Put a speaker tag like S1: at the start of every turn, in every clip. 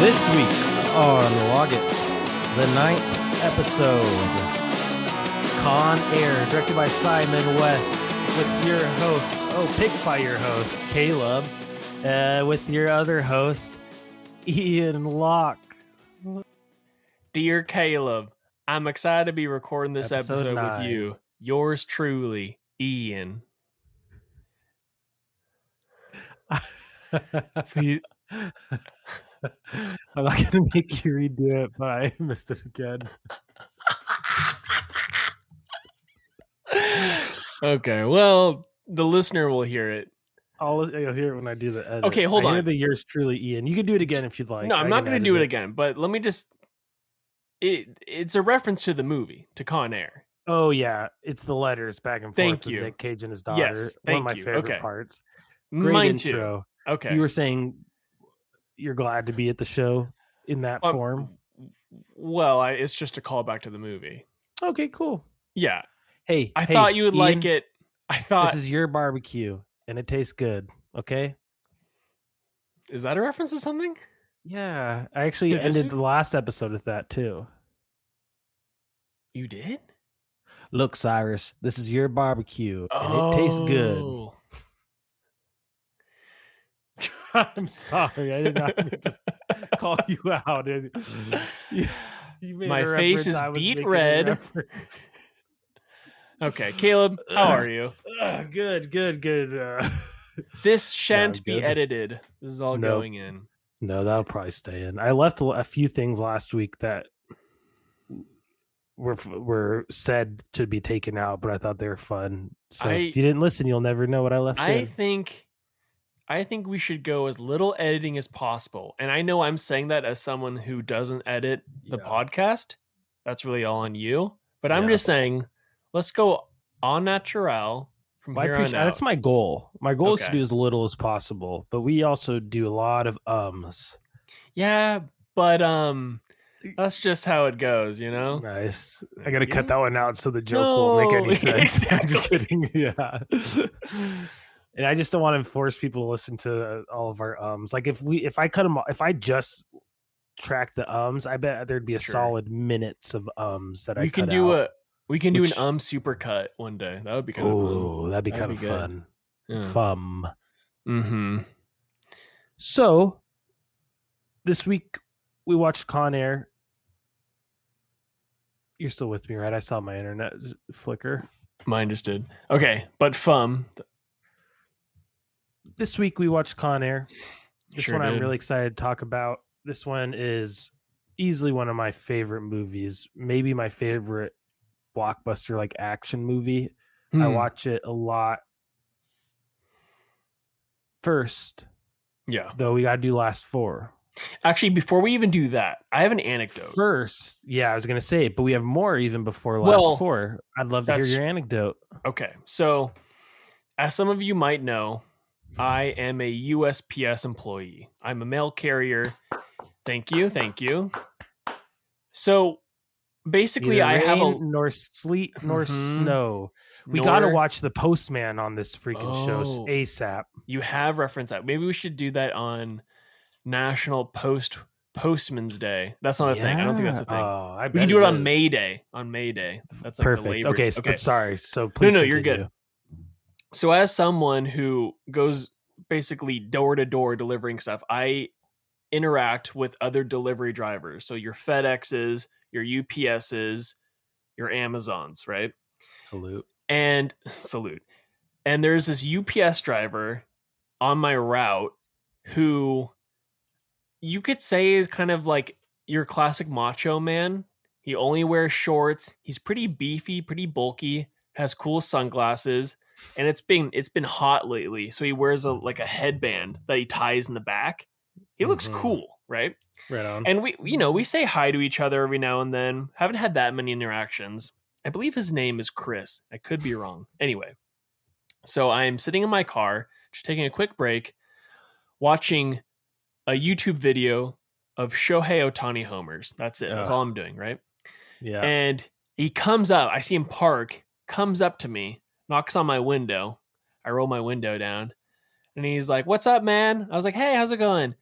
S1: This week on Logit, the ninth episode, Con Air, directed by Simon West, with your host, oh, picked by your host, Caleb, uh, with your other host, Ian Locke.
S2: Dear Caleb, I'm excited to be recording this
S1: Episode
S2: episode, with
S1: nine.
S2: you. Yours truly, Ian. Please,
S1: I'm not going to make you redo it, but I missed it again.
S2: okay, well, the listener will hear it.
S1: I'll, I'll hear it when I do the edit.
S2: Okay, hold
S1: I hear
S2: on.
S1: the yours truly, Ian. You can do it again if you'd like.
S2: no, I'm
S1: I
S2: not
S1: can
S2: going
S1: edit
S2: to do it again, but let me just it it's a reference to the movie, to Con Air.
S1: Oh yeah, it's the letters back and forth.
S2: Thank
S1: with
S2: you.
S1: Nick Cage and his daughter.
S2: Yes,
S1: One of
S2: thank
S1: my
S2: you.
S1: favorite
S2: Okay.
S1: parts. Great
S2: Mine too.
S1: intro.
S2: Okay.
S1: You were saying you're glad to be at the show in that
S2: Um,
S1: form.
S2: Well, I, it's just a callback to the movie.
S1: Okay, cool.
S2: Yeah.
S1: Hey,
S2: I
S1: hey,
S2: thought you would like
S1: Ian,
S2: it. I thought
S1: This is your barbecue, and it tastes good. Okay.
S2: is that a reference to something?
S1: Yeah, I actually
S2: To this
S1: ended
S2: movie?
S1: the last episode with that too.
S2: You did?
S1: Look, Cyrus, this is your barbecue, and it tastes good.
S2: Oh.
S1: I'm sorry, I did not mean to call you out. You- you made
S2: My
S1: a reference,
S2: face is
S1: I was
S2: beet
S1: making a
S2: red.
S1: reference.
S2: Okay, Caleb, how are you?
S1: Ugh, good, good, good. Uh,
S2: This shan't be
S1: good.
S2: edited. This is all
S1: Nope.
S2: going in.
S1: no, that'll probably stay in. I left a l- a few things last week that were f- were said to be taken out, but I thought they were fun. So
S2: I-
S1: if you didn't listen, you'll never know what I left
S2: I
S1: in.
S2: think I think we should go as little editing as possible. And I know I'm saying that as someone who doesn't edit the
S1: Yeah.
S2: podcast. That's really all on you. But I'm
S1: Yeah.
S2: just saying, let's go on natural from
S1: Well, I
S2: here on
S1: appreciate-
S2: out.
S1: that's my goal. My goal is to
S2: Okay.
S1: do as little as possible, but we also do a lot of ums.
S2: yeah, but um, that's just how it goes, you know.
S1: Nice. I
S2: Thank
S1: gotta cut
S2: you.
S1: that one out so the joke won't make
S2: No,
S1: any sense. I'm just
S2: exactly.
S1: kidding. Yeah. and I just don't want to force people to listen to uh, all of our ums. Like if we if I cut them if I just track the ums, I bet there'd be a
S2: Sure.
S1: solid minutes of ums that I
S2: we can
S1: cut
S2: do
S1: out.
S2: a we can do
S1: Which-
S2: an um supercut one day. That would be kind
S1: Oh, that'd be kind
S2: That'd
S1: of
S2: be good.
S1: fun.
S2: of fun.
S1: Fum.
S2: Yeah. Mm-hmm.
S1: So this week we watched Con Air. You're still with me, right? I saw my internet flicker.
S2: Mine just did. Okay, but fum.
S1: This week we watched Con Air. This
S2: sure
S1: one I'm
S2: did.
S1: really excited to talk about. This one is easily one of my favorite movies, maybe my favorite blockbuster like action movie. I
S2: Hmm,
S1: watch it a lot. First,
S2: Yeah.
S1: though, we got to do last four.
S2: Actually, before we even do that, I have an anecdote.
S1: First, yeah, I was gonna say it, but we have more even before last
S2: Well,
S1: four. I'd love to hear
S2: that's-
S1: your anecdote.
S2: Okay, so as some of you might know, I am a USPS employee. I'm a mail carrier. Thank you, thank you. So basically,
S1: Neither
S2: I have a
S1: rain nor sleet nor
S2: Mhm.
S1: snow. We gotta
S2: nor-
S1: watch the postman on this freaking show s-
S2: Oh.
S1: ASAP.
S2: You have reference that. Maybe we should do that on National Post Postman's Day. That's not a thing. I don't think that's a thing.
S1: Oh, I
S2: we
S1: bet
S2: can do it on
S1: is.
S2: May Day. On May Day, that's like The
S1: Perfect.
S2: labor.
S1: Okay, s-
S2: okay.
S1: but sorry. So please.
S2: no, you're good.
S1: continue.
S2: so as someone who goes basically door to door delivering stuff, I interact with other delivery drivers. So your FedExes, your UPSs, your Amazons, right?
S1: Salute.
S2: And salute. And there's this UPS driver on my route who you could say is kind of like your classic macho man. He only wears shorts. He's pretty beefy, pretty bulky, has cool sunglasses, and it's been it's been hot lately. So he wears a like a headband that he ties in the back. He looks
S1: Mhm.
S2: cool, right?
S1: Right on.
S2: And we, you know, we say hi to each other every now and then. Haven't had that many interactions. I believe his name is Chris. I could be wrong. Anyway, so I am sitting in my car, just taking a quick break, watching a YouTube video of Shohei Otani homers. That's it. That's all I'm doing, right?
S1: yeah.
S2: And he comes up. I see him park, comes up to me, knocks on my window. I roll my window down. And he's like, What's up, man? I was like, Hey, how's it going?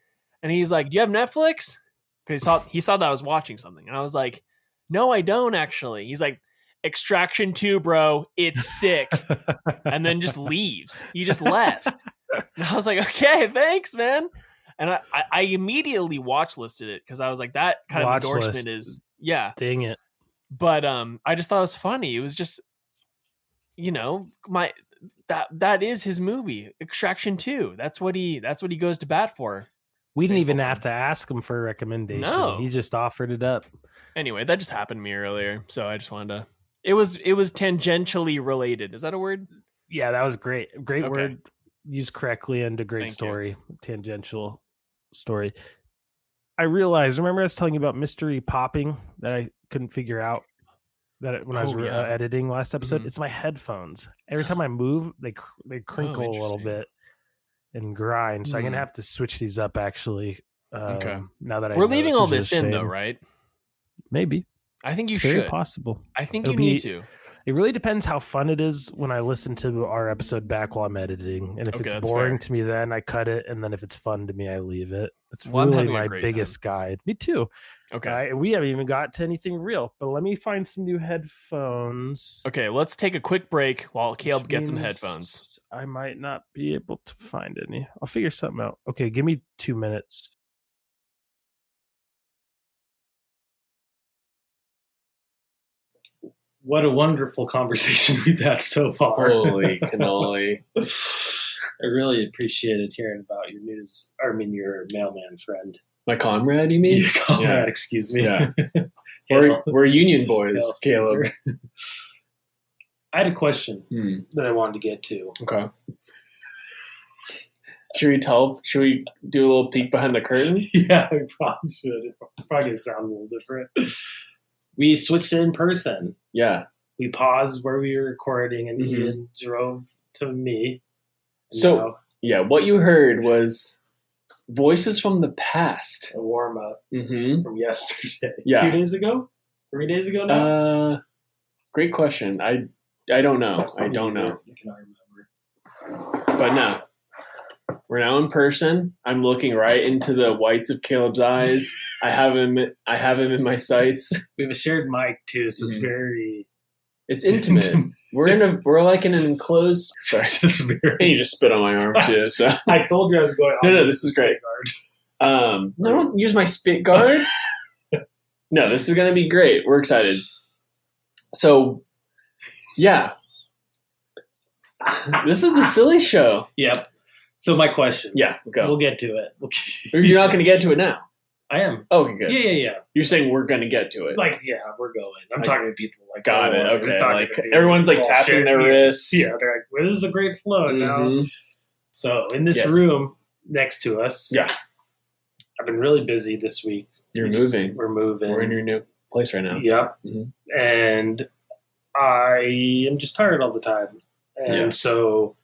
S2: And he's like, Do you have Netflix?
S3: because he saw he saw that I was watching something, and I was like, "No, I don't actually." He's like, "Extraction two, bro, it's sick," and then just leaves. He just left, and I was like, "Okay, thanks, man." And I, I, I immediately watch listed it because I was like, "That kind
S4: Watch
S3: of endorsement
S4: list.
S3: is yeah."
S4: Dang it.
S3: But um, I just thought it was funny. It was just, you know, my that that is his movie, Extraction two. That's what he that's what he goes to bat for.
S4: We didn't
S3: Thank
S4: even
S3: you.
S4: have to ask him for a recommendation.
S3: No.
S4: He just offered it up.
S3: anyway that just happened to me earlier so i just wanted to it was it was tangentially related is that a word
S4: Yeah, that was great. Great
S3: Okay.
S4: word used correctly and a great
S3: Thank you.
S4: story, tangential story. I realized, remember I was telling you about mystery popping that I couldn't figure out that it- when I was
S3: Oh,
S4: re-
S3: yeah.
S4: uh, editing last episode,
S3: Mhm.
S4: it's my headphones. Every time I move, they cr- they crinkle a little
S3: Oh, interesting.
S4: bit and grind. So I'm gonna
S3: Hmm.
S4: have to switch these up actually. Um,
S3: Okay.
S4: Now that I
S3: we're
S4: know
S3: leaving
S4: this
S3: all
S4: is
S3: this
S4: a
S3: in though
S4: shame.
S3: right
S4: Maybe
S3: i think you
S4: it's very
S3: should
S4: possible.
S3: i think
S4: It'll
S3: you need
S4: be-
S3: to
S4: It really depends how fun it is when I listen to our episode back while I'm editing. And if
S3: Okay,
S4: it's
S3: that's
S4: boring
S3: fair.
S4: to me, then I cut it. And then if it's fun to me, I leave it. That's
S3: Well, I'm
S4: really
S3: having a
S4: my
S3: great
S4: biggest guide. Me too.
S3: okay
S4: I- we haven't even got to anything real, but let me find some new headphones.
S3: okay let's take a quick break while
S4: which
S3: caleb gets some
S4: means
S3: headphones
S4: I might not be able to find any. I'll figure something out. Okay, give me two minutes.
S1: what a wonderful conversation we've had so far.
S2: Holy cannoli.
S1: I really appreciated hearing about your news. I mean, your mailman friend.
S2: My comrade, you mean?
S1: Your comrade, excuse me.
S2: Yeah.
S1: Yeah.
S2: We're, we're union boys,
S1: Hail
S2: Caleb.
S1: Caesar. I had a question
S2: Hmm,
S1: that I wanted to get to.
S2: okay. Should we tell? Should we do a little peek behind the curtain?
S1: yeah, we probably should. It's probably gonna sound a little different. We switched it in person.
S2: Yeah.
S1: We paused where we were recording, and
S2: Mhm.
S1: Ian drove to me. And
S2: So-
S1: now
S2: Yeah. What you heard was voices from the past.
S1: a warm up
S2: Mm-hmm.
S1: from yesterday.
S2: Yeah.
S1: two days ago, three days ago now.
S2: Uh, great question. I I don't know. I don't know.
S1: I cannot remember.
S2: But no, we're now in person. I'm looking right into the whites of Caleb's eyes. I have him. I have him in my sights.
S1: We have a shared mic too, so it's
S2: Mhm.
S1: very
S2: It's intimate. We're in a we're like in an enclosed. Sorry,
S1: It's just
S2: and
S1: very.
S2: you just spit on my arm too. So
S1: I told you I was going. on
S2: No, no, this is great.
S1: guard.
S2: um, I don't use my spit guard. no, this is gonna be great. We're excited. So, yeah, this is the silly show.
S1: Yep. So my question.
S2: Yeah,
S1: We'll
S2: go.
S1: get to it. We'll-
S2: You're not gonna get to it now. Oh,
S1: I am.
S2: Okay, good.
S1: Yeah, yeah,
S2: You're saying we're gonna get to
S1: yeah.
S2: it.
S1: Like, yeah, we're going. I'm
S2: Like-
S1: talking to people. Like,
S2: Got
S1: don't
S2: it,
S1: worry,
S2: okay,
S1: it's not
S2: like,
S1: gonna be
S2: everyone's, like,
S1: bullshit.
S2: tapping their
S1: Yeah,
S2: wrists.
S1: Yeah, they're like, well, "This is a great flow." Now,
S2: Mhm.
S1: so in this
S2: Yes.
S1: room next to us.
S2: Yeah.
S1: I've been really busy this week.
S2: You're
S1: We just-
S2: moving.
S1: We're moving.
S2: We're in your new place right now.
S1: Yep.
S2: Mhm.
S1: And I am just tired all the time. And
S2: Yeah.
S1: so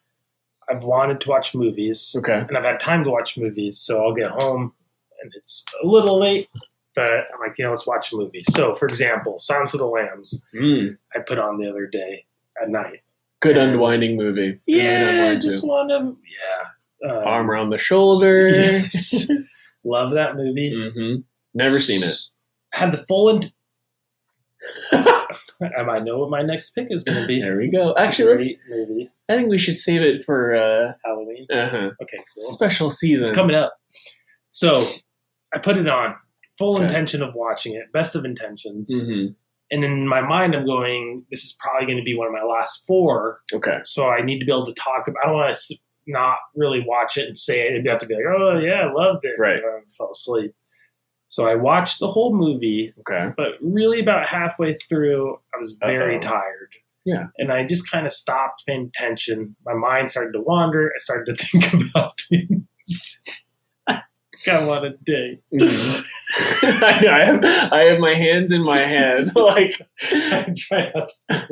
S1: I've wanted to watch movies
S2: Okay.
S1: and I've had time to watch movies. So I'll get home and it's a little late, but I'm like, you know, let's watch a movie. So, for example, Silence of the Lambs,
S2: Mm.
S1: I put on the other day at night.
S2: Good unwinding movie. Good
S1: Yeah,
S2: unwind
S1: just
S2: too.
S1: want to, yeah. Um,
S2: arm around the shoulder.
S1: Yes. Love that movie.
S2: hmm Never seen it.
S1: Have the full. Int- I might know what my next pick is going to be.
S2: there we go.
S1: It's a
S2: Actually, let's,
S1: great movie
S2: I think we should save it for uh,
S1: Halloween.
S2: uh
S1: Okay, cool.
S2: special season.
S1: It's coming up. So I put it on, full
S2: Okay.
S1: intention of watching it, best of intentions.
S2: Mhm.
S1: And in my mind, I'm going, this is probably going to be one of my last four.
S2: Okay.
S1: So I need to be able to talk about I don't want to not really watch it and say it. And have to be like, oh, yeah, I loved it.
S2: Right.
S1: And I fell asleep. So I watched the whole movie,
S2: Okay.
S1: but really about halfway through, I was very
S2: Uh-oh.
S1: tired.
S2: Yeah.
S1: And I just kind of stopped paying attention. My mind started to wander. I started to think about things. I want a day.
S2: Mhm. I, know, I have I have my hands in my head. like
S1: I try not to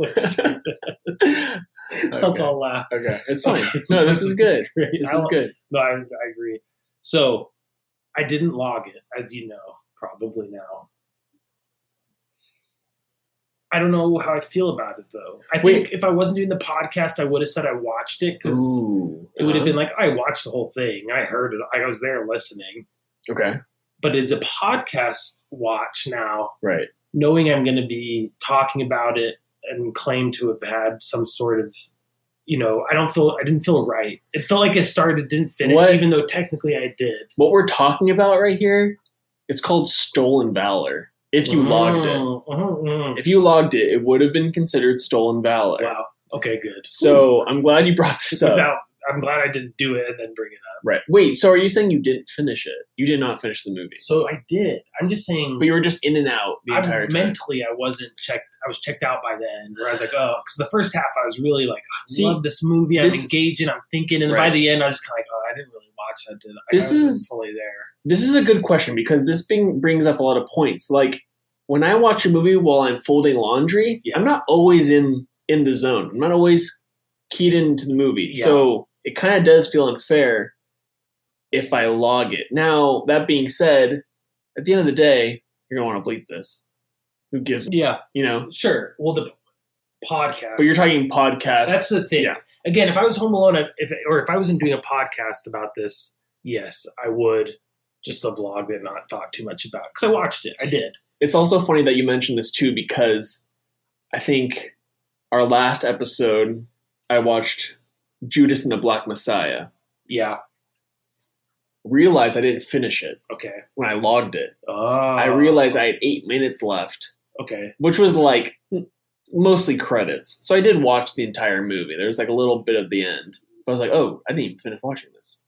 S1: look. Let's
S2: okay.
S1: all laugh.
S2: okay. It's fine. No, this is good.
S1: Great.
S2: This
S1: I
S2: is
S1: lo-
S2: good.
S1: No, I, I agree. So I didn't log it, as you know, probably now. I don't know how I feel about it though. I
S2: Wait.
S1: think if I wasn't doing the podcast, I would have said I watched it because
S2: Ooh.
S1: it would have been like I watched the whole thing. I heard it. I was there listening,
S2: okay.
S1: But as a podcast watch now,
S2: Right.
S1: knowing I'm going to be talking about it and claim to have had some sort of, you know, I don't feel, I didn't feel right. It felt like I started, didn't finish,
S2: What-
S1: even though technically I did.
S2: What we're talking about right here, it's called stolen valor. If you logged it.
S1: Mm, mm, mm.
S2: If you logged it, it would have been considered stolen valor.
S1: Wow. Okay, good.
S2: So I'm glad you brought this up.
S1: Without, I'm glad I didn't do it and then bring it up.
S2: Right. Wait, so are you saying you didn't finish it? You did not finish the movie.
S1: So I did. I'm just saying.
S2: But you were just in and out the
S1: I'm-
S2: entire time.
S1: mentally, I wasn't checked. I was checked out by then. Where I was like, oh, because the first half I was really like, oh, I
S2: See,
S1: love this movie. I'm
S2: this-
S1: engaging. I'm thinking, and by
S2: Right.
S1: the end, I was kind of like, oh, I didn't really watch that. Did I?
S2: This
S1: I wasn't
S2: is-
S1: fully there.
S2: This is a good question because this bring, brings up a lot of points. Like when I watch a movie while I'm folding laundry,
S1: Yeah.
S2: I'm not always in in the zone. I'm not always keyed into the movie.
S1: Yeah.
S2: So it kind of does feel unfair if I log it. Now, that being said, at the end of the day, you're going to want to bleep this. Who gives, a-
S1: Yeah,
S2: you know?
S1: sure. Well, the podcast.
S2: But you're talking podcast.
S1: That's the thing.
S2: Yeah.
S1: Again, if I was home alone, I- if or if I wasn't doing a podcast about this, yes, I would just have vlogged it and not thought too much about because I watched it. I did.
S2: It's also funny that you mentioned this too because I think our last episode I watched Judas and the Black Messiah.
S1: Yeah.
S2: Realized I didn't finish it
S1: Okay.
S2: when I logged it.
S1: Oh,
S2: I realized I had eight minutes left,
S1: Okay.
S2: which was like mostly credits. So I did watch the entire movie. There was like a little bit of the end. But I was like, oh, I didn't even finish watching this.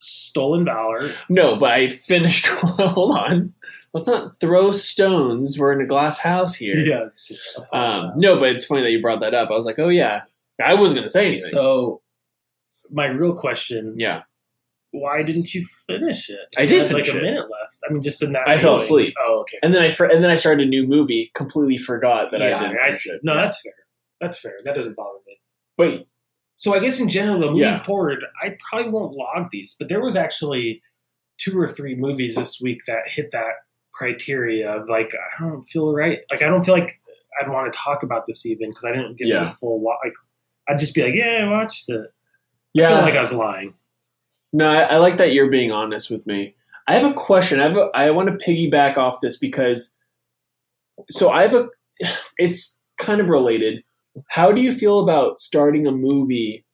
S1: Stolen valor.
S2: No, but I finished. hold on. Let's not throw stones. We're in a glass house here. Um, no, but it's funny that you brought that up. I was like, oh yeah, I wasn't gonna say anything.
S1: So, my real question:
S2: yeah,
S1: Why didn't you finish it?
S2: I did
S1: You had
S2: finish
S1: like a
S2: it.
S1: minute left. I mean, just in that.
S2: I fell
S1: feeling.
S2: asleep.
S1: Oh, okay.
S2: and then I fr- and then I started a new movie. Completely forgot that I
S1: Yeah,
S2: didn't.
S1: I
S2: finish
S1: see.
S2: it.
S1: No, that's fair. That's fair. That doesn't bother me.
S2: wait,
S1: So I guess in general, moving
S2: Yeah.
S1: forward, I probably won't log these, but there was actually two or three movies this week that hit that criteria of like I don't feel right. Like I don't feel like I'd want to talk about this even because I didn't get
S2: Yeah.
S1: a full wa- like. I'd just be like, yeah, I watched it. I
S2: yeah,
S1: feel like I was lying.
S2: no, I, I like that you're being honest with me. I have a question. I have a, I want to piggyback off this because, so I have a, it's kind of related. How do you feel about starting a movie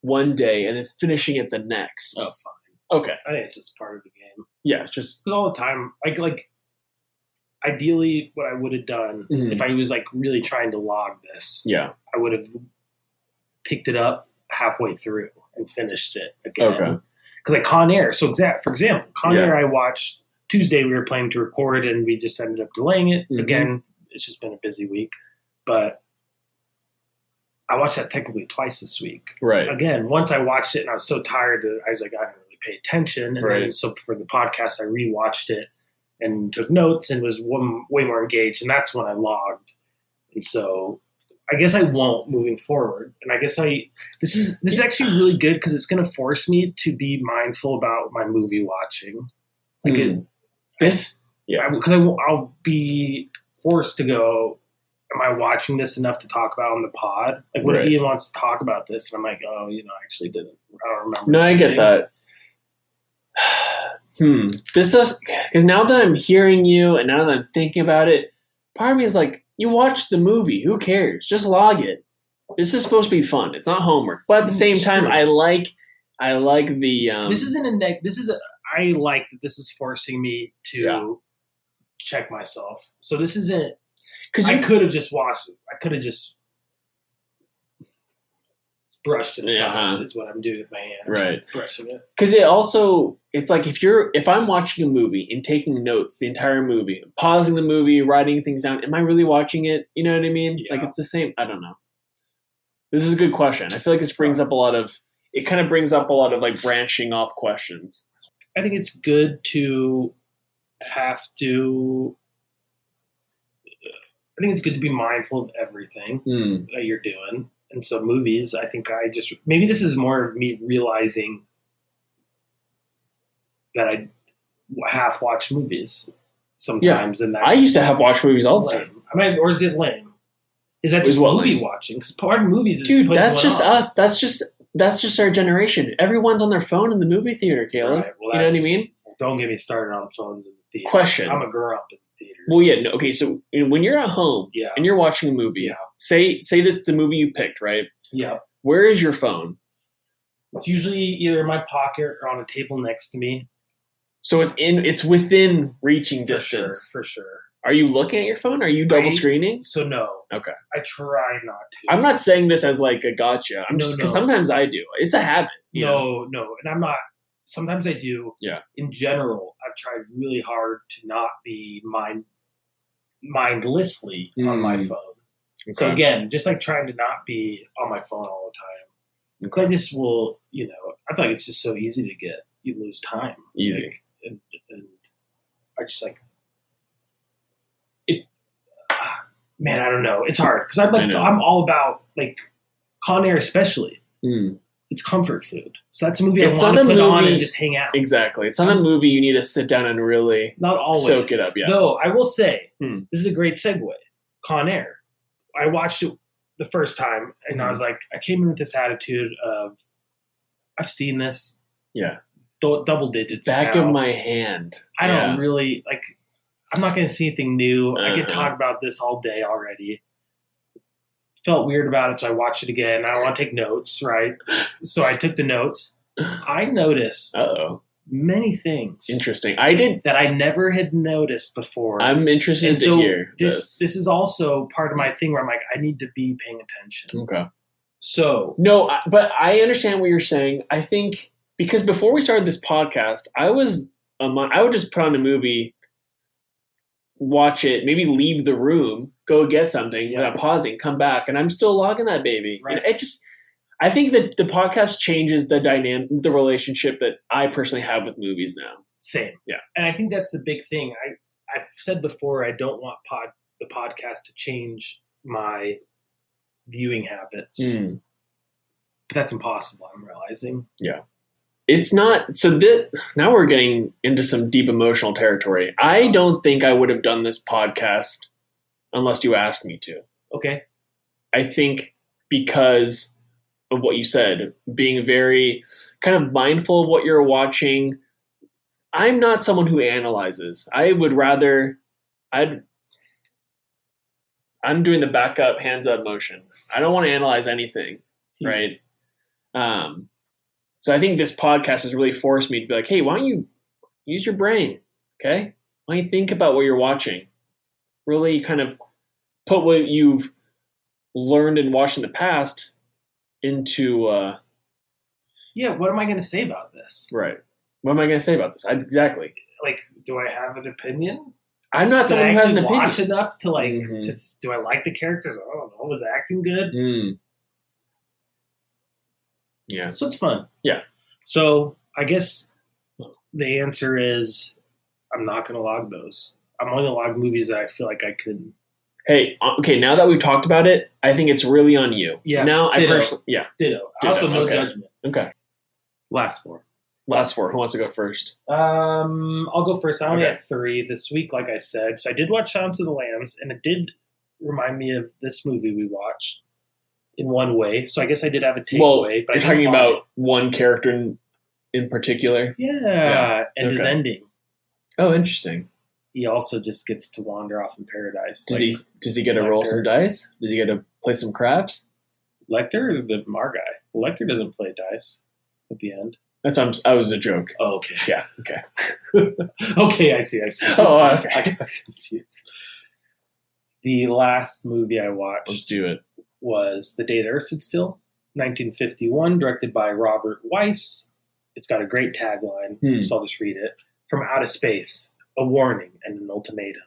S2: one day and then finishing it the next?
S1: Oh, fine.
S2: Okay,
S1: I think it's just part of the game.
S2: yeah, it's just
S1: Because all the time, like like ideally, what I would have done
S2: Mhm.
S1: if I was like really trying to log this,
S2: yeah,
S1: I would have picked it up halfway through and finished it again.
S2: Okay.
S1: Because like Con Air, so exact for example, Con
S2: Yeah.
S1: Air, I watched Tuesday. We were planning to record, and we just ended up delaying it
S2: Mhm.
S1: again. It's just been a busy week, but. I watched that technically twice this week
S2: right.
S1: again, once I watched it and I was so tired that I was like, I didn't really pay attention. And then
S2: Right.
S1: so for the podcast, I rewatched it and took notes and was one, way more engaged. And that's when I logged. And so I guess I won't moving forward. And I guess I this is this is actually really good because it's going to force me to be mindful about my movie watching. Like it,
S2: this,
S1: because I, will- I'll be forced to go. Am I watching this enough to talk about on the pod? Like, what
S2: Right.
S1: if Ian wants to talk about this? And I'm like, oh, you know, I actually didn't. I don't remember.
S2: No, I get
S1: anything."
S2: that. hmm. This does because now that I'm hearing you and now that I'm thinking about it, part of me is like, you watched the movie. Who cares? Just log it. This is supposed to be fun. It's not homework. But at the same
S1: Mm, It's
S2: time,
S1: true.
S2: I like, I like the. Um,
S1: This isn't a neg. This is a. I like that. This is forcing me to
S2: Yeah.
S1: check myself. So this isn't.
S2: because
S1: I
S2: you.
S1: could have just watched. it. I could have just brushed it aside.
S2: Yeah.
S1: Is what I'm doing with my hand.
S2: Right.
S1: Brushing it.
S2: Because it also, it's like if you're, if I'm watching a movie and taking notes the entire movie, pausing the movie, writing things down, am I really watching it? You know what I mean?
S1: Yeah.
S2: Like it's the same. I don't know. This is a good question. I feel like this brings up a lot of, it kind of brings up a lot of like branching off questions.
S1: I think it's good to have to. I think it's good to be mindful of everything
S2: Mm.
S1: that you're doing. And so, movies, I think I just maybe this is more of me realizing that I half watch movies sometimes. And that's
S2: I used to have watch movies all the time.
S1: lame. I mean, or is it lame? Is that
S2: Is
S1: just
S2: what
S1: movie
S2: lame?
S1: watching? Because part of movies is
S2: Dude,
S1: putting
S2: that's
S1: one
S2: just
S1: on.
S2: us. That's just that's just our generation. Everyone's on their phone in the movie theater, Caleb.
S1: Right, well,
S2: you know what I
S1: that's-
S2: mean?
S1: Don't get me started on phones in the theater.
S2: Question.
S1: I'm a girl up in the theater.
S2: Well, yeah. No, okay, so when you're at home
S1: yeah.
S2: and you're watching a movie,
S1: Yeah.
S2: say say this the movie you picked, right?
S1: Yeah.
S2: Where is your phone?
S1: It's usually either in my pocket or on a table next to me.
S2: So it's in it's within reaching
S1: For sure.
S2: distance.
S1: For sure.
S2: Are you looking at your phone? Are you double
S1: Right.
S2: screening?
S1: So no.
S2: Okay.
S1: I try not to.
S2: I'm not saying this as like a gotcha. I'm
S1: No,
S2: just because
S1: no.
S2: sometimes I do. It's a habit. you know?
S1: No, no, and I'm not. Sometimes I do.
S2: Yeah.
S1: In general, I've tried really hard to not be mind mindlessly on my
S2: Mm.
S1: phone. So
S2: Okay.
S1: again, just like trying to not be on my phone all the time. 'Cause I just will, you know, I feel like it's just so easy to get. You lose time.
S2: Easy.
S1: Like, and, and I just like it. ah, Man, I don't know. It's hard because I'm
S2: I
S1: like
S2: know.
S1: I'm all about like Con Air especially
S2: Mm.
S1: it's comfort food. So that's a movie
S2: It's
S1: I want
S2: not
S1: to
S2: a
S1: put on
S2: movie-
S1: and just hang out.
S2: Exactly. It's not a movie you need to sit down and really
S1: Not always.
S2: soak it up. Yeah.
S1: Though I will say,
S2: Hmm.
S1: this is a great segue. Con Air. I watched it the first time and
S2: Hmm.
S1: I was like, I came in with this attitude of, I've seen this.
S2: Yeah.
S1: dou- double digits.
S2: Back
S1: now.
S2: of my hand.
S1: I don't
S2: Yeah.
S1: really like. I'm not going to see anything new. I could
S2: Uh-huh.
S1: talk about this all day already. Felt weird about it, so I watched it again. I want to take notes, right? So I took the notes. I noticed
S2: Uh-oh.
S1: many things
S2: Interesting. I did.
S1: that I never had noticed before.
S2: I'm interested
S1: and
S2: to
S1: so
S2: hear
S1: this this is also part of my thing where I'm like, I need to be paying attention.
S2: Okay.
S1: So
S2: No, I, but I understand what you're saying. I think because before we started this podcast, I was um, I would just put on a movie, watch it, maybe leave the room, go get something
S1: Yeah.
S2: without pausing, come back, and I'm still logging that baby.
S1: Right.
S2: And it just I think that the podcast changes the dynamic, the relationship that I personally have with movies now.
S1: same,
S2: Yeah.
S1: And I think that's the big thing. I I've said before, I don't want pod the podcast to change my viewing habits.
S2: Hmm.
S1: But that's impossible. I'm realizing.
S2: it's not so that now we're getting into some deep emotional territory i don't think i would have done this podcast unless you asked me to
S1: Okay,
S2: i think because of what you said being very kind of mindful of what you're watching i'm not someone who analyzes i would rather i'd i'm doing the back up hands up motion i don't want to analyze anything
S1: Hmm.
S2: right? Um, so I think this podcast has really forced me to be like, hey, why don't you use your brain? Okay, why don't you think about what you're watching? Really, kind of put what you've learned and watched in the past into uh,
S1: Yeah. What am I going to say about this?
S2: right. What am I going to say about this? I, exactly.
S1: Like, do I have an opinion?
S2: I'm not
S1: Did I
S2: someone who has an
S1: actually
S2: opinion.
S1: watch enough to like?
S2: Mhm.
S1: To, do I like the characters? I don't know. Was the acting good?
S2: Mm. Yeah.
S1: So it's fun.
S2: Yeah.
S1: So I guess the answer is I'm not going to log those. I'm only going to log movies that I feel like I could.
S2: Hey. uh, Okay. Now that we've talked about it, I think it's really on you.
S1: Yeah,
S2: Now I
S1: ditto.
S2: personally. Yeah.
S1: Ditto.
S2: Ditto,
S1: also, no
S2: okay.
S1: judgment.
S2: Okay.
S1: Last four.
S2: Last four. Who wants to go first?
S1: Um, I'll go first. I only
S2: Okay.
S1: had three this week, like I said. So I did watch Silence of the Lambs, and it did remind me of this movie we watched in one way. So I guess I did have a takeaway.
S2: Well,
S1: but I
S2: You're
S1: didn't
S2: talking
S1: log
S2: about
S1: it.
S2: one character in, in particular.
S1: yeah,
S2: Yeah,
S1: and his
S2: okay.
S1: ending.
S2: Oh, interesting.
S1: He also just gets to wander off in paradise.
S2: Does
S1: like
S2: he does he get to roll some dice? Does he get to play some craps?
S1: Lecter or the Mar guy? Lecter doesn't play dice at the end.
S2: That's I'm, I was a joke.
S1: Oh, okay.
S2: Yeah. Okay.
S1: Okay, I see, I see.
S2: Oh, okay.
S1: I got confused. The last movie I
S2: Let's
S1: watched
S2: do it.
S1: was The Day the Earth Stood Still, 1951, directed by Robert Weiss. It's got a great tagline,
S2: Hmm.
S1: so I'll just read it. From Outer Space, a warning and an ultimatum.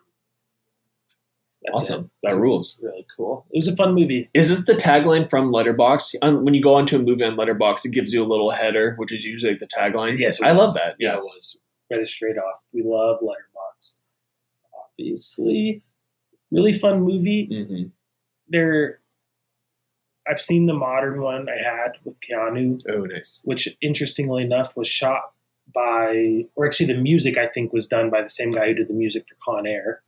S1: That's it.
S2: Awesome. That rules.
S1: It's really cool. It was a fun movie.
S2: Is this the tagline from Letterbox? When you go onto a movie on Letterbox, it gives you a little header, which is usually like the tagline.
S1: Yes, it
S2: I love
S1: was.
S2: that.
S1: Yeah, it was. Read it straight off. We love Letterbox. Obviously, really fun movie.
S2: hmm
S1: There, I've seen the modern one I had with Keanu,
S2: Oh, nice.
S1: which interestingly enough was shot by, or actually the music I think was done by the same guy who did the music for Con Air,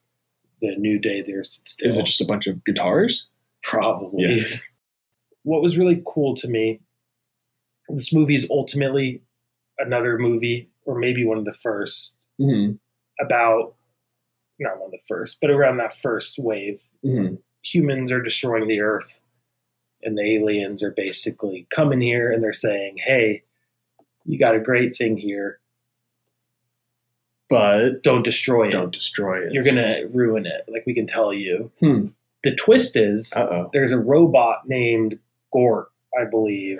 S1: the New Day. There's still
S2: Is it just a bunch of guitars?
S1: probably. What was really cool to me this movie is ultimately another movie, or maybe one of the first,
S2: Mm-hmm.
S1: about not one of the first, but around that first wave.
S2: Mm-hmm.
S1: Humans are destroying the earth, and the aliens are basically coming here and they're saying, Hey, you got a great thing here.
S2: But
S1: Don't destroy it.
S2: don't destroy it.
S1: You're going to ruin it. Like we can tell you.
S2: Hmm.
S1: The twist is
S2: Uh oh.
S1: there's a robot named Gort, I believe.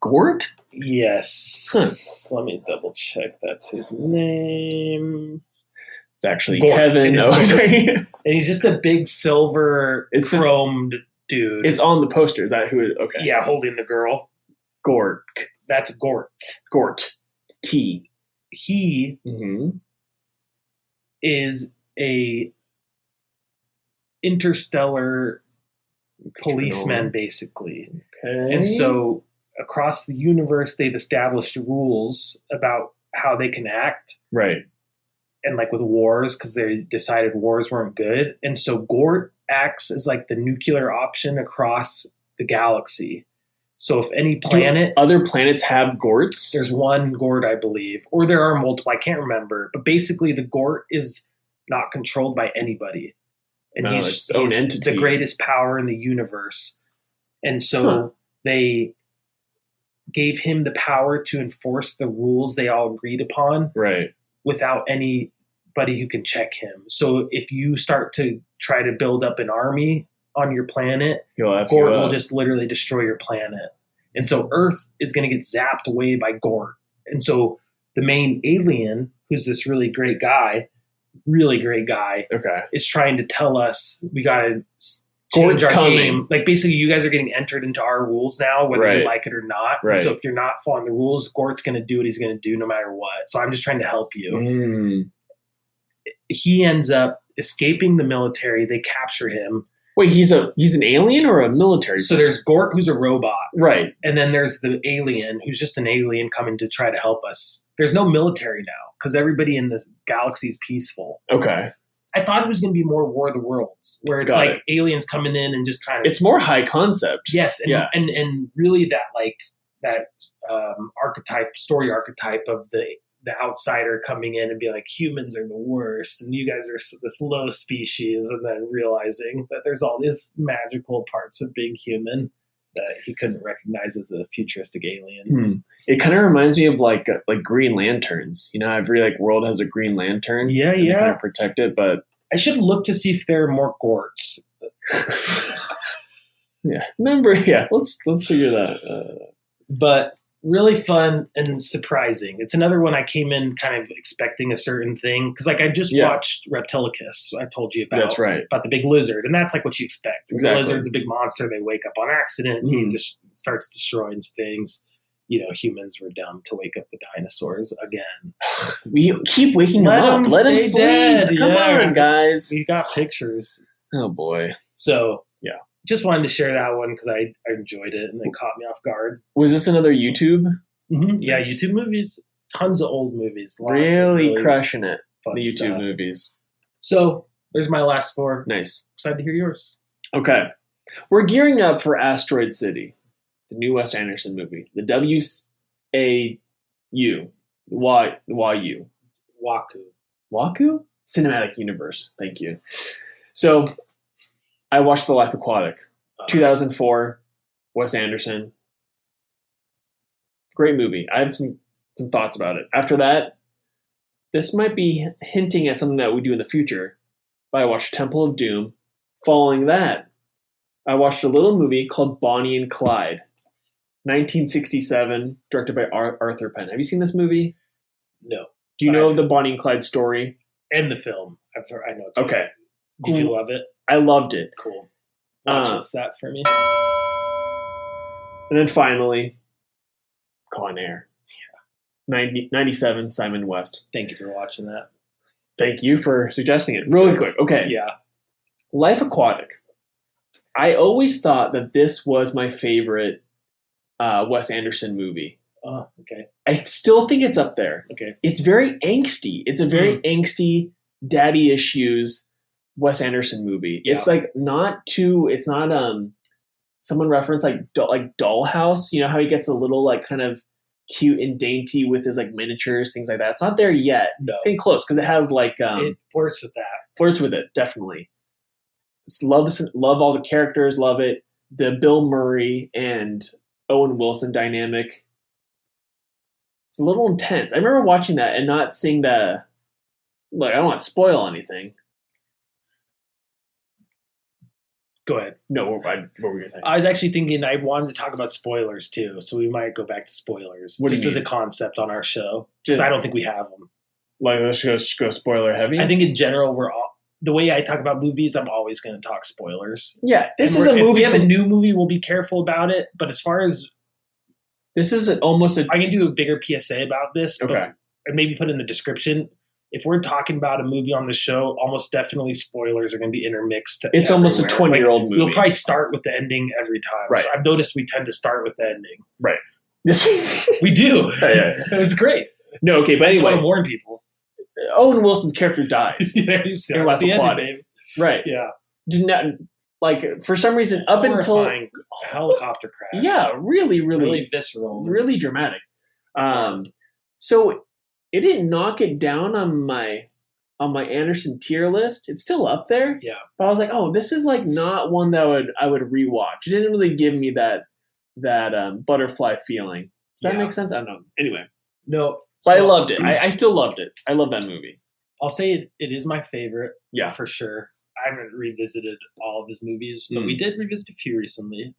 S2: Gort?
S1: Yes. Let me double check. That's his name.
S2: It's actually
S1: Gort.
S2: Kevin.
S1: It
S2: No,
S1: is
S2: it's,
S1: And he's just a big silver
S2: It's a-
S1: chromed dude.
S2: it's on the poster. Is that who? It, okay.
S1: yeah, holding the girl.
S2: Gort.
S1: That's Gort.
S2: Gort. T.
S1: He
S2: Mm-hmm.
S1: is a interstellar policeman, basically.
S2: Okay.
S1: And so across the universe, they've established rules about how they can act.
S2: Right.
S1: and like with wars because they decided wars weren't good. And so Gort acts as like the nuclear option across the galaxy. So if any planet,
S2: Do other planets have Gorts?
S1: there's one Gort, I believe, or there are multiple, I can't remember. But basically, the Gort is not controlled by anybody. And
S2: No,
S1: he's,
S2: it's its own
S1: he's
S2: entity.
S1: the greatest power in the universe. And so
S2: Huh.
S1: they gave him the power to enforce the rules they all agreed upon
S2: right.
S1: without anybody who can check him. So if you start to try to build up an army on your planet,
S2: You'll have
S1: Gort
S2: to, uh,
S1: will just literally destroy your planet. And so Earth is going to get zapped away by Gort. And so the main alien, who's this really great guy, really great guy,
S2: Okay.
S1: is trying to tell us we got to change
S2: Gort's
S1: our
S2: coming.
S1: game. Like basically, you guys are getting entered into our rules now, whether
S2: Right.
S1: you like it or not.
S2: Right.
S1: So if you're not following the rules, Gort's going to do what he's going to do no matter what. So I'm just trying to help you
S2: Mm.
S1: he ends up escaping the military. They capture him.
S2: Wait, he's a he's an alien or a military?
S1: So there's Gort, who's a robot,
S2: right.
S1: and then there's the alien, who's just an alien coming to try to help us. There's no military now because everybody in the galaxy is peaceful.
S2: Okay.
S1: I thought it was going to be more War of the Worlds, where it's
S2: Got
S1: like aliens coming in and just kind of
S2: It's more high concept.
S1: yes, and
S2: yeah.
S1: and, and really that like that um, archetype story archetype of the the outsider coming in and be like humans are the worst and you guys are s- this low species and then realizing that there's all these magical parts of being human that he couldn't recognize as a futuristic alien
S2: Hmm. It kind of reminds me of like uh, like Green Lanterns. You know, every like world has a Green Lantern.
S1: Yeah,
S2: and they
S1: yeah.
S2: Kind of protect it, but
S1: i should look to see if there are more gorts
S2: yeah. Remember, yeah. Let's let's figure that. Uh,
S1: but really fun and surprising it's another one i came in kind of expecting a certain thing because like i just
S2: Yeah.
S1: watched reptilicus i told you about
S2: that's right.
S1: about the big lizard, and that's like what you expect.
S2: Exactly.
S1: The lizard's a big monster. They wake up on accident. He
S2: Mhm.
S1: just starts destroying things. You know, humans were dumb to wake up the dinosaurs again.
S2: We keep waking
S1: Let
S2: him up.
S1: him
S2: Let him
S1: stay
S2: sleep.
S1: dead,
S2: Come
S1: yeah.
S2: on, guys.
S1: We got pictures,
S2: Oh boy.
S1: so
S2: Yeah.
S1: Just wanted to share that one because I, I enjoyed it and it caught me off guard.
S2: Was this another YouTube?
S1: Mm-hmm. Yeah,
S2: Nice.
S1: YouTube movies, tons of old movies, lots of
S2: Really, crushing it.
S1: fun
S2: The YouTube
S1: stuff.
S2: movies.
S1: So there's my last four.
S2: Nice.
S1: Excited to hear yours.
S2: Okay. We're gearing up for Asteroid City, the new Wes Anderson movie. The W A U. Y Y U.
S1: Waku.
S2: Waku? Cinematic Universe. Thank you. So I watched The Life Aquatic.
S1: Uh,
S2: 2004, Wes Anderson. Great movie. I have some, some thoughts about it. After that, this might be hinting at something that we do in the future. But I watched Temple of Doom. Following that, I watched a little movie called Bonnie and Clyde, 1967, directed by Ar- Arthur Penn. Have you seen this movie?
S1: No.
S2: Do you know
S1: I've-
S2: the Bonnie and Clyde story?
S1: And the film. I've heard, I know it's
S2: Okay,
S1: Did you love it?
S2: I loved it.
S1: Cool. Watch
S2: Uh,
S1: that for me.
S2: And then finally, Con Air. 90, 97, Simon West.
S1: Thank you for watching that.
S2: Thank you for suggesting it. Really quick. Okay.
S1: Yeah.
S2: Life Aquatic. I always thought that this was my favorite uh, Wes Anderson movie.
S1: Oh, okay.
S2: I still think it's up there.
S1: Okay. Hmm.
S2: It's very angsty. It's a very angsty, daddy issues Wes Anderson movie. It's like not too, it's not um someone referenced like doll, like Dollhouse. You know how he gets a little like kind of cute and dainty with his like miniatures, things like that. It's not there yet.
S1: No.
S2: It's getting close because it has like um,
S1: it flirts with that.
S2: flirts with it definitely. Just love this, love all the characters, love it. The Bill Murray and Owen Wilson dynamic. It's a little intense. I remember watching that and not seeing the. Look, I don't want to spoil anything.
S1: Go ahead.
S2: No, what, I, what were you saying?
S1: I was actually thinking I wanted to talk about spoilers too, so we might go back to spoilers
S2: What do you
S1: just as a
S2: mean?
S1: concept on our show because
S2: Yeah.
S1: I don't think we have them.
S2: like let's go, let's go spoiler heavy.
S1: I think in general we're all the way I talk about movies. I'm always going to talk spoilers.
S2: yeah, this
S1: And
S2: is a
S1: we're- If we
S2: movie.
S1: have a
S2: From,
S1: new movie, we'll be careful about it. But as far as
S2: this is an- almost a
S1: I can do a bigger PSA about this, but
S2: okay.
S1: and maybe put in the description. If we're talking about a movie on the show, almost definitely spoilers are going to be intermixed.
S2: It's almost a
S1: everywhere. Like,
S2: twenty-year-old movie.
S1: We'll probably start with the ending every time.
S2: Right.
S1: So I've noticed we tend to start with the ending.
S2: yeah,
S1: We do.
S2: yeah, yeah.
S1: it was great.
S2: No, okay, but
S1: I just want
S2: anyway,
S1: to warn people.
S2: Owen Wilson's character dies.
S1: there you
S2: You're left applauding. Right.
S1: Yeah.
S2: Did not like for some reason up until
S1: Horrifying helicopter crash.
S2: yeah, really,
S1: Really,
S2: really,
S1: visceral.
S2: really dramatic. Um, so it didn't knock it down on my on my Anderson tier list. It's still up there.
S1: Yeah.
S2: but I was like, oh, this is like not one that I would I would rewatch. It didn't really give me that that um, butterfly feeling. Does that
S1: Yeah.
S2: make sense? I don't know. Anyway,
S1: No.
S2: but I
S1: so
S2: loved it. I, I still loved it. I love that movie.
S1: I'll say it, it is my favorite.
S2: Yeah.
S1: For sure. I haven't revisited all of his movies, but
S2: Mm.
S1: we did revisit a few recently.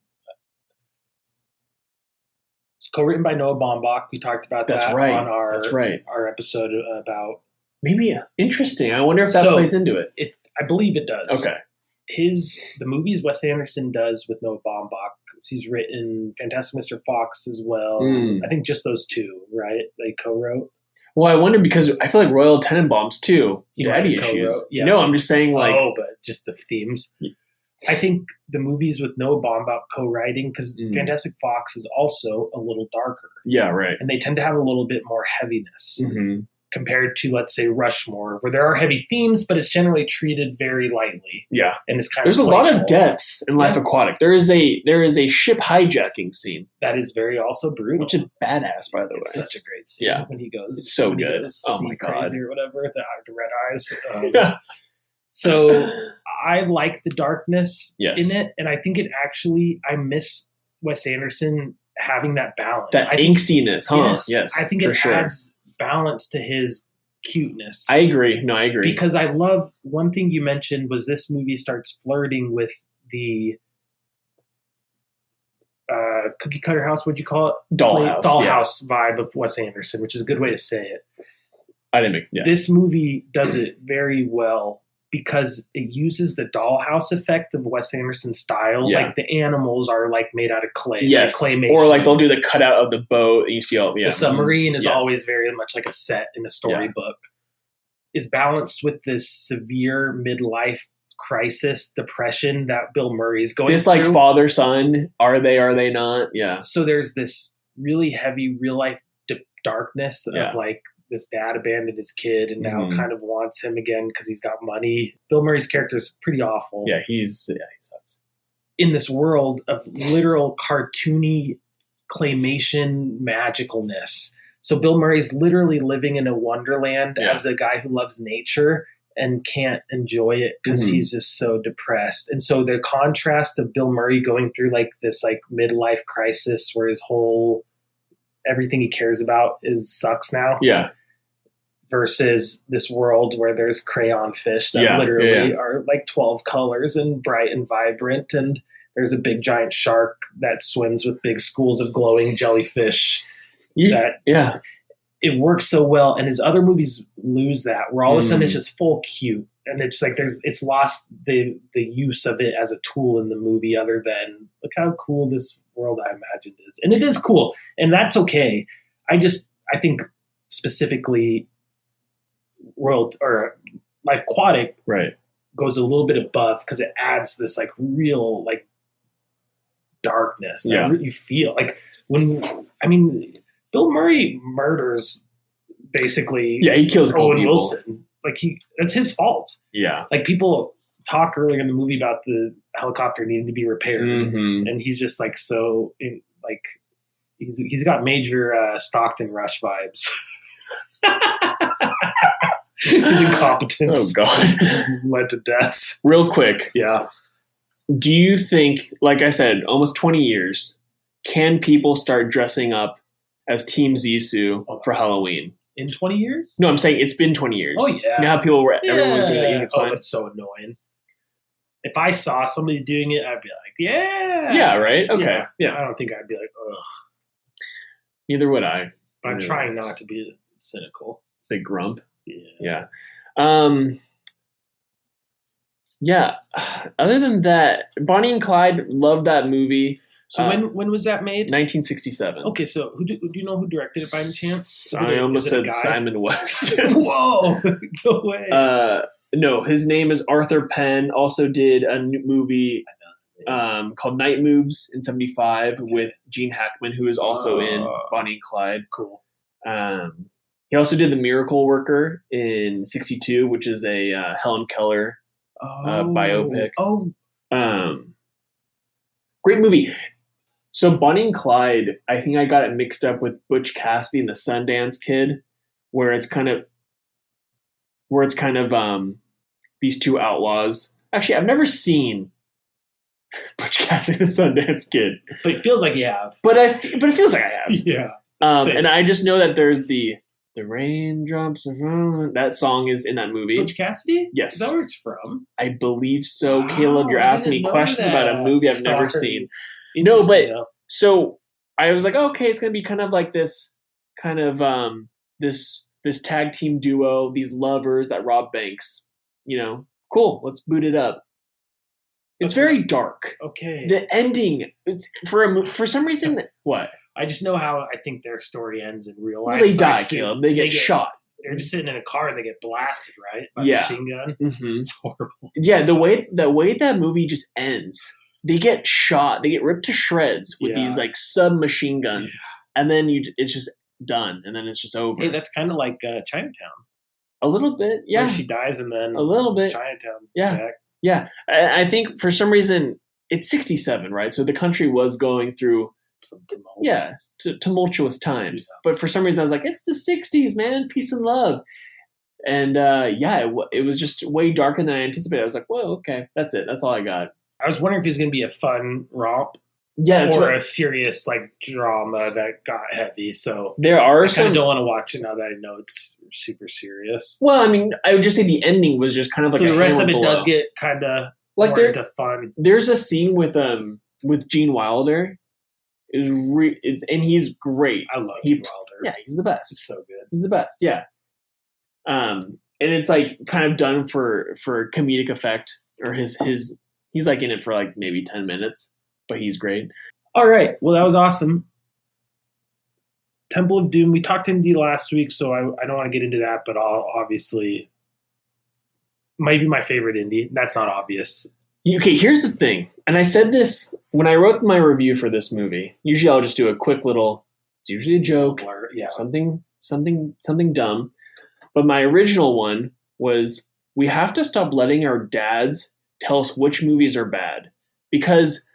S1: It's co-written by Noah Baumbach. We talked about
S2: That's
S1: that
S2: right.
S1: on our
S2: That's right.
S1: our episode about.
S2: Maybe interesting. I wonder if that
S1: So-
S2: plays into it.
S1: I believe it does.
S2: Okay.
S1: his the movies Wes Anderson does with Noah Baumbach. 'cause He's written Fantastic Mr. Fox as well.
S2: Mm.
S1: I think just those two, right? They co-wrote.
S2: Well, I wonder because I feel like Royal Tenenbaums too.
S1: He
S2: He
S1: might
S2: daddy
S1: have co-wrote,
S2: issues.
S1: yeah.
S2: No, I'm just saying like
S1: oh, but just the themes. I think the movies with Noah Baumbach co-writing because
S2: Mm.
S1: Fantastic Fox is also a little darker,
S2: yeah, right.
S1: and they tend to have a little bit more heaviness
S2: Mm-hmm.
S1: compared to, let's say, Rushmore, where there are heavy themes, but it's generally treated very lightly,
S2: Yeah,
S1: and it's kind
S2: there's a
S1: of
S2: lot of
S1: playful.
S2: deaths in Life Aquatic. There is a there is a ship hijacking scene,
S1: that is very also brutal.
S2: which is badass, by the
S1: Oh.
S2: way.
S1: It's such a great scene
S2: Yeah.
S1: when he goes.
S2: It's so
S1: when he
S2: good.
S1: goes
S2: Oh
S1: sea
S2: my God.
S1: crazy or whatever the, the red eyes. Um,
S2: Yeah.
S1: So I like the darkness
S2: Yes.
S1: in it, and I think it actually I miss Wes Anderson having that balance.
S2: that
S1: I think,
S2: angstiness, huh? Yes,
S1: I think
S2: for
S1: it
S2: sure.
S1: adds balance to his cuteness.
S2: I agree. No, I agree.
S1: because I love one thing you mentioned was this movie starts flirting with the. Uh, cookie cutter house, what'd you call it?
S2: Dollhouse. Yeah.
S1: dollhouse vibe of Wes Anderson, which is a good way to say it.
S2: I didn't make. Yeah.
S1: This movie does it very well because it uses the dollhouse effect of Wes Anderson's style.
S2: Yeah.
S1: Like the animals are like made out of clay,
S2: yes.
S1: like claymation.
S2: Or like they'll do the cutout of the boat, and you see all yeah.
S1: the submarine is
S2: Yes.
S1: always very much like a set in a storybook. Is balanced with this severe midlife crisis depression that Bill Murray is going
S2: Mm-hmm. This
S1: through.
S2: like father son. Are they? Are they not? Yeah.
S1: so there's this really heavy real life d- darkness
S2: Yeah.
S1: of like this dad abandoned his kid and now
S2: Mhm.
S1: kind of wants him again because he's got money. Bill Murray's character is pretty awful
S2: Yeah. He's yeah. He sucks.
S1: in this world of literal cartoony claymation magicalness. So Bill Murray's literally living in a wonderland
S2: Yeah.
S1: as a guy who loves nature and can't enjoy it because
S2: Mhm.
S1: he's just so depressed. And so the contrast of Bill Murray going through like this like midlife crisis where his whole everything he cares about is sucks now
S2: Yeah.
S1: versus this world where there's crayon fish that
S2: Yeah,
S1: literally
S2: yeah, yeah.
S1: are like 12 colors and bright and vibrant and there's a big giant shark that swims with big schools of glowing jellyfish
S2: You-
S1: that
S2: yeah.
S1: it works so well and his other movies lose that where all of a sudden
S2: Mm.
S1: it's just full cute and it's like there's it's lost the the use of it as a tool in the movie other than look how cool this world i imagined is and it is cool and that's okay i just i think specifically world or life aquatic
S2: Right.
S1: goes a little bit above because it adds this like real like darkness that
S2: Yeah.
S1: re- you feel like when I mean Bill Murray murders basically
S2: Yeah, he kills a couple
S1: Owen
S2: people.
S1: Wilson like he that's his fault
S2: Yeah.
S1: like people talk earlier in the movie about the helicopter needing to be repaired,
S2: Mhm.
S1: and he's just like so in, like he's he's got major uh, Stockton Rush vibes. His
S2: Oh
S1: incompetence
S2: god.
S1: led to deaths.
S2: Real quick,
S1: Yeah,
S2: do you think, like I said, almost 20 years, can people start dressing up as Team Zisu for Halloween?
S1: in twenty years.
S2: No, I'm saying it's been 20 years.
S1: Oh yeah,
S2: You know how people were, everyone was doing that. You think it's
S1: oh,
S2: fine?
S1: that's so annoying. If I saw somebody doing it, I'd be like, Oh, yeah,
S2: yeah, right? Okay. Yeah.
S1: Yeah. I don't think I'd be like, ugh.
S2: Neither would I.
S1: But I'm
S2: Yeah.
S1: trying not to be cynical.
S2: Say grump.
S1: Yeah.
S2: Yeah. Um, yeah. Other than that, Bonnie and Clyde loved that movie.
S1: So
S2: Uh,
S1: when when was that made?
S2: 1967.
S1: Okay, so who do, do you know who directed it by any chance? Is it a-
S2: I
S1: is
S2: almost
S1: it a
S2: said
S1: guy?
S2: Simon West.
S1: Whoa! No way.
S2: Uh, no, his name is Arthur Penn. Also did a new movie um, called Night Moves in '75 with Gene Hackman, who is also in
S1: Oh.
S2: Bonnie and Clyde.
S1: cool.
S2: Um, he also did The Miracle Worker in '62, which is a uh, Helen Keller.
S1: Oh,
S2: biopic.
S1: Oh,
S2: Um, great movie. So Bonnie and Clyde, I think I got it mixed up with Butch Cassidy and the Sundance Kid, where it's kind of where it's kind of um these two outlaws. Actually, I've never seen Butch Cassidy and the Sundance Kid,
S1: but it feels like you have.
S2: but I fe- but it feels like I have.
S1: Yeah.
S2: Um,
S1: Same.
S2: and I just know that there's the the raindrops are falling. that song is in that movie.
S1: Butch Cassidy?
S2: Yes.
S1: Is that where it's from?
S2: I believe so.
S1: Wow,
S2: Caleb, you're
S1: I
S2: asking
S1: didn't
S2: me
S1: know
S2: questions
S1: that.
S2: about a movie I've never
S1: Sorry.
S2: seen. No, but-
S1: Interesting, though.
S2: so I was like, okay, it's gonna be kind of like this kind of um this this tag team duo, these lovers that rob banks. You know, cool, let's boot it up. It's
S1: Okay.
S2: very dark.
S1: okay.
S2: The ending, it's for a mo- for some reason what?
S1: I just know how I think their story ends in real
S2: Well,
S1: life.
S2: they
S1: So I
S2: die,
S1: assume
S2: Caleb. They get shot.
S1: They're just sitting in a car and they get blasted, right? By a
S2: Yeah.
S1: machine gun.
S2: Mhm.
S1: It's horrible.
S2: Yeah, the way the way that movie just ends, they get shot, they get ripped to shreds with
S1: Yeah.
S2: these like submachine guns, and then you it's just done, and then it's just over.
S1: Hey, that's kind of like uh, Chinatown.
S2: a little bit, yeah.
S1: Where she dies and then
S2: A little
S1: it's
S2: bit.
S1: Chinatown.
S2: Yeah.
S1: Jack.
S2: Yeah, I, I think for some reason it's 67, right? So the country was going through
S1: Some tumult.
S2: yeah t- tumultuous times, but for some reason I was like, it's the 60s, man, peace and love, and uh, yeah, it, w- it was just way darker than I anticipated. I was like, whoa, okay, that's it, that's all I got.
S1: I was wondering if it was going to be a fun romp
S2: Yeah, that's
S1: or
S2: what,
S1: a serious like drama that got heavy. So
S2: there are
S1: I kind
S2: some.
S1: of don't want to watch it now that I know it's super serious.
S2: Well, I mean, I would just say the ending was just kind of like
S1: so
S2: a
S1: the rest of
S2: hammer
S1: it does
S2: blow.
S1: get kind of
S2: like
S1: more
S2: there,
S1: into fun.
S2: there's a scene with um with Gene Wilder is re- it's, and he's great.
S1: I love
S2: He-
S1: Gene Wilder.
S2: Yeah, he's the best.
S1: It's so good.
S2: He's the best. Yeah. Um, and it's like kind of done for for comedic effect, or his his he's like in it for like maybe ten minutes, but he's great.
S1: All right. Well, that was awesome. Temple of Doom. We talked indie last week, so I, I don't want to get into that, but I'll obviously might be my favorite indie. That's not obvious.
S2: Okay, here's the thing, and I said this when I wrote my review for this movie. Usually, I'll just do a quick little. It's usually a joke,
S1: Blur. Yeah.
S2: something, something, something dumb. But my original one was we have to stop letting our dads tell us which movies are bad because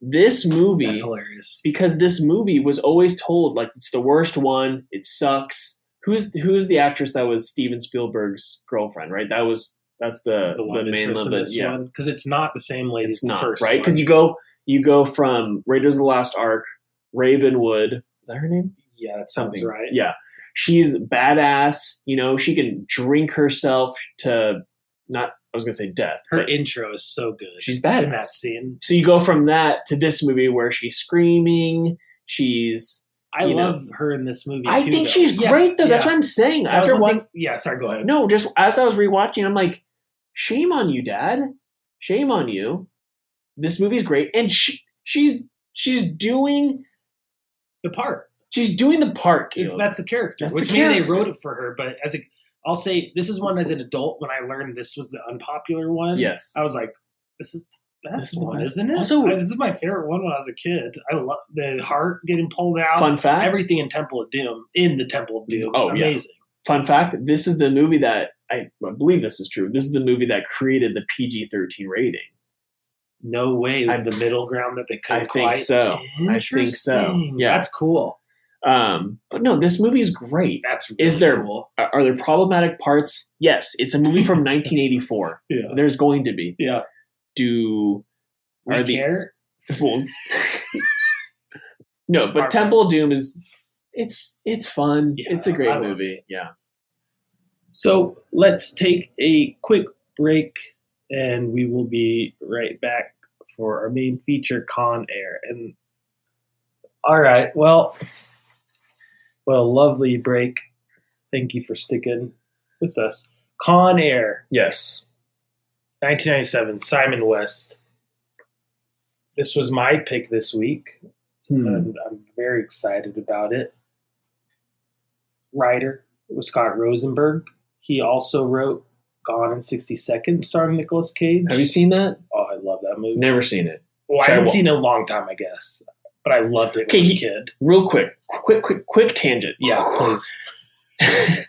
S2: this movie
S1: That's hilarious.
S2: because this movie was always told like it's the worst one, it sucks. Who's who's the actress that was Steven Spielberg's girlfriend, right? That was that's the the,
S1: love
S2: main
S1: interest
S2: love
S1: in
S2: that-
S1: this
S2: yeah.
S1: one because it's not the same lady.
S2: It's
S1: as
S2: not
S1: the first,
S2: right because
S1: one.
S2: you go you go from Raiders of the Lost Ark, Ravenwood. Is that her name?
S1: yeah, that sounds right.
S2: Yeah, she's badass. You know, she can drink herself to not. I was gonna say death.
S1: Her
S2: but
S1: intro is so good.
S2: she's
S1: in that
S2: badass.
S1: scene.
S2: So you go from that to this movie where she's screaming. She's
S1: I
S2: You know.
S1: love her in this movie.
S2: I
S1: too,
S2: think
S1: though.
S2: she's
S1: Yeah,
S2: great though. That's
S1: yeah.
S2: what I'm saying.
S1: That was one
S2: After one,
S1: thing- yeah, sorry, go ahead.
S2: no, just as I was rewatching, I'm like, shame on you, Dad. Shame on you. This movie's great, and she, she's she's doing
S1: the part.
S2: she's doing the part.
S1: It's,
S2: Caleb.
S1: that's the character.
S2: That's
S1: which
S2: the
S1: maybe they
S2: character.
S1: wrote it for her, but as a, I'll say, this is one as an adult. When I learned this was the unpopular one,
S2: yes.
S1: I was like, this is the best
S2: This is the
S1: one,
S2: best.
S1: isn't it?
S2: Also-
S1: I- this is my favorite one when I was a kid. I love the heart getting pulled out.
S2: Fun fact:
S1: Everything in Temple of Doom in the Temple of Doom.
S2: Oh, yeah.
S1: amazing.
S2: fun fact this is the movie that I, I believe this is true. This is the movie that created the PG 13 rating.
S1: No way. It was
S2: I-
S1: the middle ground that they couldn't
S2: I think
S1: quite.
S2: so. I think so.
S1: Interesting.
S2: Yeah.
S1: That's cool.
S2: Um, but no, this movie is great.
S1: That's really
S2: Is there-
S1: cool.
S2: Are are there problematic parts? Yes, it's a movie from 1984.
S1: Yeah.
S2: There's going to be.
S1: Yeah.
S2: Do
S1: We
S2: Are the-
S1: care?
S2: well, no, but
S1: Are-
S2: Temple of Doom is it's it's fun.
S1: Yeah,
S2: it's a great
S1: I love
S2: movie. Yeah.
S1: So let's take a quick break and we will be right back for our main feature, Con Air. And all right, well, well, lovely break. Thank you for sticking with us. Con Air,
S2: Yes.
S1: 1997, Simon West. This was my pick this week,
S2: Hmm.
S1: and I'm very excited about it. Writer was Scott Rosenberg. He also wrote Gone in 60 Seconds, starring Nicolas Cage.
S2: Have you seen that?
S1: oh, I love that movie.
S2: Never seen it.
S1: Well, I
S2: Should I
S1: haven't
S2: wa-
S1: seen it in a long time, I guess, but I loved it
S2: Okay,
S1: when I was a
S2: he-
S1: kid.
S2: Real quick, quick, quick, quick tangent.
S1: Yeah, please.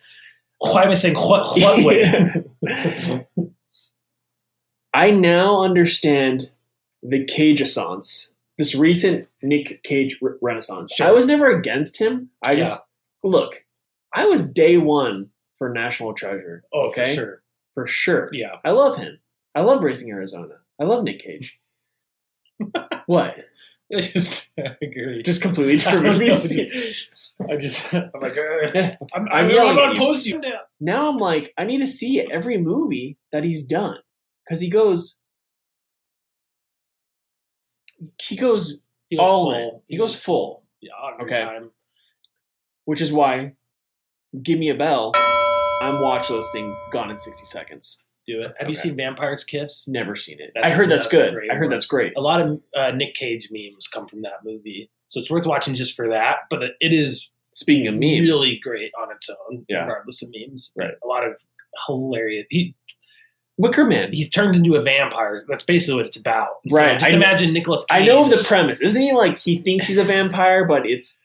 S1: Why am I saying what? What way?
S2: I now understand the Cageissance, this recent Nick Cage re- renaissance.
S1: Sure.
S2: I was never against him. I
S1: Yeah.
S2: just look. I was day one for National Treasure.
S1: Oh,
S2: okay,
S1: for sure.
S2: For sure.
S1: Yeah.
S2: I love him. I love Raising Arizona. I love Nick Cage. what?
S1: I just I agree.
S2: Just completely different
S1: I don't know,
S2: movies.
S1: I just I'm like eh. I'm,
S2: uh, I'm
S1: I'm,
S2: yelling
S1: I'm
S2: at
S1: gonna
S2: you.
S1: post you.
S2: now I'm like, I need to see every movie that he's done because he goes, he goes
S1: He was
S2: all
S1: full.
S2: in. He goes full,
S1: Yeah, every
S2: Okay.
S1: time.
S2: which is why, give me a bell. I'm watch listing Gone in 60 Seconds.
S1: Do it. Have
S2: Okay.
S1: you seen Vampire's Kiss?
S2: Never seen it.
S1: That's-
S2: I heard that's
S1: that's a
S2: good.
S1: great
S2: I heard
S1: one.
S2: that's great.
S1: A lot of uh, Nick Cage memes come from that movie, so it's worth watching just for that. But it, it is
S2: Speaking of memes,
S1: really great on its own,
S2: Yeah.
S1: regardless of memes.
S2: Right.
S1: A lot of hilarious. He
S2: Wicker Man.
S1: he's turned into a vampire. That's basically what it's about. And
S2: Right.
S1: just
S2: I-
S1: imagine Nicholas.
S2: I know of the premise. Isn't he like he thinks he's a vampire, but it's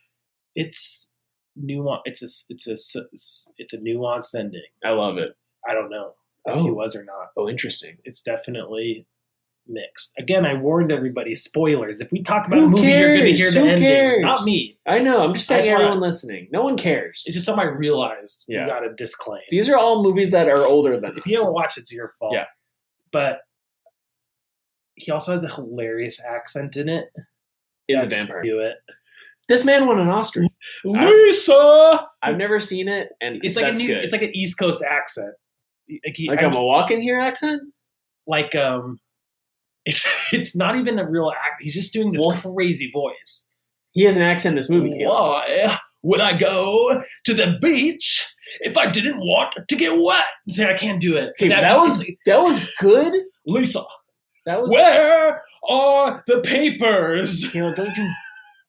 S1: it's nuance. It's a s- it's a s- it's a nuanced ending.
S2: I love it.
S1: I don't know if he
S2: Oh,
S1: was or not.
S2: oh, interesting.
S1: It's definitely mixed. Again, I warned everybody. Spoilers. If we talk about
S2: Who
S1: a movie, you're going to
S2: cares?
S1: hear the
S2: Who
S1: ending.
S2: cares?
S1: Not me.
S2: I know. I'm just
S1: I
S2: saying,
S1: just wanna-
S2: everyone listening, no one cares.
S1: It's just something I realized.
S2: Yeah.
S1: You got to disclaim.
S2: These are all movies that are older than
S1: if you
S2: us.
S1: don't watch, it's your fault.
S2: Yeah.
S1: But he also has a hilarious accent in it.
S2: In the
S1: That's-
S2: vampire.
S1: Do it.
S2: This man won an Oscar. I-
S1: Lisa.
S2: I've never seen it, and
S1: It's like a
S2: that's
S1: new,
S2: good.
S1: it's like an East Coast accent. Like, he,
S2: like
S1: I'm
S2: I'm a walk-in here accent.
S1: like um it's it's not even a real act he's just doing this
S2: Well-
S1: crazy voice
S2: He has an accent in this movie. Caleb.
S1: why would i go to the beach if i didn't want to get wet say i can't do it
S2: Okay, that, was that was good.
S1: lisa
S2: That was.
S1: where are the papers
S2: Caleb, don't you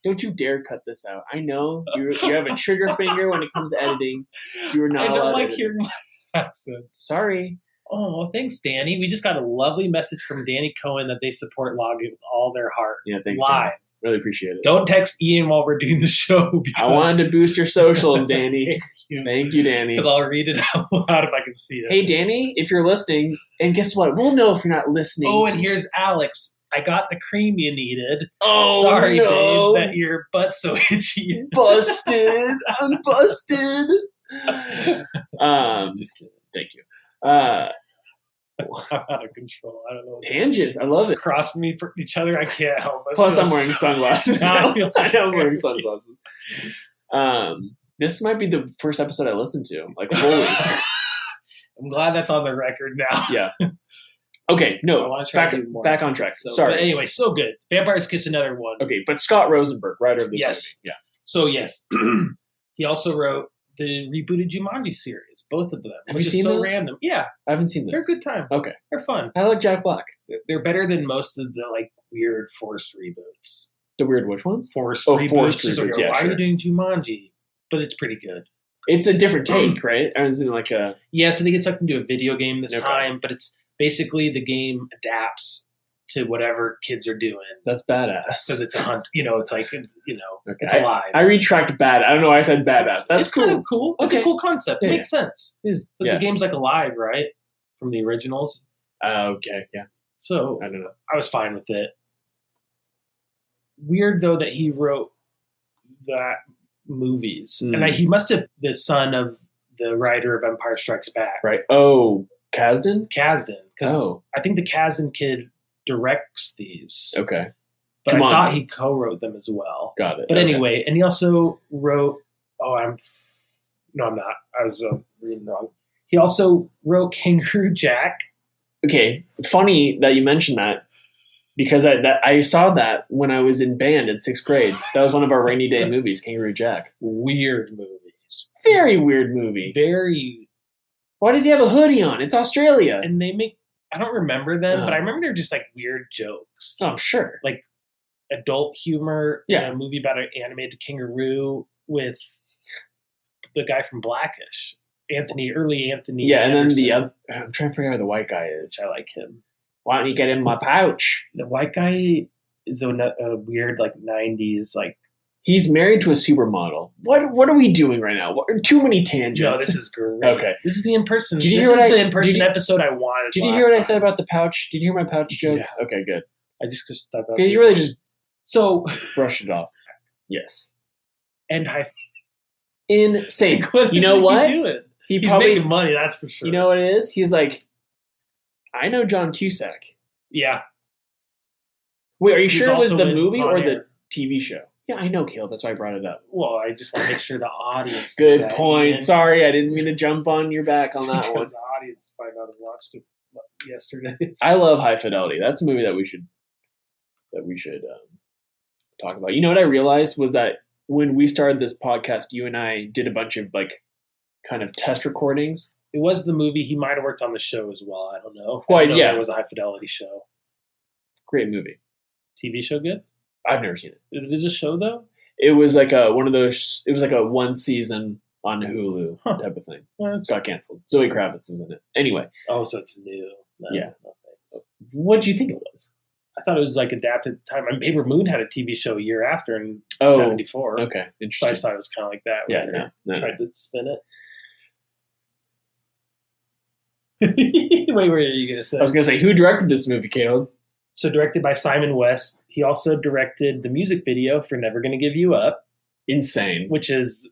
S2: don't you dare cut this out. I know you you have a trigger finger when it comes to editing. You are
S1: i
S2: not allowed.
S1: don't
S2: to
S1: like
S2: edit.
S1: hearing my accents
S2: Sorry.
S1: oh well thanks danny we just got a lovely message from danny cohen that they support logging with all their heart
S2: Yeah, thanks.
S1: live
S2: Dan. Really appreciate it.
S1: don't text ian while we're doing the show because
S2: I wanted to boost your socials, Danny.
S1: you.
S2: Thank you, Danny.
S1: because I'll read it out loud if I can see it.
S2: Hey, Danny, if you're listening, and guess what? We'll know if you're not listening.
S1: oh, and here's Alex. I got the cream you needed.
S2: Oh,
S1: Sorry,
S2: no.
S1: babe, that your butt's so itchy.
S2: busted. I'm busted. Um,
S1: Just kidding.
S2: thank you. Uh,
S1: I'm out of control. I don't know. what's
S2: tangents. I love it.
S1: Cross me for each other. I can't help it.
S2: Plus,
S1: Feels
S2: I'm wearing
S1: so-
S2: sunglasses.
S1: I
S2: Now.
S1: feel
S2: I know I'm wearing
S1: sorry.
S2: sunglasses. Um, this might be the first episode I listened to, like fully.
S1: I'm glad that's on the record now.
S2: Okay,
S1: I
S2: no,
S1: wanna try
S2: back
S1: to do more.
S2: back on track.
S1: So, But
S2: Sorry.
S1: anyway, so good. Vampires Kiss another one.
S2: Okay, but Scott Rosenberg, writer of this
S1: Yes.
S2: movie.
S1: So yes, he also wrote the rebooted Jumanji series, both of them.
S2: Have
S1: which
S2: you
S1: is
S2: seen
S1: so
S2: those?
S1: random? Yeah,
S2: Yeah, I haven't seen
S1: they're a
S2: this.
S1: good time.
S2: Okay.
S1: they're fun.
S2: I like Jack Black.
S1: they're better than most of the like weird forced reboots.
S2: The weird witch ones.
S1: Forced
S2: Oh,
S1: reboots.
S2: forced
S1: just like,
S2: reboots, yeah,
S1: why are
S2: sure.
S1: you doing Jumanji? But it's pretty good.
S2: It's a different take, right? Or is it like a
S1: Yeah, so they get sucked into a video game this
S2: Okay.
S1: time, but it's basically the game adapts to whatever kids are doing
S2: That's badass.
S1: because it's a hunt. You know, it's like you know,
S2: Okay,
S1: it's alive.
S2: I retract bad. I don't know why I said badass.
S1: It's-
S2: That's
S1: it's
S2: cool.
S1: kind of cool. It's a
S2: Okay.
S1: cool concept.
S2: Yeah,
S1: it makes sense because
S2: yeah.
S1: the game's like alive, right, from the originals.
S2: Uh, okay. Yeah.
S1: So
S2: I don't know.
S1: I was fine with it. Weird though that he wrote that movies,
S2: Mm.
S1: and that he must have the son of the writer of Empire Strikes Back,
S2: Right. Oh, Kasdan.
S1: Kasdan, because
S2: Oh.
S1: I think the Kasdan kid directs these,
S2: Okay.
S1: but
S2: Oh, Jumanji.
S1: I thought he co-wrote them as well.
S2: Got it.
S1: But
S2: Okay.
S1: anyway, and he also wrote. Oh, I'm. f- No, I'm not. I was uh, reading wrong. He also wrote Kangaroo Jack.
S2: Okay. Funny that you mentioned that because I that I saw that when I was in band in sixth grade. That was one of our rainy day movies, Kangaroo Jack.
S1: Weird movies.
S2: Very weird movie.
S1: Very.
S2: Why does he have a hoodie on? It's Australia.
S1: And they make. I don't remember them,
S2: Uh-huh.
S1: but I remember they're just like weird jokes,
S2: Oh, sure.
S1: adult humor.
S2: Yeah.
S1: and A movie about an animated kangaroo with the guy from Blackish, Anthony, early Anthony.
S2: Yeah, and then the
S1: Anderson,
S2: other. I'm trying to figure out who the white guy is.
S1: which I like him.
S2: Why don't you get in my pouch?
S1: The white guy is a, a weird like '90s like.
S2: He's married to a supermodel. What what are we doing right now? What, too many tangents.
S1: No, this is great.
S2: Okay.
S1: This is the in person.
S2: Did you
S1: this
S2: hear
S1: is
S2: what I-
S1: the in person
S2: did you-
S1: episode I wanted.
S2: Did you
S1: last
S2: hear what I
S1: time.
S2: said about the pouch? Did you hear my pouch joke?
S1: Yeah.
S2: Okay, good.
S1: I just just thought about
S2: Okay, you really just
S1: so
S2: brushed it off. Yes.
S1: and high.
S2: Insane. You know what? He
S1: He's
S2: probably.
S1: making money. That's for sure.
S2: You know what it is? He's like, I know John Cusack.
S1: yeah.
S2: Wait, are you
S1: He's
S2: sure it was
S1: also
S2: the
S1: in
S2: movie
S1: Con
S2: or the
S1: Air.
S2: TV show? Yeah, I know, Kale. That's why I brought it up.
S1: Well, I just want to make sure the audience. knew
S2: Good
S1: that,
S2: point.
S1: Ian,
S2: Sorry, I didn't mean to jump on your back on that
S1: because
S2: one.
S1: The audience might not have watched it yesterday.
S2: I love High Fidelity. That's a movie that we should that we should um, talk about. You know what I realized was that when we started this podcast, you and I did a bunch of like kind of test recordings.
S1: It was the movie. He might have worked on the show as well. I don't know. I
S2: Well,
S1: don't know if
S2: yeah.
S1: it was a high fidelity show.
S2: Great movie.
S1: TV show good.
S2: I've never seen it.
S1: It is a show though.
S2: It was like a one of those. It was like a one season on Hulu
S1: Huh.
S2: type of thing.
S1: Well,
S2: It
S1: it's-
S2: got canceled. Zoe Kravitz is in it. Anyway,
S1: Oh, so it's new. No,
S2: Yeah.
S1: no thanks.
S2: what do you think it was?
S1: I thought it was like adapted to time. I mean, Paper Moon had a TV show a year after in
S2: Oh,
S1: '74,
S2: Okay,
S1: so I
S2: interesting.
S1: just thought it was kind of like that.
S2: Yeah,
S1: when
S2: no,
S1: they
S2: no, no.
S1: tried to spin it. Wait, what are you gonna say?
S2: I was gonna say who directed this movie, Caleb?
S1: so directed by Simon West. He also directed the music video for "Never Gonna Give You Up,"
S2: Insane.
S1: which is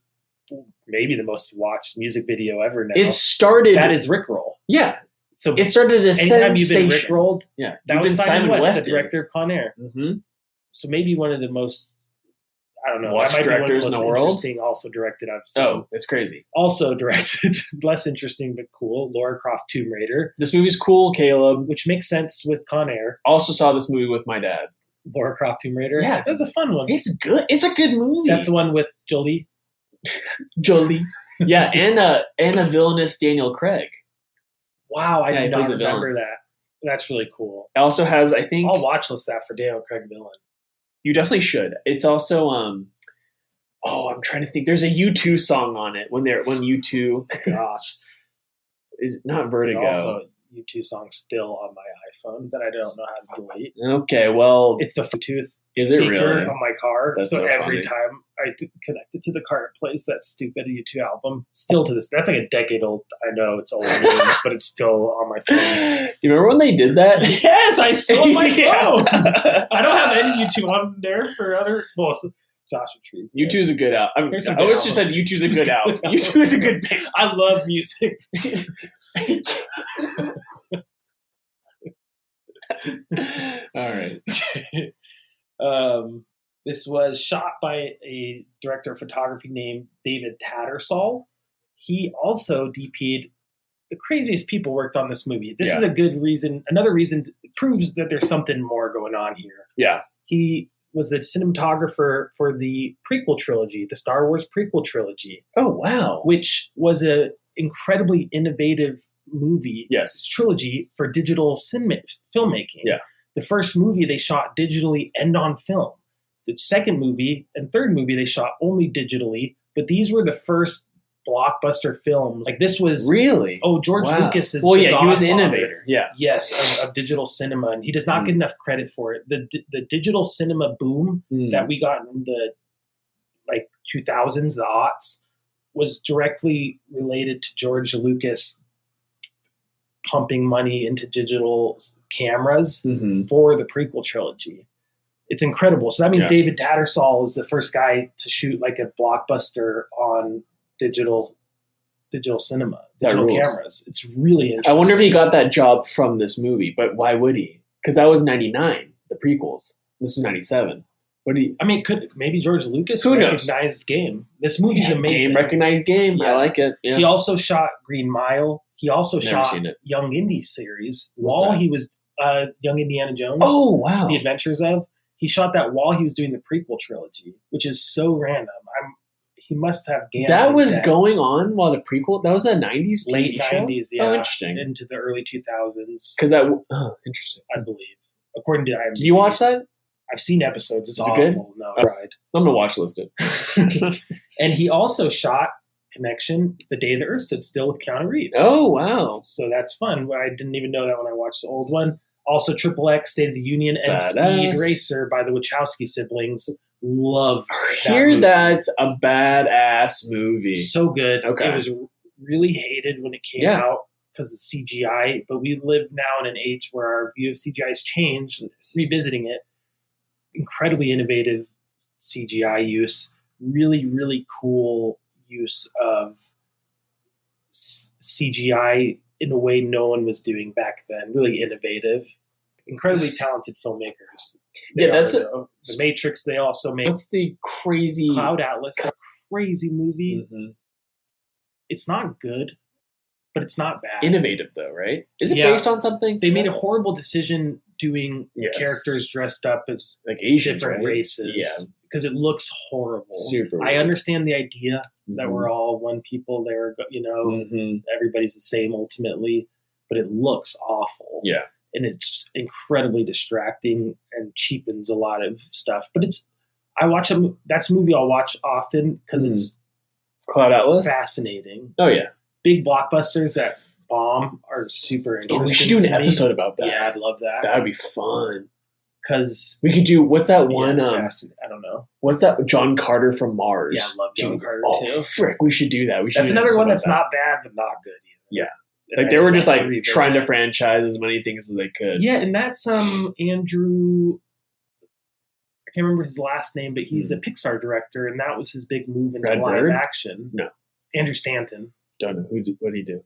S1: maybe the most watched music video ever now.
S2: It started.
S1: that is Rickroll.
S2: yeah.
S1: So
S2: It started a
S1: Anytime you've been
S2: sensation.
S1: Rick rolled,
S2: Yeah,
S1: that
S2: you've
S1: was
S2: been
S1: Simon, West, the
S2: in.
S1: director of Con Air.
S2: Mhm.
S1: so maybe one of the most I don't know that
S2: Watched
S1: might be one of
S2: directors in the
S1: most
S2: world?
S1: Interesting, also directed. I've seen.
S2: Oh, it's crazy.
S1: also directed, less interesting but cool. Laura Croft Tomb Raider,
S2: This movie's cool, Caleb.
S1: which makes sense with Con Air.
S2: Also saw this movie with my dad.
S1: Laura Croft Tomb Raider.
S2: Yeah,
S1: that's a fun one.
S2: It's good. It's a good movie.
S1: That's the one with Jolie.
S2: Jolie. yeah, and a and a villainous Daniel Craig.
S1: Wow, I
S2: Yeah, he
S1: did not
S2: plays a villain.
S1: remember that. That's really cool.
S2: It also has, I think,
S1: I'll watch list that for Daniel Craig villain.
S2: you definitely should. It's also um. Oh, I'm trying to think. There's a U2 song on it when they're when U2
S1: Gosh,
S2: is not
S1: there's
S2: Vertigo.
S1: also a U2 song still on my iPhone that I don't know how to delete.
S2: okay, well,
S1: It's the Bluetooth
S2: Oh. Is it
S1: speaker
S2: really?
S1: on my car.
S2: That's
S1: so,
S2: so
S1: every
S2: funny.
S1: time I th- connect it to the car, it plays that stupid U2 album. Still to this, that's like a decade old. I know it's old, news, but it's still on my
S2: you
S1: phone.
S2: remember when they did that?
S1: Yes, I still have my
S2: Yeah.
S1: phone. I don't have any U2 on there for other. Well, it's Joshua Trees.
S2: U two's a good album.
S1: There's
S2: I
S1: some
S2: always
S1: good
S2: just said U
S1: albums.
S2: two's a good album. U two is a good band.
S1: I love music.
S2: All right.
S1: um, this was shot by a director of photography named David Tattersall. He also DP'd the craziest people worked on this movie. This
S2: Yeah.
S1: is a good reason. Another reason it proves that there's something more going on here.
S2: Yeah.
S1: He was the cinematographer for the prequel trilogy, the Star Wars prequel trilogy,
S2: Oh wow.
S1: which was a incredibly innovative movie
S2: Yes.
S1: trilogy for digital cinema filmmaking.
S2: Yeah.
S1: The first movie they shot digitally and on film. The second movie and third movie they shot only digitally, but these were the first blockbuster films. Like this was
S2: Really?
S1: oh George
S2: Wow.
S1: Lucas is
S2: well,
S1: the
S2: yeah, he was an
S1: godfather,
S2: innovator. Yeah.
S1: Yes, of, of digital cinema, and he does not
S2: Mm.
S1: get enough credit for it. the The digital cinema boom that we got in the like 2000s, the aughts, was directly related to George Lucas pumping money into digital s- cameras
S2: Mm-hmm.
S1: for the prequel trilogy. It's incredible. So that means
S2: Yeah.
S1: David Tattersall is the first guy to shoot like a blockbuster on digital digital cinema,
S2: That
S1: digital
S2: rules.
S1: cameras. It's really interesting.
S2: I wonder if he got that job from this movie, but why would he? Because that was '99, the prequels. This is '97. What do you?
S1: I mean, could maybe George Lucas
S2: Who knows?
S1: recognized game? This movie's amazing.
S2: Game recognized game.
S1: Yeah.
S2: I like it. Yeah.
S1: He also shot Green Mile. He also
S2: Never
S1: shot
S2: seen it.
S1: Young Indy series
S2: What's
S1: while
S2: that?
S1: he was uh, Young Indiana Jones.
S2: oh wow.
S1: The Adventures of. He shot that while he was doing the prequel trilogy, which is so random. I'm. He must have Gam.
S2: that was
S1: dead.
S2: going on while the prequel. That was a '90s
S1: late
S2: TV show?
S1: nineties,
S2: Oh,
S1: yeah,
S2: interesting.
S1: into the early two thousands,
S2: Because that. Oh, interesting.
S1: I believe, according to IMDb.
S2: Did you watch that?
S1: I've seen episodes. It's
S2: Is it
S1: awful.
S2: good?
S1: No,
S2: Oh.
S1: right.
S2: I'm gonna watch list it.
S1: And he also shot Connection, The Day the Earth Stood Still with Keanu Reeves.
S2: Oh wow.
S1: So that's fun. I didn't even know that when I watched the old one. Also, Triple X, State of the Union, and
S2: Badass.
S1: Speed Racer by the Wachowski siblings. Love that
S2: Hear
S1: movie.
S2: that's a badass movie.
S1: So good.
S2: Okay.
S1: It was really hated when it came
S2: Yeah.
S1: out because of CGI, but we live now in an age where our view of CGI has changed, revisiting it. Incredibly innovative CGI use, really, really cool use of s- CGI in a way no one was doing back then. Really innovative. Incredibly talented filmmakers.
S2: Yeah, that's a-
S1: the, the Matrix. They also make
S2: What's the crazy?
S1: Cloud Atlas, a crazy movie
S2: Mhm.
S1: it's not good, but it's not bad.
S2: Innovative though, right? Is it
S1: Yeah.
S2: based on something?
S1: they made a horrible decision doing
S2: Yes.
S1: characters dressed up as
S2: like Asian
S1: different races
S2: Yeah,
S1: because it looks horrible.
S2: super.
S1: I understand the idea that
S2: Mm-hmm.
S1: we're all one people. There, you know,
S2: Mhm.
S1: everybody's the same ultimately, but it looks awful.
S2: Yeah.
S1: and it's incredibly distracting and cheapens a lot of stuff. But it's I watch a mo- that's a movie I'll watch often because
S2: Mm-hmm.
S1: it's
S2: Cloud Atlas.
S1: fascinating.
S2: Oh yeah,
S1: Big blockbusters that bomb are super interesting.
S2: oh, we should do an
S1: to me.
S2: episode about that.
S1: Yeah, I'd love that
S2: That would be fun.
S1: because
S2: We could do what's that one? Um,
S1: I don't know.
S2: what's that? John Carter from Mars.
S1: Yeah, I love John Carter
S2: Oh
S1: too.
S2: frick, we should do that. We should.
S1: That's
S2: do an
S1: another
S2: episode
S1: one
S2: about
S1: that's
S2: that.
S1: not bad but not good. Either.
S2: Yeah. Like they were just like trying to franchise as many things as they could.
S1: Yeah, and that's um Andrew. I can't remember his last name, but he's a Pixar director, and that was his big move into
S2: Hmm. Brad
S1: live
S2: Bird?
S1: action.
S2: No.
S1: Andrew Stanton.
S2: Don't know who. Did, what did he do?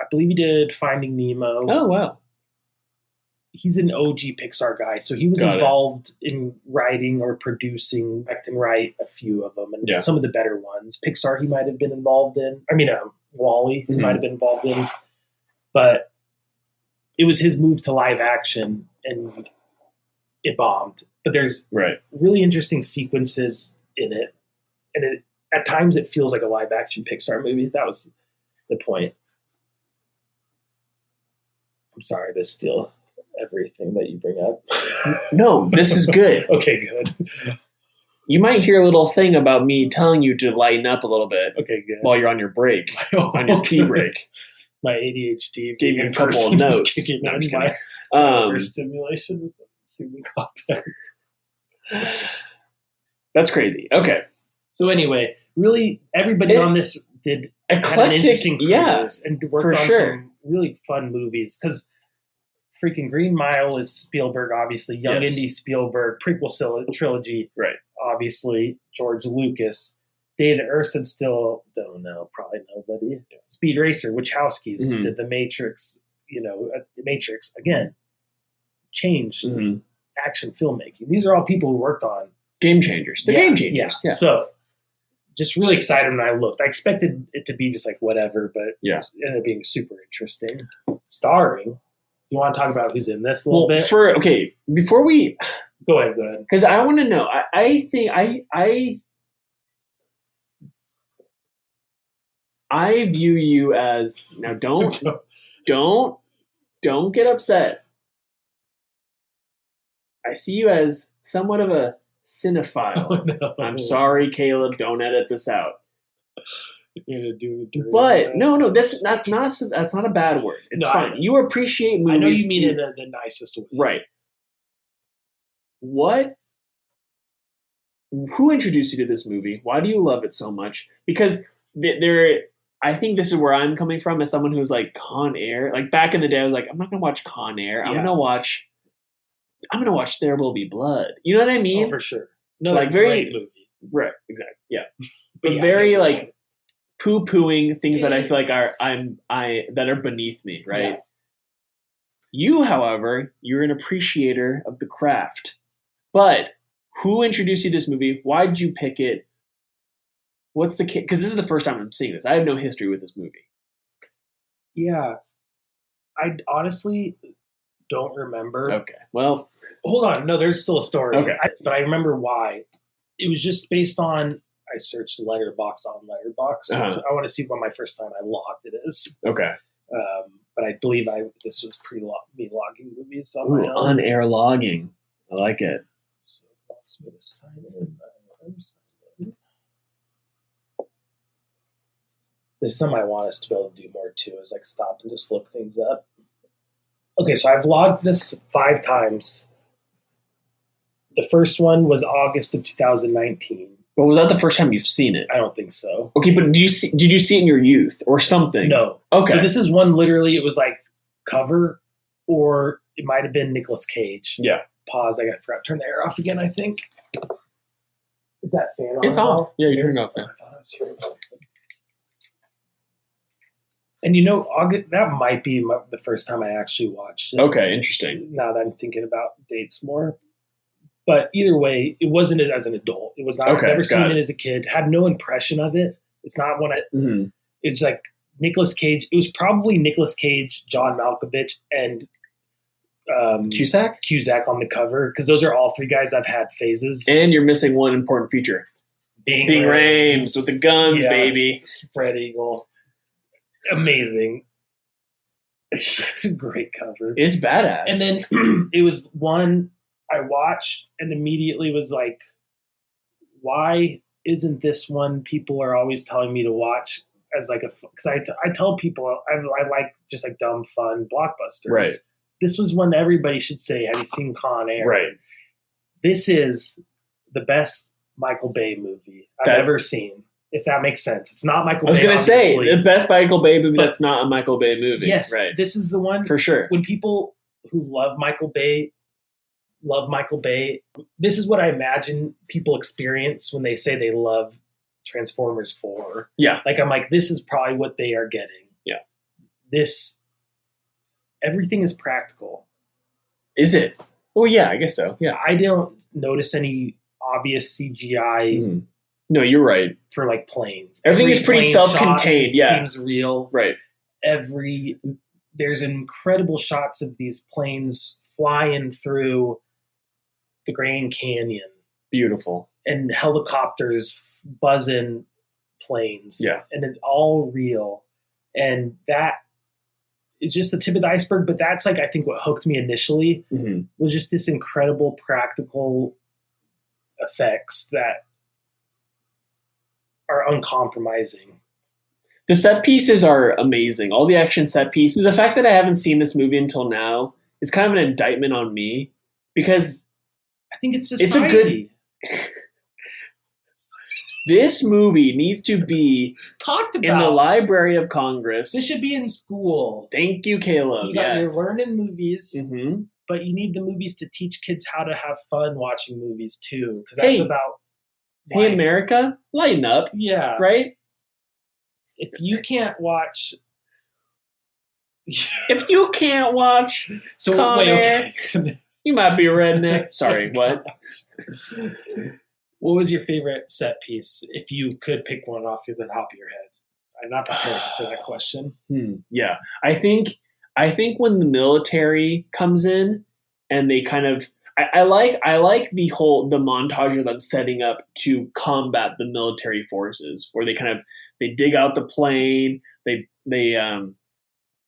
S1: I believe he did Finding Nemo.
S2: Oh wow.
S1: he's an OG Pixar guy, so he was
S2: Got it.
S1: involved in writing or producing, act and write a few of them, and
S2: Yeah.
S1: some of the better ones. Pixar, he might have been involved in. I mean, um, Wally, he
S2: Mhm.
S1: might have been involved in, but it was his move to live action, and it bombed. But there's
S2: Right.
S1: really interesting sequences in it, and it at times it feels like a live action Pixar movie. That was the point. I'm sorry to steal everything that you bring up.
S2: No, this is good.
S1: okay, good.
S2: You might hear a little thing about me telling you to lighten up a little bit
S1: Okay, good.
S2: while you're on your break, on your pee break.
S1: my ADHD
S2: Gave you a couple of notes. No, I'm just kidding. Um,
S1: um, stimulation with human contact.
S2: that's crazy. Okay,
S1: So anyway, really, everybody
S2: It-
S1: on this did had an
S2: eclectic.
S1: interesting careers
S2: Yeah,
S1: and
S2: for
S1: worked on
S2: sure.
S1: some really fun movies because freaking Green Mile is Spielberg, obviously Young
S2: Yes.
S1: Indy Spielberg prequel sil- trilogy,
S2: Right.
S1: Obviously George Lucas, Day the Earth and Still don't know, probably nobody. Speed Racer, Wachowskis
S2: Mhm.
S1: did the Matrix, you know, uh, Matrix again, changed
S2: Mhm.
S1: action filmmaking. These are all people who worked on
S2: game changers. The
S1: yeah,
S2: game changers.
S1: Yeah.
S2: Yeah.
S1: So just really excited when I looked. I expected it to be just like whatever, but
S2: Yeah.
S1: it ended up being super interesting. Starring. You want to talk about who's in this a little
S2: Well,
S1: bit?
S2: for okay, before we
S1: go ahead, go ahead.
S2: because I want to know. I, I think I I I view you as now. Don't don't don't get upset. I see you as somewhat of a cinephile.
S1: no.
S2: I'm sorry, Caleb. Don't edit this out.
S1: You're gonna do dirty
S2: But no, no, that's that's not that's not a bad word. It's
S1: No, I
S2: fine.
S1: know.
S2: you appreciate movies.
S1: I know you mean it in the, the nicest way. Oh,
S2: right. What? Who introduced you to this movie? Why do you love it so much? Because th- there, I think this is where I'm coming from as someone who's like Con Air. Like back in the day, I was like, I'm not gonna watch Con Air. I'm
S1: Yeah.
S2: gonna watch. I'm gonna watch There Will Be Blood. You know what I mean?
S1: Oh, for sure. No,
S2: Like,
S1: like
S2: very-
S1: great movie.
S2: Right. Exactly. Yeah.
S1: But
S2: But
S1: yeah,
S2: very
S1: no,
S2: like poo pooing things that I feel like are
S1: Yes.
S2: I'm I that are beneath me. Right.
S1: Yeah.
S2: You, however, you're an appreciator of the craft. But who introduced you to this movie? Why did you pick it? What's the because this is the first time I'm seeing this. I have no history with this movie.
S1: Yeah, I honestly don't remember.
S2: Okay. Well,
S1: Hold on, no, there's still a story.
S2: Okay.
S1: I, but I remember why. It was just based on. I searched Letterbox on Letterbox.
S2: Uh-huh.
S1: I want to see what my first time I logged it is.
S2: okay.
S1: Um, but I believe I this was pre me logging movies on
S2: Ooh,
S1: my own.
S2: on air logging. I like it.
S1: So it wants me to sign in. I'm signed in. There's something I want us to be able to do more too, is like stop and just look things up. Okay, so I've logged this five times. The first one was August of 2019.
S2: Well, was that the first time you've seen it?
S1: I don't think so.
S2: Okay, but do you see? Did you see it in your youth or something?
S1: No.
S2: Okay.
S1: So this is one literally it was like cover or it might have been Nicolas Cage.
S2: yeah,
S1: Pause, I got forgot turn the air off again, I think. Is that fan on
S2: it's
S1: at all?
S2: off. Yeah, you're turning it off now.
S1: And you know, August, that might be my, the first time I actually watched it.
S2: Okay, interesting.
S1: Now that I'm thinking about dates more, but either way, it wasn't it as an adult. It was not. I've
S2: Okay,
S1: never seen
S2: got
S1: it.
S2: it.
S1: as a kid. Had no impression of it. It's not one. I,
S2: Mhm.
S1: it's like Nicolas Cage. It was probably Nicolas Cage, John Malkovich, and um,
S2: Cusack,
S1: Cusack on the cover because those are all three guys I've had phases.
S2: and you're missing one important feature:
S1: Being
S2: Bing Rames with the guns,
S1: Yes.
S2: baby.
S1: Spread Eagle. Amazing. That's a great cover.
S2: It's badass.
S1: and then it was one I watched and immediately was like, why isn't this one people are always telling me to watch as like a, because I, I tell people I, I like just like dumb fun blockbusters.
S2: Right.
S1: This was one everybody should say, have you seen Con Air?
S2: right,
S1: This is the best Michael Bay movie I've
S2: That-
S1: ever seen. If that makes sense, it's not Michael.
S2: I was
S1: Bay,
S2: gonna say
S1: obviously.
S2: the best Michael Bay movie
S1: But-
S2: that's not a Michael Bay movie.
S1: Yes,
S2: right,
S1: this is the one
S2: for sure.
S1: when people who love Michael Bay love Michael Bay. This is what I imagine people experience when they say they love Transformers 4.
S2: Yeah.
S1: Like I'm like this is probably what they are getting.
S2: Yeah.
S1: This everything is practical.
S2: Is it? Well, yeah, I guess so. Yeah.
S1: I don't notice any obvious CGI
S2: Mhm. No, you're right.
S1: for like planes.
S2: Everything is pretty
S1: plane shot
S2: self-contained, yeah.
S1: Seems real.
S2: Right.
S1: every there's incredible shots of these planes flying through the Grand Canyon
S2: Beautiful.
S1: and helicopters buzzing planes.
S2: Yeah.
S1: And it's all real. And that is just the tip of the iceberg, but that's like I think what hooked me initially
S2: hmm
S1: was just this incredible practical effects that are uncompromising.
S2: The set pieces are amazing. All the action set pieces. The fact that I haven't seen this movie until now is kind of an indictment on me because
S1: I think it's
S2: a
S1: society.
S2: good- this movie needs to be
S1: talked about
S2: in the Library of Congress.
S1: This should be in school.
S2: Thank you, Caleb.
S1: You got,
S2: yes.
S1: You're learning movies,
S2: hmm
S1: but you need the movies to teach kids how to have fun watching movies too, because that's
S2: Hey.
S1: about.
S2: Hey,
S1: life.
S2: America, lighten up,
S1: Yeah.
S2: right?
S1: If you can't watch.
S2: If you can't watch,
S1: so
S2: Con
S1: wait,
S2: Air.
S1: okay. So
S2: you might be a redneck. Sorry, what?
S1: what was your favorite set piece? If you could pick one off the top of your head, I'm not prepared for that question.
S2: Hmm, yeah, I think I think when the military comes in and they kind of I, I like I like the whole the montage of them setting up to combat the military forces where they kind of they dig out the plane they they um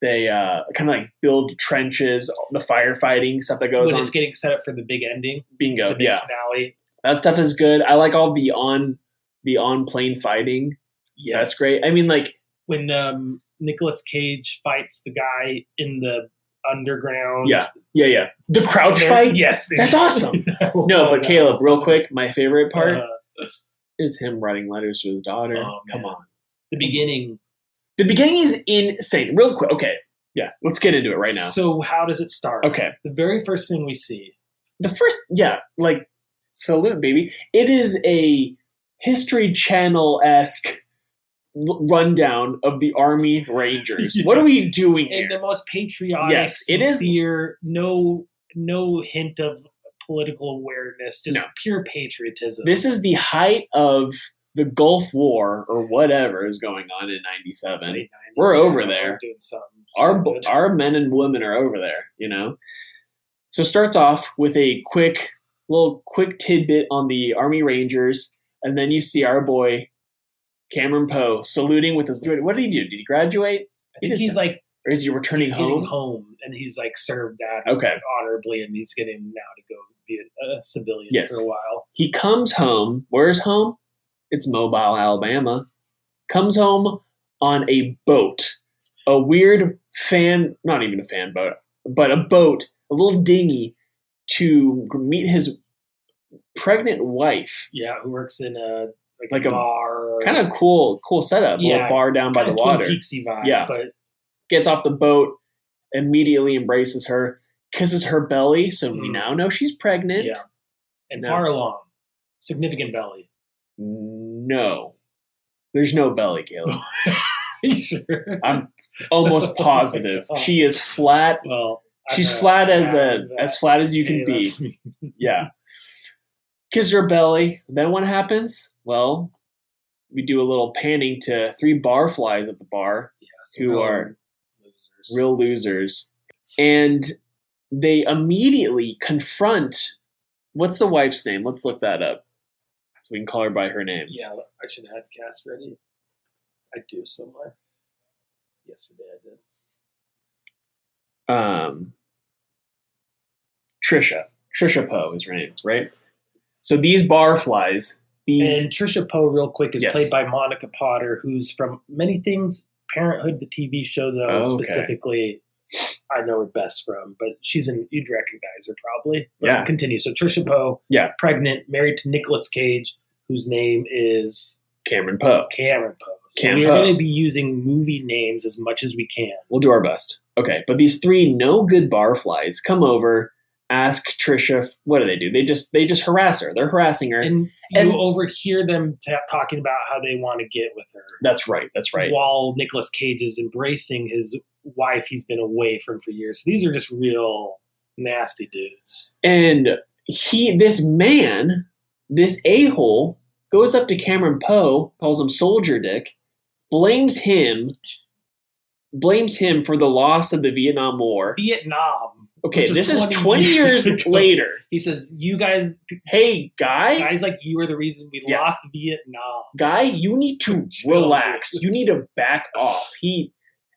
S2: they uh, kind of like build trenches the firefighting stuff that goes
S1: When
S2: on
S1: it's getting set up for the big ending,
S2: bingo
S1: the big
S2: yeah
S1: finale.
S2: that stuff is good I like all the on the on plane fighting
S1: Yes.
S2: That's great. I mean, like,
S1: When um, Nicolas Cage fights the guy in the underground.
S2: yeah, yeah, yeah. The crouch fight.
S1: Yes.
S2: That's awesome. No, but Caleb, real quick, my favorite part
S1: Uh,
S2: is him writing letters to his daughter.
S1: Oh,
S2: Come
S1: man.
S2: on.
S1: the beginning
S2: The beginning is insane. Real quick. Okay. Yeah. Let's get into it right now.
S1: So how does it start?
S2: Okay.
S1: The very first thing we see.
S2: The first, yeah, like, salute, baby. It is a History Channel esque rundown of the Army Rangers. What are we doing here?
S1: in the most patriotic,
S2: Yes, it is-
S1: sincere, no no hint of political awareness, just
S2: No.
S1: pure patriotism.
S2: This is the height of the Gulf War or whatever is going on in 97.
S1: Late 90s,
S2: we're
S1: yeah,
S2: over
S1: we're
S2: there.
S1: doing something
S2: Our
S1: good.
S2: our men and women are over there, you know. So it starts off with a quick little quick tidbit on the Army Rangers and then you see our boy Cameron Poe saluting with his what did he do? Did he graduate?
S1: I
S2: He
S1: think
S2: did
S1: he's
S2: some-
S1: like
S2: or is he returning
S1: he's
S2: home?
S1: getting home, and he's like served that
S2: Okay.
S1: honorably, and he's getting now to go be a, a civilian
S2: Yes.
S1: for a while.
S2: He comes home. Where's home? It's Mobile, Alabama. Comes home on a boat, a weird fan, not even a fan boat, but a boat, a little dinghy to meet his pregnant wife.
S1: Yeah, who works in a like,
S2: Like
S1: a,
S2: a-
S1: bar,
S2: Kind of cool, cool setup.
S1: Yeah,
S2: little bar down by
S1: kind
S2: the
S1: of Twin
S2: water.
S1: Peaksy vibe.
S2: Yeah.
S1: but
S2: Gets off the boat, immediately embraces her, kisses her belly, so we
S1: Mm.
S2: now know she's pregnant.
S1: Yeah. and
S2: No.
S1: far along, significant belly.
S2: No. There's no belly, Caleb.
S1: sure.
S2: I'm almost positive she is flat.
S1: Well, I'm
S2: She's
S1: not-
S2: flat as a
S1: I'm not-
S2: as flat as you
S1: hey,
S2: can be.
S1: that's me.
S2: Yeah. Kisses her belly. Then what happens? Well, we do a little panning to three barflies at the bar who
S1: Real
S2: are
S1: losers.
S2: real losers, and they immediately confront. What's the wife's name? Let's look that up so we can call her by her name.
S1: Yeah, I should have had cast ready. I do somewhere. Yesterday I did.
S2: um, Trisha. Trisha Poe is her name, right? So these barflies, these
S1: And Trisha Poe, real quick, is
S2: Yes.
S1: played by Monica Potter, who's from many things. Parenthood, the TV show, though
S2: Oh, okay.
S1: specifically, I know her best from, but she's in. You'd recognize her probably. But
S2: Yeah.
S1: Continue. So Trisha Poe,
S2: Yeah.
S1: pregnant, married to Nicolas Cage, whose name is
S2: Cameron Poe.
S1: Cameron Poe. So
S2: Cam
S1: we're
S2: Poe.
S1: going to be using movie names as much as we can.
S2: We'll do our best. Okay, but these three no good barflies come over, ask Trisha. f- What do they do? They just they just harass her. They're harassing her.
S1: and you
S2: And-
S1: overhear them ta talking about how they want to get with her
S2: that's right. That's right.
S1: while Nicolas Cage is embracing his wife he's been away from for years. So these are just real nasty dudes.
S2: And he, this man, this a hole, goes up to Cameron Poe, calls him Soldier Dick, blames him, blames him for the loss of the Vietnam War.
S1: Vietnam.
S2: Okay,
S1: Which is
S2: this
S1: 20
S2: is 20
S1: years
S2: years,
S1: ago.
S2: later.
S1: He says, "You guys,
S2: Hey, guy,
S1: guys like you are the reason we
S2: Yeah.
S1: lost Vietnam."
S2: guy, you need to
S1: Chill,
S2: relax.
S1: dude.
S2: You need to back off. He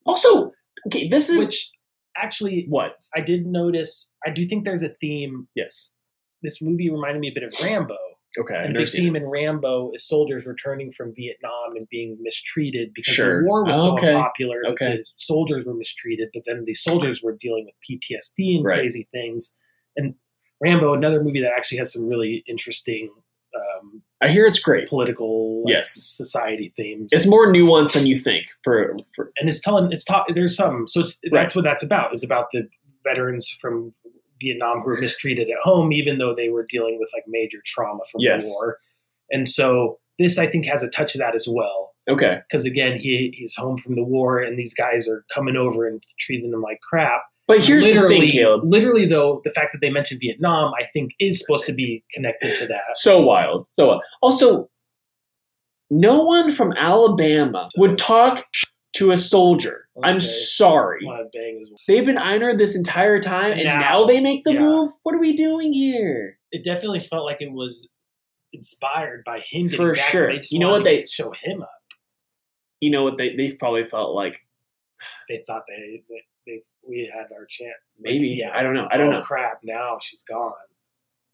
S2: also, okay, this is
S1: Which actually,
S2: what?
S1: I did notice. I do think there's a theme.
S2: Yes.
S1: This movie reminded me a bit of Rambo.
S2: Okay, I've
S1: And
S2: never
S1: the
S2: seen
S1: theme in Rambo is soldiers returning from Vietnam and being mistreated because
S2: Sure.
S1: the war was so
S2: Okay.
S1: unpopular. that
S2: Okay.
S1: The soldiers were mistreated, but then the soldiers were dealing with PTSD and
S2: Right.
S1: crazy things. And Rambo, another movie that actually has some really interesting um,
S2: it. I hear it's great.
S1: political like,
S2: Yes.
S1: society themes.
S2: It's more nuanced than you think. For, for
S1: and it's telling it's taught there's some so it's,
S2: Right.
S1: that's what that's about is about the veterans from Vietnam who were mistreated at home even though they were dealing with like major trauma from
S2: Yes.
S1: the war and so this I think has a touch of that as well
S2: okay,
S1: because again he he's home from the war and these guys are coming over and treating them like crap
S2: but here's
S1: literally
S2: the thing, Caleb.
S1: literally though the fact that they mentioned Vietnam I think is supposed to be connected to that
S2: so wild. So wild. also, no one from Alabama would talk to a soldier.
S1: Let's
S2: I'm
S1: say-
S2: sorry.
S1: want to bang as well.
S2: They've been Einer this entire time, and
S1: Now.
S2: now, they make the
S1: Yeah.
S2: move. What are we doing here?
S1: it definitely felt like it was inspired by him getting
S2: For
S1: back,
S2: sure.
S1: they just
S2: You know
S1: wanted
S2: what
S1: to
S2: they-
S1: show him up
S2: You know what? They they probably felt like
S1: they thought they, they, they we had our chance.
S2: maybe.
S1: Yeah.
S2: I don't know. I don't
S1: oh,
S2: know.
S1: crap! Now she's gone.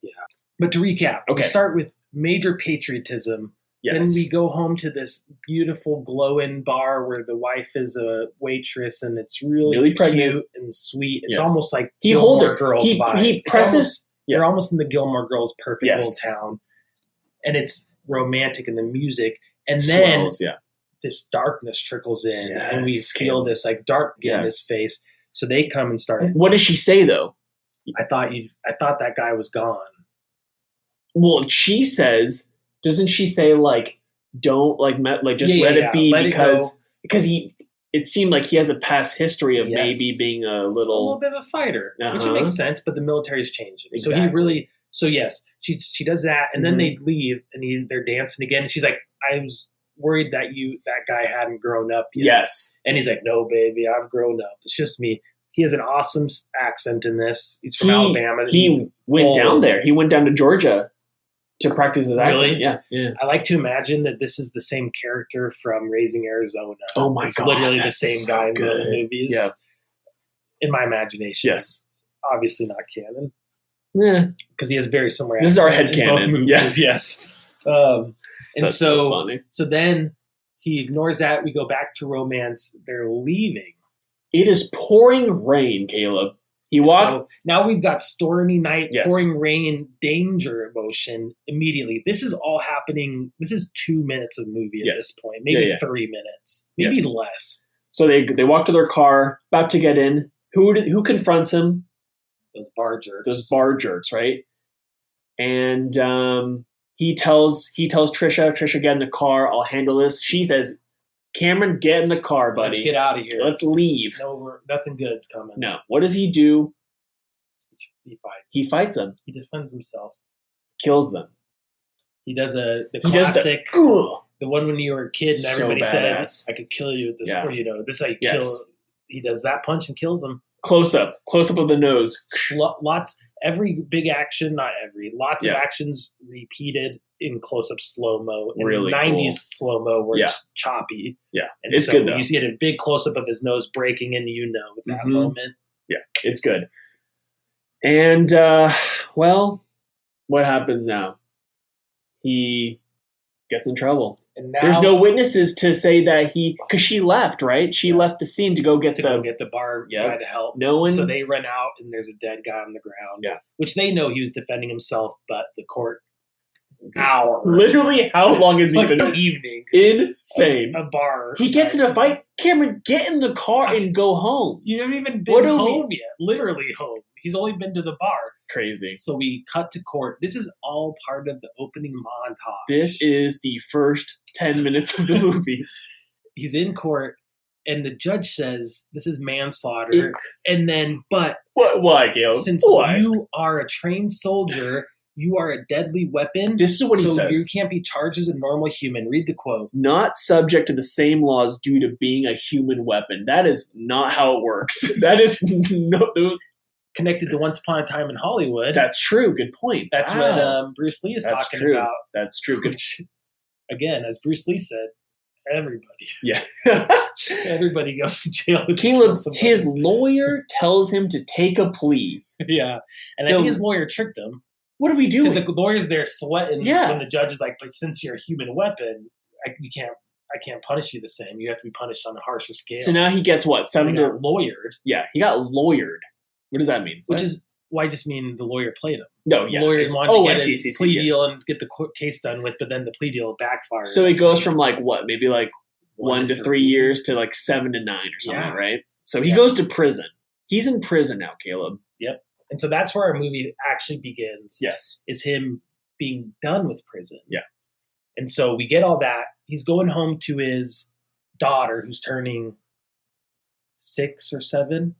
S1: Yeah. But to recap, we
S2: Okay.
S1: start with major patriotism.
S2: Yes.
S1: Then we go home to this beautiful glow-in bar where the wife is a waitress, and it's really,
S2: Really
S1: cute
S2: pregnant.
S1: and sweet. It's
S2: Yes.
S1: almost like
S2: He
S1: Gilmore
S2: holds her.
S1: Girls
S2: he,
S1: vibe.
S2: he
S1: It's
S2: presses.
S1: almost-
S2: yeah.
S1: You're almost in the Gilmore Girls' perfect
S2: Yes.
S1: little town, and it's romantic and the music, and then
S2: swells, yeah.
S1: this darkness trickles in, and we
S2: Yes.
S1: feel this like dark in
S2: Yes.
S1: his face. So they come and start.
S2: What does she say though?
S1: I thought you. I thought that guy was gone.
S2: Well, she says, doesn't she say like, don't like, me- like just
S1: Yeah,
S2: let
S1: yeah,
S2: it
S1: yeah.
S2: be
S1: Let it
S2: because because he it seemed like he has a past history of
S1: Yes.
S2: maybe being
S1: a
S2: a
S1: little
S2: little
S1: bit of a fighter, which
S2: Uh-huh.
S1: makes sense. But the military's changed, it. so he
S2: Exactly.
S1: really. So yes, she she does that, and
S2: Mhm.
S1: then they leave, and he, they're dancing again. And she's like, "I was worried that you that guy hadn't grown up yet."
S2: yes
S1: and he's like, "No, baby, I've grown up. It's just me." He has an awesome s- accent in this. He's from
S2: He-
S1: Alabama.
S2: he went
S1: full-
S2: down there he went down to Georgia to practice his accent
S1: Really?
S2: yeah yeah
S1: I like to imagine that this is the same character from Raising Arizona.
S2: oh my
S1: it's
S2: god
S1: literally the
S2: that's
S1: same
S2: so
S1: guy in
S2: good.
S1: both movies.
S2: Yeah.
S1: In my imagination.
S2: yes
S1: Obviously not canon.
S2: yeah
S1: Because he has very similar
S2: This is our
S1: accent in
S2: headcanon.
S1: both movies,
S2: Yes.
S1: yes. Um, and
S2: that's so,
S1: so
S2: funny
S1: so then he ignores that. We go back to romance. They're leaving.
S2: it is pouring rain Caleb he walked
S1: So now we've got stormy night,
S2: Yes.
S1: pouring rain, danger emotion immediately. This is all happening. This is two minutes of movie at
S2: Yes.
S1: this point, maybe
S2: Yeah, yeah.
S1: three minutes, maybe
S2: Yes.
S1: less.
S2: so they they walk to their car about to get in who did- who confronts him
S1: Those bar jerks.
S2: those bar jerks, right? And um, he tells he tells Trisha, Trisha, get in the car. I'll handle this. She says, Cameron, get in the car, buddy.
S1: Let's get out of here.
S2: Let's leave.
S1: no, we're- nothing good's coming.
S2: No. What does he do?
S1: He fights.
S2: He fights them,
S1: He defends himself.
S2: kills them.
S1: He does a the
S2: He does the-
S1: classic,
S2: Ugh.
S1: the one when you were a kid and
S2: So
S1: everybody said,
S2: badass.
S1: "I could kill you with this,"
S2: Yeah.
S1: or you know, this is how you
S2: Yes.
S1: kill. He does that punch and kills him.
S2: Close up, close up of the nose.
S1: Lo- lots every big action not every lots of
S2: Yeah.
S1: actions repeated in close-up slow-mo in
S2: Really
S1: 90s slow-mo where
S2: Yeah.
S1: it's choppy
S2: Yeah,
S1: and
S2: it's
S1: so
S2: good though.
S1: you get a big close-up of his nose breaking and you know at that
S2: Mhm.
S1: moment
S2: It's good. And uh, well, what happens now? He gets in trouble.
S1: and now
S2: There's no witnesses to say that he, because she left, right? She left the scene to go get
S1: to
S2: the.
S1: go get the bar
S2: Yeah.
S1: guy to help
S2: no one.
S1: so they run out and there's a dead guy on the ground
S2: Yeah.
S1: which they know he was defending himself but the court hour
S2: literally, how long has he
S1: like the
S2: been?
S1: evening
S2: Insane.
S1: a bar
S2: He gets in a fight. Cameron, get in the car and go home.
S1: you haven't even been
S2: What do we-
S1: home yet literally home he's only been to the bar
S2: Crazy.
S1: So we cut to court. This is all part of the opening montage.
S2: This is the first ten minutes of the movie.
S1: He's in court, and the judge says, This is manslaughter.
S2: It-
S1: and then, but
S2: what? Why, Gail?
S1: since
S2: Why?
S1: you are a trained soldier, you are a deadly weapon.
S2: this is what he
S1: so
S2: says.
S1: you can't be charged as a normal human. Read the quote.
S2: not subject to the same laws due to being a human weapon. That is not how it works. That is no.
S1: Connected to Once Upon a Time in Hollywood.
S2: That's true. Good point.
S1: That's
S2: Wow.
S1: what um, Bruce Lee is
S2: That's
S1: talking
S2: true.
S1: about.
S2: That's true. Good.
S1: Which, again, as Bruce Lee said, everybody,
S2: Yeah.
S1: everybody goes to jail. if they kill
S2: Caleb,
S1: somebody.
S2: his lawyer tells him to take a plea.
S1: yeah, and I
S2: No.
S1: think his lawyer tricked him.
S2: What are we doing?
S1: because the lawyer's there sweating
S2: Yeah.
S1: when the judge is like, "But since you're a human weapon, I, you can't, I can't punish you the same. You have to be punished on a harsher scale."
S2: so now he gets what
S1: So he
S2: seven
S1: got
S2: to
S1: lawyered,
S2: yeah. He got lawyered. What does that mean?
S1: which is why I just mean the lawyer played him.
S2: no
S1: The
S2: yeah.
S1: lawyer
S2: it's-
S1: wanted
S2: oh,
S1: to
S2: I
S1: get
S2: see,
S1: a
S2: see, see,
S1: plea
S2: yes.
S1: deal and get the court case done with, but then the plea deal backfired.
S2: So it goes from like what maybe like one, to three years to like seven to nine or something,
S1: Yeah.
S2: right? So he
S1: Yeah.
S2: goes to prison. He's in prison now, Caleb.
S1: and so that's where our movie actually begins.
S2: Yes.
S1: is him being done with prison.
S2: Yeah.
S1: And so we get all that. He's going home to his daughter who's turning six or seven.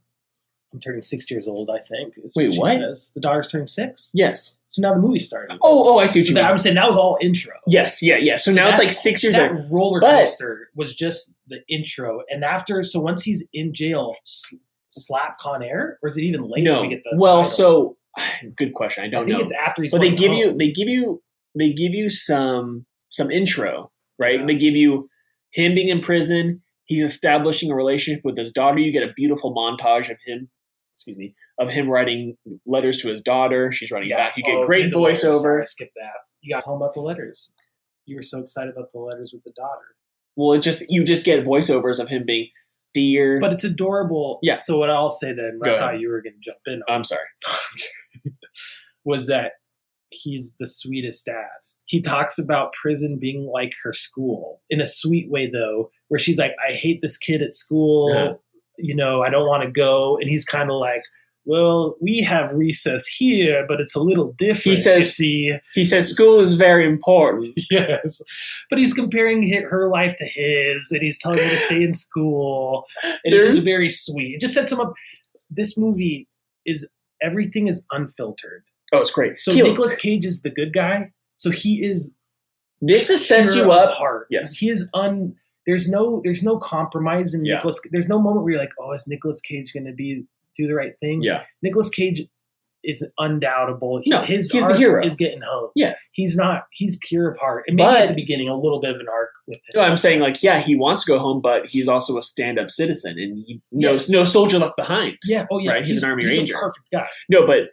S1: I'm turning six years old, I think. is
S2: Wait,
S1: she
S2: what?
S1: says. The daughter's turning six.
S2: Yes.
S1: So now the movie started.
S2: Oh, oh, I see what
S1: So
S2: you
S1: that,
S2: mean.
S1: I'm saying that was all intro.
S2: Yes, yeah, yeah. So,
S1: So
S2: now it's
S1: that-
S2: like six years
S1: That
S2: old.
S1: roller
S2: But-
S1: coaster was just the intro. And after, so once he's in jail, s- slap Con Air? Or is it even later?
S2: No.
S1: we get the
S2: Well,
S1: title?
S2: so good question. I
S1: I
S2: don't
S1: think
S2: know.
S1: it's after he's
S2: Well, they
S1: going
S2: give
S1: home.
S2: you they give you they give you some some intro, right?
S1: Yeah.
S2: They give you him being in prison. He's establishing a relationship with his daughter. You get a beautiful montage of him, excuse me, of him writing letters to his daughter. She's writing back. You get
S1: Oh,
S2: great
S1: did the letters. Sorry,
S2: voiceover.
S1: I skipped that. You got home about the letters. you were so excited about the letters with the daughter.
S2: Well, it just you just get voiceovers of him being dear.
S1: But it's adorable.
S2: Yeah.
S1: So what I'll say then,
S2: Go
S1: I thought you were going to jump in, on,
S2: I'm sorry.
S1: was that he's the sweetest dad. He talks about prison being like her school in a sweet way, though, where she's like, "I hate this kid at school.
S2: Yeah.
S1: You know, I don't want to go." And he's kind of like, "Well, we have recess here, but it's a little different." you
S2: says-
S1: "See."
S2: He says school is very important.
S1: yes. But he's comparing hi- her life to his, and he's telling her to stay in school. And it's just very sweet. It just sets him up. This movie is everything is unfiltered.
S2: Oh, it's great.
S1: So
S2: Keelan,
S1: Nicolas Cage is the good guy. So he is
S2: this is sets
S1: pure
S2: you
S1: of
S2: up.
S1: Heart.
S2: Yes.
S1: he is un. There's no there's no compromise in
S2: Yeah.
S1: Nicholas. There's no moment where you're like, oh, is Nicolas Cage going to be do the right thing?
S2: Yeah.
S1: Nicolas Cage is undoubtable. He-
S2: No,
S1: his
S2: he's the
S1: arc
S2: hero.
S1: is getting home
S2: Yes.
S1: he's not he's pure of heart and maybe
S2: But-
S1: at the beginning a little bit of an arc with him
S2: No, I'm saying like yeah, he wants to go home, but he's also a stand-up citizen, and he, no
S1: Yes.
S2: no soldier left behind.
S1: yeah oh yeah
S2: Right, he's an Army
S1: he's
S2: Ranger.
S1: a perfect guy
S2: No, but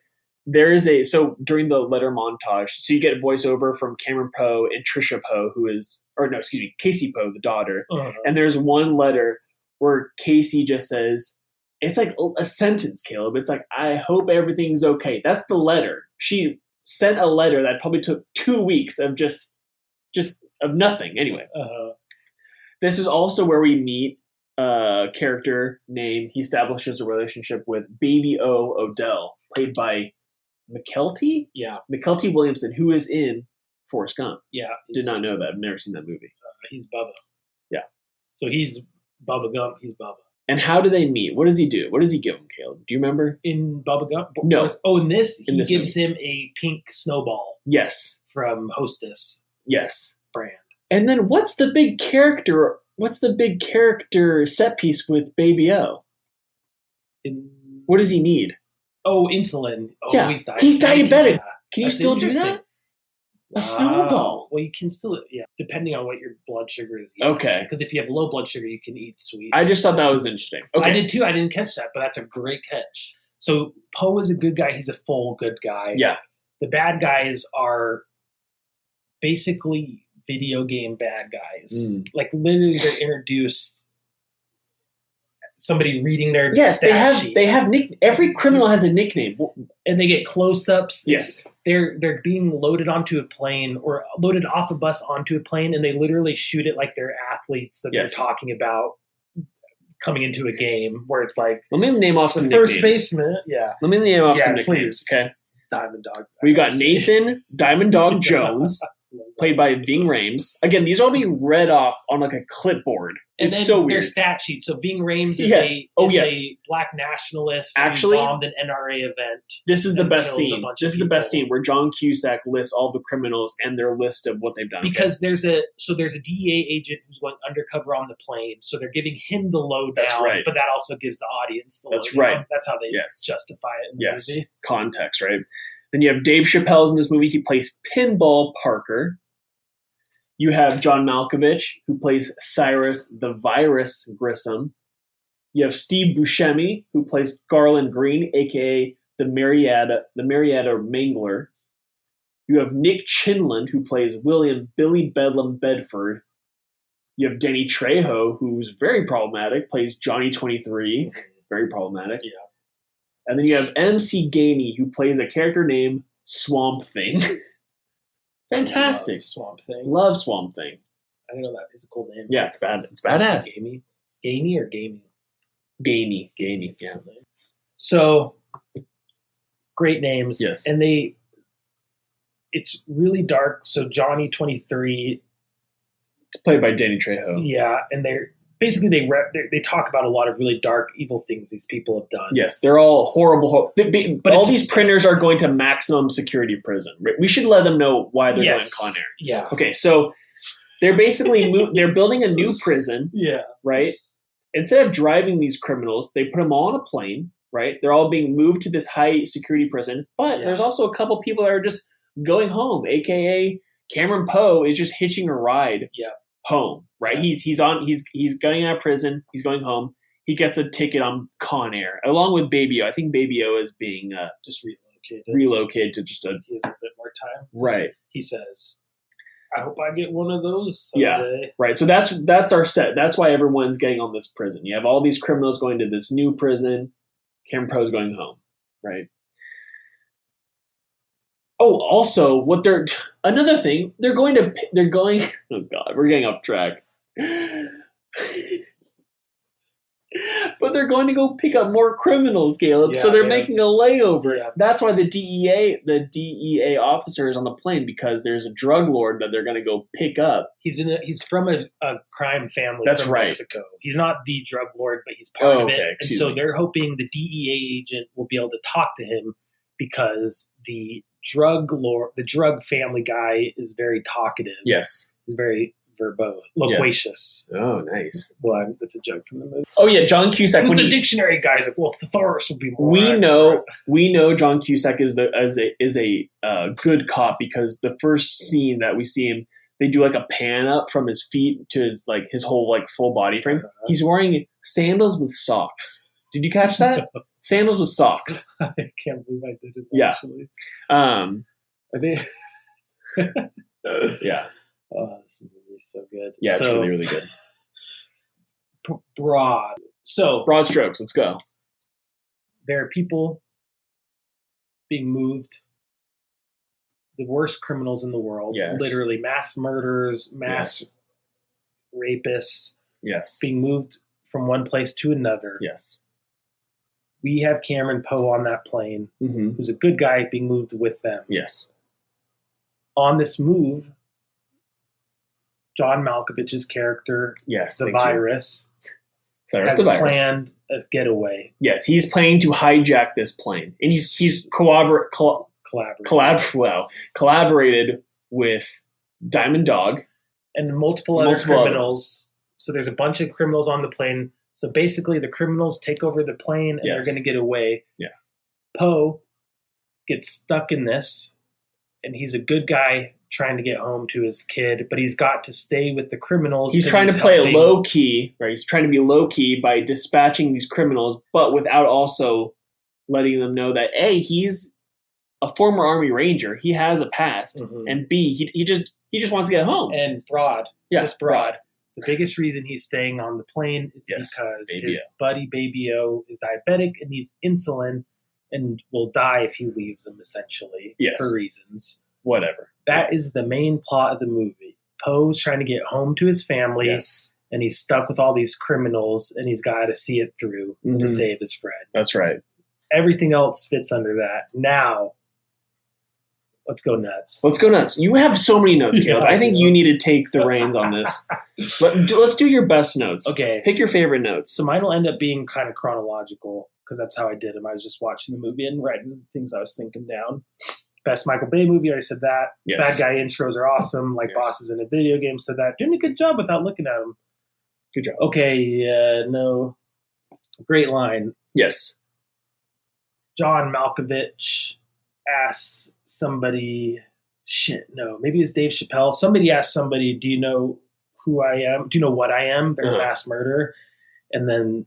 S2: there is a so during the letter montage, so you get voiceover from Cameron Poe and Trisha Poe, who is or no, excuse me, Casey Poe, the daughter.
S1: Uh-huh.
S2: And there's one letter where Casey just says, "It's like a sentence, Caleb. It's like I hope everything's okay." That's the letter. She sent a letter that probably took two weeks of just, just of nothing. Anyway,
S1: uh-huh.
S2: this is also where we meet a character name. He establishes a relationship with Baby O Odell, played by McKelty?
S1: yeah
S2: McKelty Williamson, who is in Forrest Gump.
S1: yeah
S2: Did
S1: he's,
S2: not know that. I've never seen that movie.
S1: he's Bubba
S2: Yeah.
S1: so he's Bubba Gump he's Bubba
S2: And how do they meet? What does he do? What does he give him, Caleb? Do you remember?
S1: in Bubba Gump
S2: No.
S1: Forrest- oh in this
S2: In
S1: he
S2: this
S1: gives him a pink snowball
S2: Yes.
S1: from Hostess
S2: Yes.
S1: brand
S2: And then what's the big character what's the big character set piece with Baby O?
S1: in,
S2: What does he need?
S1: oh insulin oh
S2: Yeah,
S1: he's diabetic
S2: he's diabetic.
S1: Yeah.
S2: Can you
S1: That's
S2: still do
S1: interesting.
S2: that?
S1: Wow.
S2: A snowball.
S1: Well, you can still, yeah, depending on what your blood sugar is.
S2: Okay.
S1: Because if you have low blood sugar, you can eat sweets.
S2: I just thought that was interesting. Okay.
S1: I did too. I didn't catch that, but that's a great catch. So Poe is a good guy. He's a full good guy.
S2: Yeah.
S1: The bad guys are basically video game bad guys.
S2: Mm.
S1: Like literally, they're introduced. Somebody reading their
S2: Yes,
S1: stat
S2: they have.
S1: sheet,
S2: They have nick. Every criminal has a nickname. W-
S1: and they get close ups.
S2: Yes,
S1: they're they're being loaded onto a plane or loaded off a bus onto a plane, and they literally shoot it like they're athletes that
S2: Yes.
S1: they're talking about coming into a game where it's like
S2: let me name off
S1: the
S2: some
S1: first
S2: nicknames.
S1: baseman. Yeah,
S2: Let me name off
S1: Yeah,
S2: some
S1: please.
S2: nicknames. Okay,
S1: Diamond Dog.
S2: we've got
S1: Nate.
S2: Nathan Diamond Dog Jones, played by Ving Rhames. Again, these are all being read off on like a clipboard.
S1: And
S2: It's
S1: then
S2: so
S1: their
S2: weird.
S1: stat sheet. So Ving Rames is,
S2: Yes.
S1: a,
S2: Oh,
S1: is
S2: yes.
S1: a black nationalist.
S2: Actually-
S1: who bombed an NRA event.
S2: This is the
S1: and
S2: best
S1: killed a
S2: scene.
S1: bunch
S2: This
S1: of
S2: is the best
S1: people.
S2: scene where John Cusack lists all the criminals and their list of what they've done.
S1: because there's a so there's a DEA agent who's going undercover on the plane, so they're giving him the lowdown.
S2: That's right.
S1: But that also gives the audience the
S2: That's
S1: lowdown.
S2: right.
S1: That's how they
S2: Yes.
S1: justify it. In the
S2: yes,
S1: movie.
S2: context, right? Then you have Dave Chappelle's in this movie. He plays Pinball Parker. You have John Malkovich, who plays Cyrus the Virus Grissom. You have Steve Buscemi, who plays Garland Green, aka the Marietta the Marietta Mangler. You have Nick Chinland, who plays William Billy Bedlam Bedford. You have Denny Trejo, who's very problematic, plays Johnny 23. Very problematic.
S1: Yeah.
S2: And then you have MC Gamey, who plays a character named Swamp Thing.
S1: I
S2: Fantastic.
S1: love Uh, Swamp Thing.
S2: Love Swamp Thing.
S1: I know that is a cool name.
S2: Yeah, it's bad. It's
S1: That's
S2: badass.
S1: Gamey, gamey or gamey.
S2: Gamey. Gamey. Yeah.
S1: So great names.
S2: Yes.
S1: And they it's really dark. So Johnny twenty three,
S2: It's played by Danny Trejo.
S1: yeah, and they're basically they rep, they they talk about a lot of really dark, evil things these people have done.
S2: Yes, they're all horrible. hor- they- they-
S1: But
S2: all
S1: it's-
S2: these printers are going to maximum security prison. Right? We should let them know why they're
S1: Yes.
S2: going Con Air.
S1: Yeah.
S2: Okay, so they're basically mo- they're building a new prison,
S1: Yeah.
S2: right? Instead of driving these criminals, they put them all on a plane, right? They're all being moved to this high security prison, but
S1: Yeah.
S2: there's also a couple people that are just going home, aka Cameron Poe is just hitching a ride
S1: Yeah.
S2: home, right? He's he's on he's he's getting out of prison, he's going home. He gets a ticket on Con Air along with Baby O. I think Baby O is being uh,
S1: Just relocated.
S2: relocated to just a
S1: He has a bit more time.
S2: right.
S1: He says, I hope I get one of those
S2: Yeah.
S1: someday.
S2: Right. So that's that's our set. That's why everyone's getting on this prison. You have all these criminals going to this new prison. Cameron Pro's going home. Right. Oh, also, what they're another thing they're going to they're going. Oh God, we're getting off track. but they're going to go pick up more criminals, Caleb. so
S1: Yeah,
S2: they're
S1: yeah.
S2: making a layover.
S1: Yeah.
S2: That's why the DEA the DEA officer is on the plane because there's a drug lord that they're going to go pick up.
S1: He's in. A, he's from a, a crime family.
S2: That's
S1: from
S2: right.
S1: Mexico. He's not the drug lord, but he's part
S2: Oh,
S1: of it.
S2: okay.
S1: And
S2: Excuse
S1: so
S2: me.
S1: they're hoping the DEA agent will be able to talk to him because the drug lord, the drug family guy, is very talkative.
S2: Yes.
S1: he's very verbose, loquacious.
S2: Oh, nice.
S1: Well, I'm, that's a joke from the movie.
S2: Oh yeah, John Cusack.
S1: Who's
S2: When
S1: the
S2: he-
S1: dictionary guy's like, well, thesaurus would be more.
S2: we
S1: accurate.
S2: know we know John Cusack is the as a is a uh, good cop because the first scene that we see him, they do like a pan up from his feet to his like his whole like full body frame.
S1: Uh-huh.
S2: He's wearing sandals with socks. Did you catch that? sandals with socks.
S1: I can't believe I did it.
S2: Yeah.
S1: Actually,
S2: Um,
S1: I think.
S2: yeah,
S1: Oh, this movie is so good.
S2: yeah, it's
S1: So,
S2: really really good.
S1: p- broad. So
S2: Broad strokes. Let's go.
S1: there are people being moved. The worst criminals in the world,
S2: Yes.
S1: literally mass murders, mass rapists,
S2: Yes.
S1: being moved from one place to another.
S2: Yes.
S1: We have Cameron Poe on that plane,
S2: hmm
S1: who's a good guy, being moved with them.
S2: Yes.
S1: On this move, John Malkovich's character,
S2: Yes.
S1: the
S2: thank you.
S1: virus,
S2: Cyrus
S1: has
S2: the virus.
S1: planned a getaway.
S2: Yes, he's planning to hijack this plane. And he's he's corrobor- col-
S1: Collaborate.
S2: collab- wow, collaborated with Diamond Dog.
S1: and multiple other
S2: Multiple other
S1: criminals. so there's a bunch of criminals on the plane. So basically, the criminals take over the plane and
S2: Yes.
S1: they're going to get away.
S2: Yeah.
S1: Poe gets stuck in this, and he's a good guy trying to get home to his kid, but he's got to stay with the criminals.
S2: He's
S1: 'cause
S2: trying to play
S1: helping.
S2: it low key, right? He's trying to be low key by dispatching these criminals, but without also letting them know that a he's a former Army Ranger. He has a past,
S1: Mhm.
S2: and b he, he just he just wants to get home.
S1: And Broad,
S2: Yeah,
S1: just Broad. The biggest reason he's staying on the plane is
S2: Yes,
S1: because
S2: Baby
S1: his buddy Baby O is diabetic and needs insulin and will die if he leaves him, essentially,
S2: Yes.
S1: for reasons.
S2: Whatever.
S1: That is the main plot of the movie. Poe's trying to get home to his family,
S2: Yes,
S1: and he's stuck with all these criminals, and he's got to see it through
S2: Mhm.
S1: to save his friend.
S2: that's right.
S1: Everything else fits under that. Now, let's go nuts.
S2: Let's go nuts. You have so many notes, Caleb.
S1: Yeah,
S2: I think
S1: I
S2: you need to take the reins on this. Let, do- let's do your best notes.
S1: Okay,
S2: Pick your favorite notes.
S1: so mine will end up being kind of chronological because that's how I did them. I was just watching the movie and writing things I was thinking down. Best Michael Bay movie, I already said that. Bad
S2: Yes.
S1: guy intros are awesome. Like
S2: Yes.
S1: bosses in a video game said that. Doing a good job without looking at them.
S2: Good job.
S1: okay, uh, no, great line.
S2: Yes.
S1: John Malkovich asks somebody, shit, no, maybe it's Dave Chappelle. Somebody asks somebody, do you know who I am? Do you know what I am? They're
S2: Uh-huh.
S1: a mass murder. And then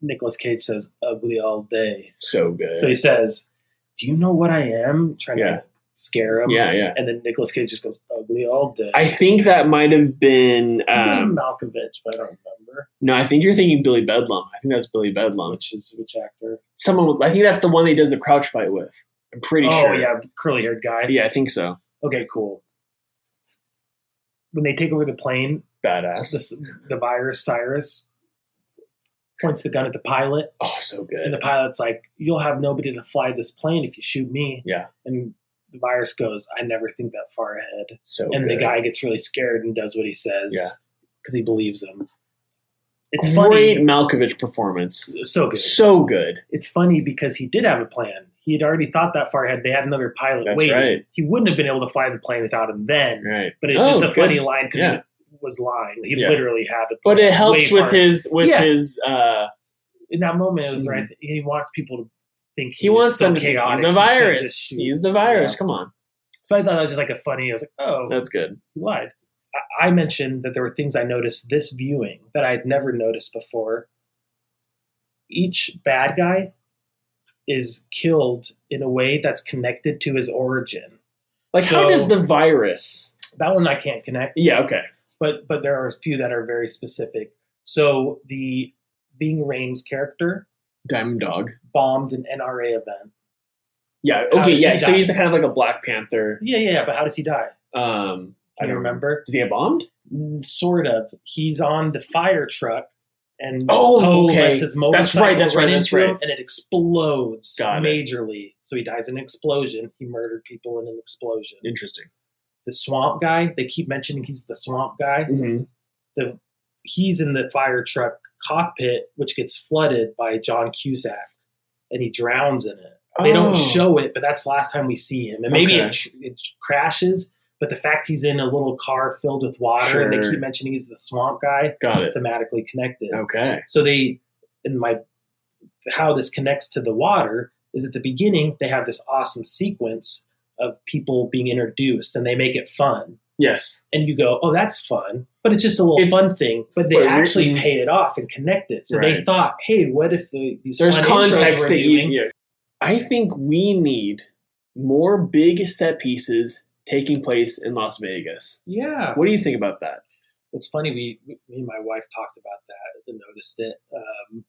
S1: Nicolas Cage says, ugly all day.
S2: So good.
S1: So he says, do you know what I am? Trying
S2: Yeah.
S1: to scare him.
S2: yeah, yeah.
S1: And then Nicolas Cage just goes, ugly all day.
S2: I think that might have been.
S1: I think it
S2: Um,
S1: was Malkovich, but I don't remember
S2: no, I think you're thinking Billy Bedlam. I think that's Billy Bedlam.
S1: which is which actor.
S2: Someone. with- I think that's the one that he does the crouch fight with. I'm pretty
S1: oh,
S2: sure.
S1: yeah, curly haired guy.
S2: Yeah, I think so.
S1: okay, cool. When they take over the plane,
S2: Badass.
S1: this, the virus Cyrus points the gun at the pilot,
S2: Oh, so
S1: and the
S2: good.
S1: pilot's like, "You'll have nobody to fly this plane if you shoot me."
S2: Yeah.
S1: and the virus goes, "I never think that far ahead."
S2: So
S1: and
S2: good.
S1: the guy gets really scared and does what he says
S2: Yeah.
S1: because he believes him. It's
S2: Great
S1: funny,
S2: Malkovich performance.
S1: so good.
S2: So good.
S1: It's funny because he did have a plan. He had already thought that far ahead. They had another pilot
S2: That's
S1: waiting.
S2: right.
S1: He wouldn't have been able to fly the plane without him then.
S2: Right.
S1: But it's
S2: Oh,
S1: just a
S2: good.
S1: funny line because
S2: Yeah.
S1: he was lying. He
S2: Yeah.
S1: literally had it.
S2: But it helps with his with
S1: Yeah.
S2: his. uh
S1: in that moment. It was right. He wants people to think
S2: Mm-hmm. He wants
S1: some
S2: them to think he's the virus. He's the virus. Come on,
S1: So I thought that was just like a funny. I was like, oh,
S2: that's good.
S1: he lied. I, I mentioned that there were things I noticed this viewing that I had never noticed before. Each bad guy is killed in a way that's connected to his origin.
S2: Like, how
S1: So-
S2: does the virus
S1: That one I can't connect.
S2: Yeah, okay.
S1: but but there are a few that are very specific. So the Bing Rames character
S2: Diamond Dog.
S1: bombed an NRA event.
S2: Yeah,
S1: How
S2: okay,
S1: does
S2: yeah.
S1: he
S2: So
S1: die?
S2: he's kind of like a Black Panther.
S1: Yeah, yeah, yeah. But how does he die?
S2: Um,
S1: I don't remember.
S2: Does he get bombed?
S1: Mm, Sort of. He's on the fire truck, and
S2: Oh, okay.
S1: lets his
S2: That's
S1: motorcycle
S2: right, that's
S1: run
S2: right, that's
S1: into him,
S2: right.
S1: and it explodes
S2: Got it.
S1: majorly. So he dies in an explosion. He murdered people in an explosion.
S2: Interesting.
S1: The swamp guy. They keep mentioning he's the swamp guy.
S2: Mm-hmm.
S1: he's in the fire truck cockpit, which gets flooded by John Cusack, and he drowns in it. They don't show it, but that's the last time we see him. And maybe
S2: Oh. Okay.
S1: it, tr- it crashes, but the fact he's in a little car filled with water, and they
S2: Sure.
S1: keep mentioning he's the swamp guy,
S2: Got it. Oh.
S1: thematically connected.
S2: Okay.
S1: So they, in my, how this connects to the water is at the beginning they have this awesome sequence of people being introduced, and they make it fun
S2: Yes.
S1: and you go, "Oh, that's fun," but it's just a little
S2: It's-
S1: fun thing. But they
S2: but we-
S1: actually pay it off and connect it. So they
S2: Right.
S1: thought, "Hey, what if the these
S2: There's
S1: fun intros
S2: context
S1: we're
S2: that you.
S1: doing-
S2: yeah. I think we need more big set pieces taking place in Las Vegas.
S1: Yeah,
S2: What do you think about that?
S1: it's funny. We we- me and my wife talked about that and noticed it, um,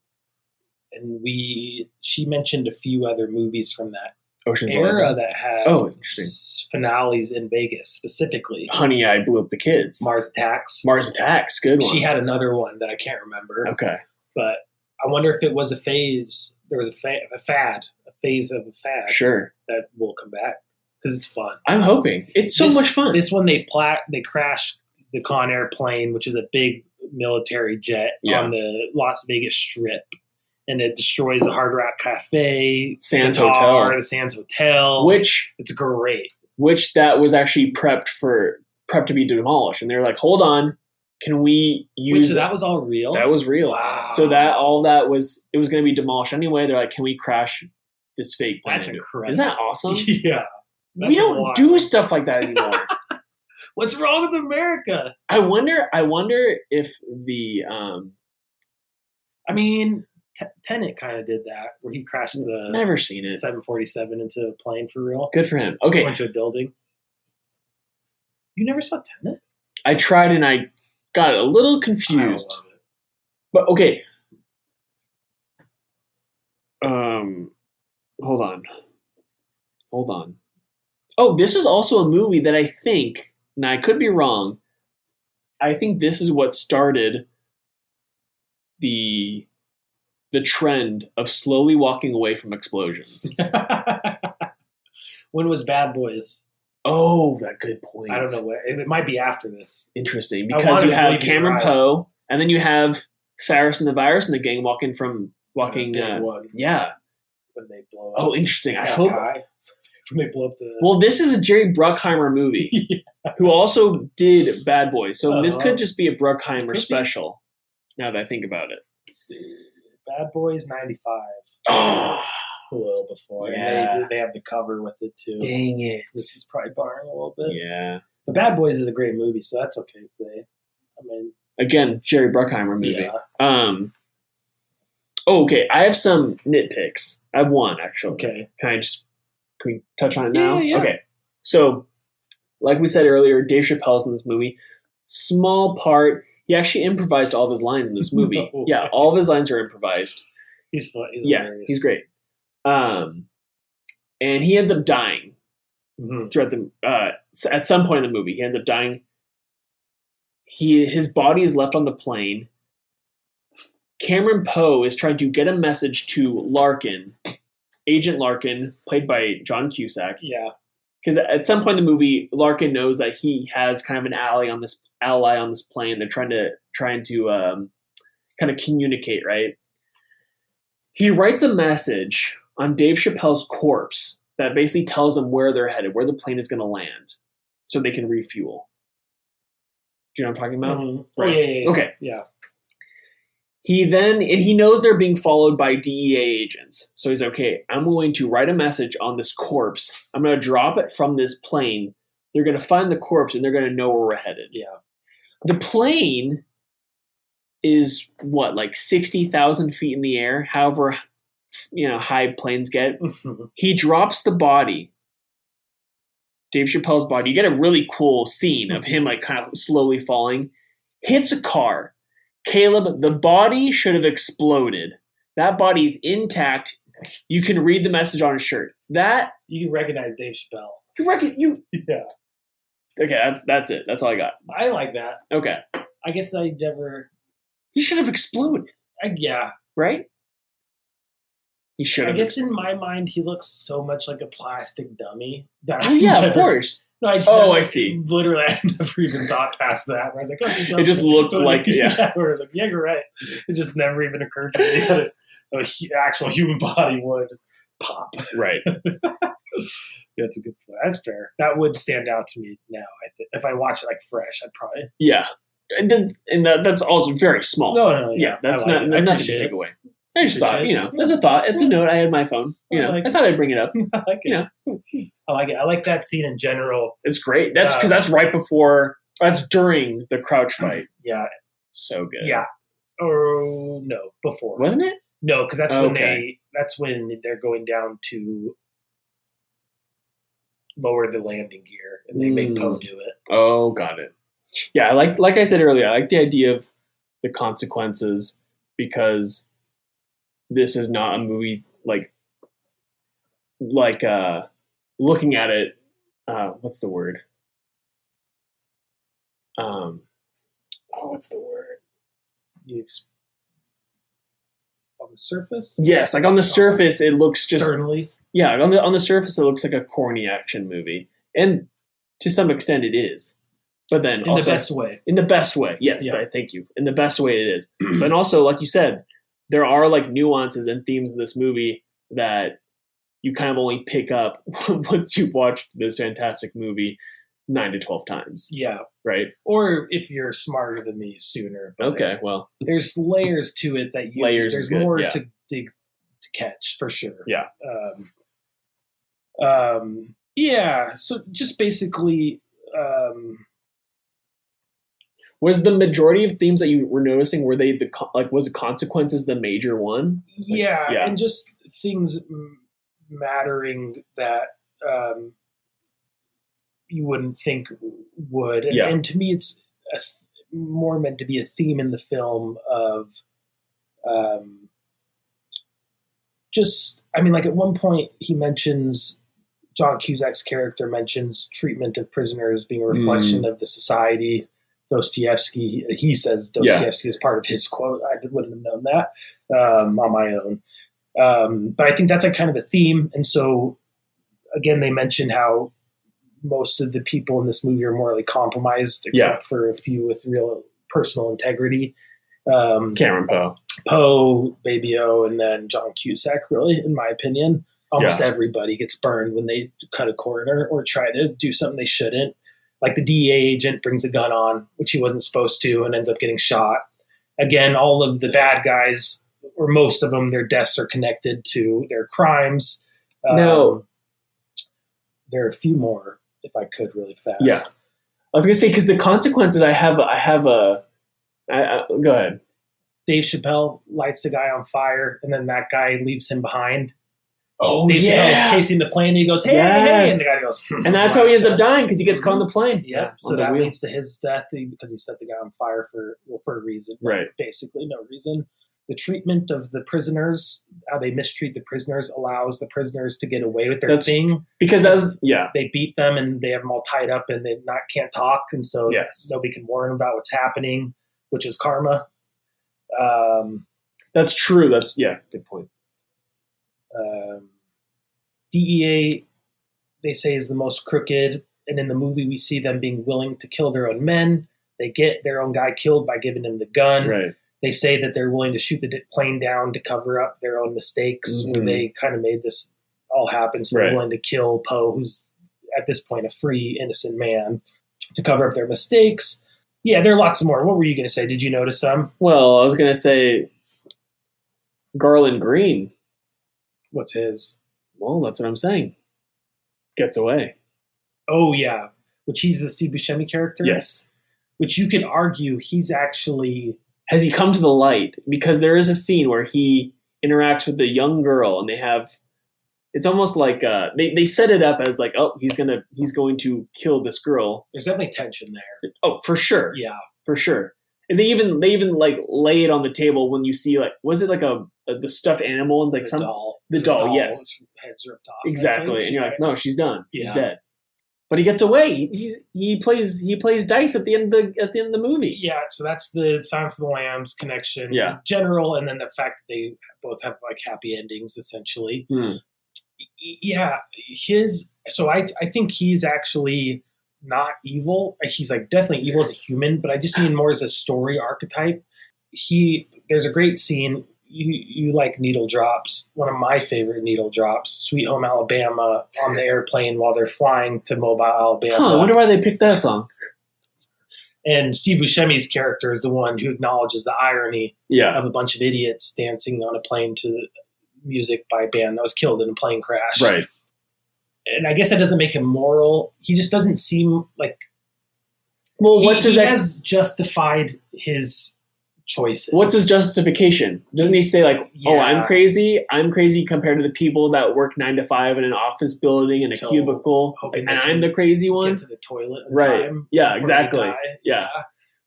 S1: and we she mentioned a few other movies from that
S2: Ocean's
S1: era
S2: Eleven.
S1: that had
S2: Oh, interesting.
S1: s- finales in Vegas specifically.
S2: Honey, I blew up the kids.
S1: Mars Attacks.
S2: Mars Attacks. Good one.
S1: She had another one that I can't remember.
S2: okay.
S1: but I wonder if it was a phase. There was a, fa- a fad, a phase of a fad
S2: Sure.
S1: that will come back because it's fun.
S2: I'm hoping it's so
S1: This-
S2: much fun.
S1: This one they plat they crashed the Con Air plane, which is a big military jet
S2: Yeah.
S1: on the Las Vegas Strip, and it destroys the Hard Rock Cafe,
S2: Sands
S1: the Tar,
S2: Hotel.
S1: the Sands Hotel.
S2: Which
S1: it's great.
S2: which that was actually prepped for prepped to be demolished and they were like hold on can we
S1: Which
S2: use
S1: so that was all real.
S2: that was real
S1: Wow.
S2: so that all that was it was going to be demolished anyway they're like can we crash this fake plane
S1: that's
S2: into it?"
S1: incredible.
S2: isn't that awesome
S1: yeah.
S2: we
S1: That's a
S2: don't
S1: lot.
S2: do stuff like that anymore
S1: What's wrong with America?
S2: i wonder i wonder if the um
S1: I mean, T- Tenet kind of did that, where he crashed the
S2: never seen it
S1: 747 into a plane for real.
S2: good for him okay
S1: Went to a building. You never saw Tenet?
S2: i tried and i got a little confused But okay. Um, hold on. Hold on. Oh, this is also a movie that I think, and I could be wrong. I think this is what started the the trend of slowly walking away from explosions.
S1: I love it. when was Bad Boys?
S2: oh, that good point.
S1: I don't know. What, it, it might be after this.
S2: Interesting
S1: I
S2: because
S1: wanted
S2: you
S1: to
S2: have
S1: believe you're
S2: Cameron
S1: right.
S2: Poe, and then you have Cyrus and the Virus and the gang walking from walking.
S1: Big
S2: Uh,
S1: one
S2: yeah.
S1: when they blow up.
S2: Oh, interesting. I
S1: that
S2: hope.
S1: guy. when they blow up the.
S2: Well, this is a Jerry Bruckheimer movie who also did Bad Boys, so this
S1: Uh-huh.
S2: could just be a
S1: Could
S2: Bruckheimer
S1: be.
S2: special. Now that I think about it,
S1: Let's see. Bad Boys '95.
S2: oh
S1: A little before. And
S2: Yeah.
S1: They, they have the cover with it too.
S2: dang it!
S1: This is probably borrowing a little bit.
S2: Yeah,
S1: But Bad Boys is a great movie, so that's okay. if They, I mean,
S2: again, Jerry Bruckheimer movie.
S1: yeah.
S2: Um. Oh, okay, I have some nitpicks. I have one actually.
S1: Okay.
S2: Can I just can we touch on it
S1: Yeah,
S2: now?
S1: yeah, yeah.
S2: Okay. So, like we said earlier, Dave Chappelle's in this movie. Small part. He actually improvised all of his lines in this movie.
S1: No
S2: Yeah, all of his lines are improvised.
S1: He's fun. He's
S2: yeah,
S1: hilarious.
S2: he's great. Um, and he ends up dying
S1: Mhm.
S2: throughout the uh, s- at some point in the movie. He ends up dying. He his body is left on the plane. Cameron Poe is trying to get a message to Larkin, Agent Larkin, played by John Cusack,
S1: Yeah.
S2: because at some point in the movie, Larkin knows that he has kind of an ally on this ally on this plane. They're trying to trying to um, kind of communicate, right? He writes a message on Dave Chappelle's corpse that basically tells them where they're headed, where the plane is going to land, so they can refuel. Do you know what I'm talking about?
S1: Mhm. Oh,
S2: Right.
S1: yeah, yeah, yeah.
S2: Okay.
S1: Yeah.
S2: He then and he knows they're being followed by DEA agents. So he's okay, I'm going to write a message on this corpse. I'm gonna drop it from this plane. They're gonna find the corpse and they're gonna know where we're headed.
S1: Yeah.
S2: The plane is what, like sixty thousand feet in the air, however you know, high planes get.
S1: Mhm.
S2: He drops the body Dave Chappelle's body. You get a really cool scene of him like kind of slowly falling, hits a car. Caleb, the body should have exploded. That body is intact. You can read the message on his shirt. That
S1: You can recognize Dave Chappelle.
S2: you reckon you
S1: Yeah.
S2: Okay, that's that's it. That's all I got.
S1: I like that.
S2: Okay.
S1: I guess I never.
S2: He should have exploded,
S1: I, yeah.
S2: right? He should
S1: I
S2: have.
S1: guess in my mind, he looks so much like a plastic dummy that
S2: Oh yeah, of
S1: never-
S2: course.
S1: No, I just
S2: Oh,
S1: never-
S2: I see.
S1: Literally, I never even thought past that. I was like, oh, it's a dummy.
S2: It just looked
S1: So,
S2: like yeah.
S1: where I was like, yeah, you're right. It just never even occurred to me that a, a hu- actual human body would pop.
S2: Right.
S1: That's a good point. That's fair. That would stand out to me now. I think if I watch it like fresh, I'd probably
S2: Yeah. And then and that, that's also very small.
S1: no, no, no
S2: Oh, yeah, that's
S1: I like
S2: not
S1: it. I
S2: nothing to
S1: appreciate
S2: take
S1: it.
S2: away. I just
S1: Appreciate
S2: thought,
S1: it.
S2: you know, there's a thought. It's a note. I had my phone. You
S1: I
S2: know,
S1: like
S2: I thought I'd bring it up.
S1: I like it.
S2: You know.
S1: I like it. I like that scene in general.
S2: It's great. That's because that's right before. That's during the crouch fight.
S1: Yeah,
S2: So good.
S1: yeah. Or no, before
S2: Wasn't it?
S1: no, because that's when
S2: Okay.
S1: they that's when they're going down to lower the landing gear, and they make
S2: Mm.
S1: Poe do it.
S2: Oh, got it. Yeah, I like like I said earlier, I like the idea of the consequences because this is not a movie like like uh looking at it uh what's the word? Um oh, what's the word?
S1: You ex- on the surface,
S2: Yes, like on the surface it looks just
S1: externally.
S2: yeah, on the on the surface it looks like a corny action movie. And to some extent it is. But then
S1: in
S2: also,
S1: the best way.
S2: in the best way. Yes,
S1: Yeah.
S2: I thank you. In the best way it is. but also, like you said, there are like nuances and themes in this movie that you kind of only pick up once you've watched this fantastic movie nine to twelve times,
S1: Yeah.
S2: right?
S1: Or if you're smarter than me, sooner. But
S2: Okay, well,
S1: There's layers to it that you.
S2: Layers is
S1: There's
S2: good,
S1: more
S2: yeah.
S1: to dig to catch for sure.
S2: Yeah.
S1: Um. um, yeah. So just basically, um,
S2: was the majority of themes that you were noticing were they the co- like was the consequences the major one?
S1: yeah,
S2: yeah.
S1: and just things m- mattering that um, you wouldn't think would. And,
S2: Yeah.
S1: and to me, it's a th- more meant to be a theme in the film of um, just, I mean, like at one point he mentions. John Cusack's character mentions treatment of prisoners being a reflection
S2: Mm.
S1: of the society. Dostoevsky, he, he says
S2: Yeah.
S1: Dostoevsky is part of his quote. I wouldn't have known that um, on my own. Um, but I think that's like kind of a theme. And so, again, they mentioned how most of the people in this movie are morally compromised, except for a few with real personal integrity. Um,
S2: Cameron Poe.
S1: Poe, Baby O, and then John Cusack, really, in my opinion. Almost everybody gets burned when they cut a corner or try to do something they shouldn't. Like the DEA agent brings a gun on, which he wasn't supposed to, and ends up getting shot. Again, all of the bad guys, or most of them, their deaths are connected to their crimes. Um,
S2: No.
S1: There are a few more, if I could really fast.
S2: Yeah. I was gonna say because the consequences I have I have a I, I, go ahead.
S1: Dave Chappelle lights a guy on fire, and then that guy leaves him behind.
S2: Oh
S1: Dave Chappelle's chasing the plane, and he goes, "Hey, hey!" And the
S2: Yes.
S1: guy goes,
S2: and that's how he ends up dying because he gets caught on the plane.
S1: Yeah, so
S2: on the
S1: that
S2: wheel.
S1: leads to his death because he set the guy on fire for well, for a reason,
S2: right.
S1: basically no reason. The treatment of the prisoners, how they mistreat the prisoners, allows the prisoners to get away with their
S2: That's-
S1: thing.
S2: Because that's yeah,
S1: They beat them and they have them all tied up and they not can't talk, and so
S2: Yes.
S1: nobody can warn them about what's happening, which is karma. Um,
S2: that's true. That's yeah, good point.
S1: um, DEA, they say, is the most crooked. And in the movie, we see them being willing to kill their own men. They get their own guy killed by giving him the gun.
S2: Right.
S1: They say that they're willing to shoot the d- plane down to cover up their own mistakes.
S2: Mhm.
S1: Where they kind of made this all happen. So
S2: Right.
S1: they're willing to kill Poe, who's at this point a free, innocent man, to cover up their mistakes. Yeah, there are lots more. What were you going to say? Did you notice some?
S2: Well, I was gonna say Garland Green.
S1: What's his?
S2: Well, that's what I'm saying. Gets away.
S1: Oh, yeah. Which he's the Steve Buscemi character?
S2: Yes.
S1: which you could argue he's actually
S2: Has he come to the light? Because there is a scene where he interacts with a young girl, and they have it's almost like uh, they they set it up as like oh he's gonna he's going to kill this girl
S1: There's definitely tension there.
S2: oh for sure
S1: Yeah.
S2: for sure and they even they even like lay it on the table when you see like was it like a, a the stuffed animal and like
S1: the
S2: some
S1: doll.
S2: the doll, yes.
S1: with Heads ripped off. I
S2: exactly
S1: think,
S2: and you're like
S1: right?
S2: no she's done
S1: Yeah.
S2: he's dead but he gets away He- he's he plays he plays dice at the end of the at the end of the movie
S1: Yeah, so that's the Silence of the Lambs connection,
S2: Yeah.
S1: in general, and then the fact that they both have like happy endings, essentially.
S2: Hmm.
S1: Yeah, his. So I, I think he's actually not evil. He's like definitely evil as a human, but I just mean more as a story archetype. He, there's a great scene. You, you like needle drops. One of my favorite needle drops, Sweet Home Alabama, on the airplane while they're flying to Mobile, Alabama.
S2: huh I wonder why they picked that song
S1: And Steve Buscemi's character is the one who acknowledges the irony
S2: yeah
S1: of a bunch of idiots dancing on a plane to music by a band that was killed in a plane crash.
S2: right
S1: And I guess that doesn't make him moral. He just doesn't seem like
S2: well
S1: he,
S2: what's his
S1: he
S2: ex
S1: has justified his choices.
S2: What's his justification? Doesn't he say like, "Oh,
S1: Yeah.
S2: I'm crazy. I'm crazy compared to the people that work nine to five in an office building in a
S1: Till-
S2: cubicle,
S1: hoping
S2: and
S1: they can
S2: I'm the crazy one."
S1: get to the toilet? in
S2: Right.
S1: time
S2: Yeah,
S1: before they
S2: exactly.
S1: die.
S2: Yeah,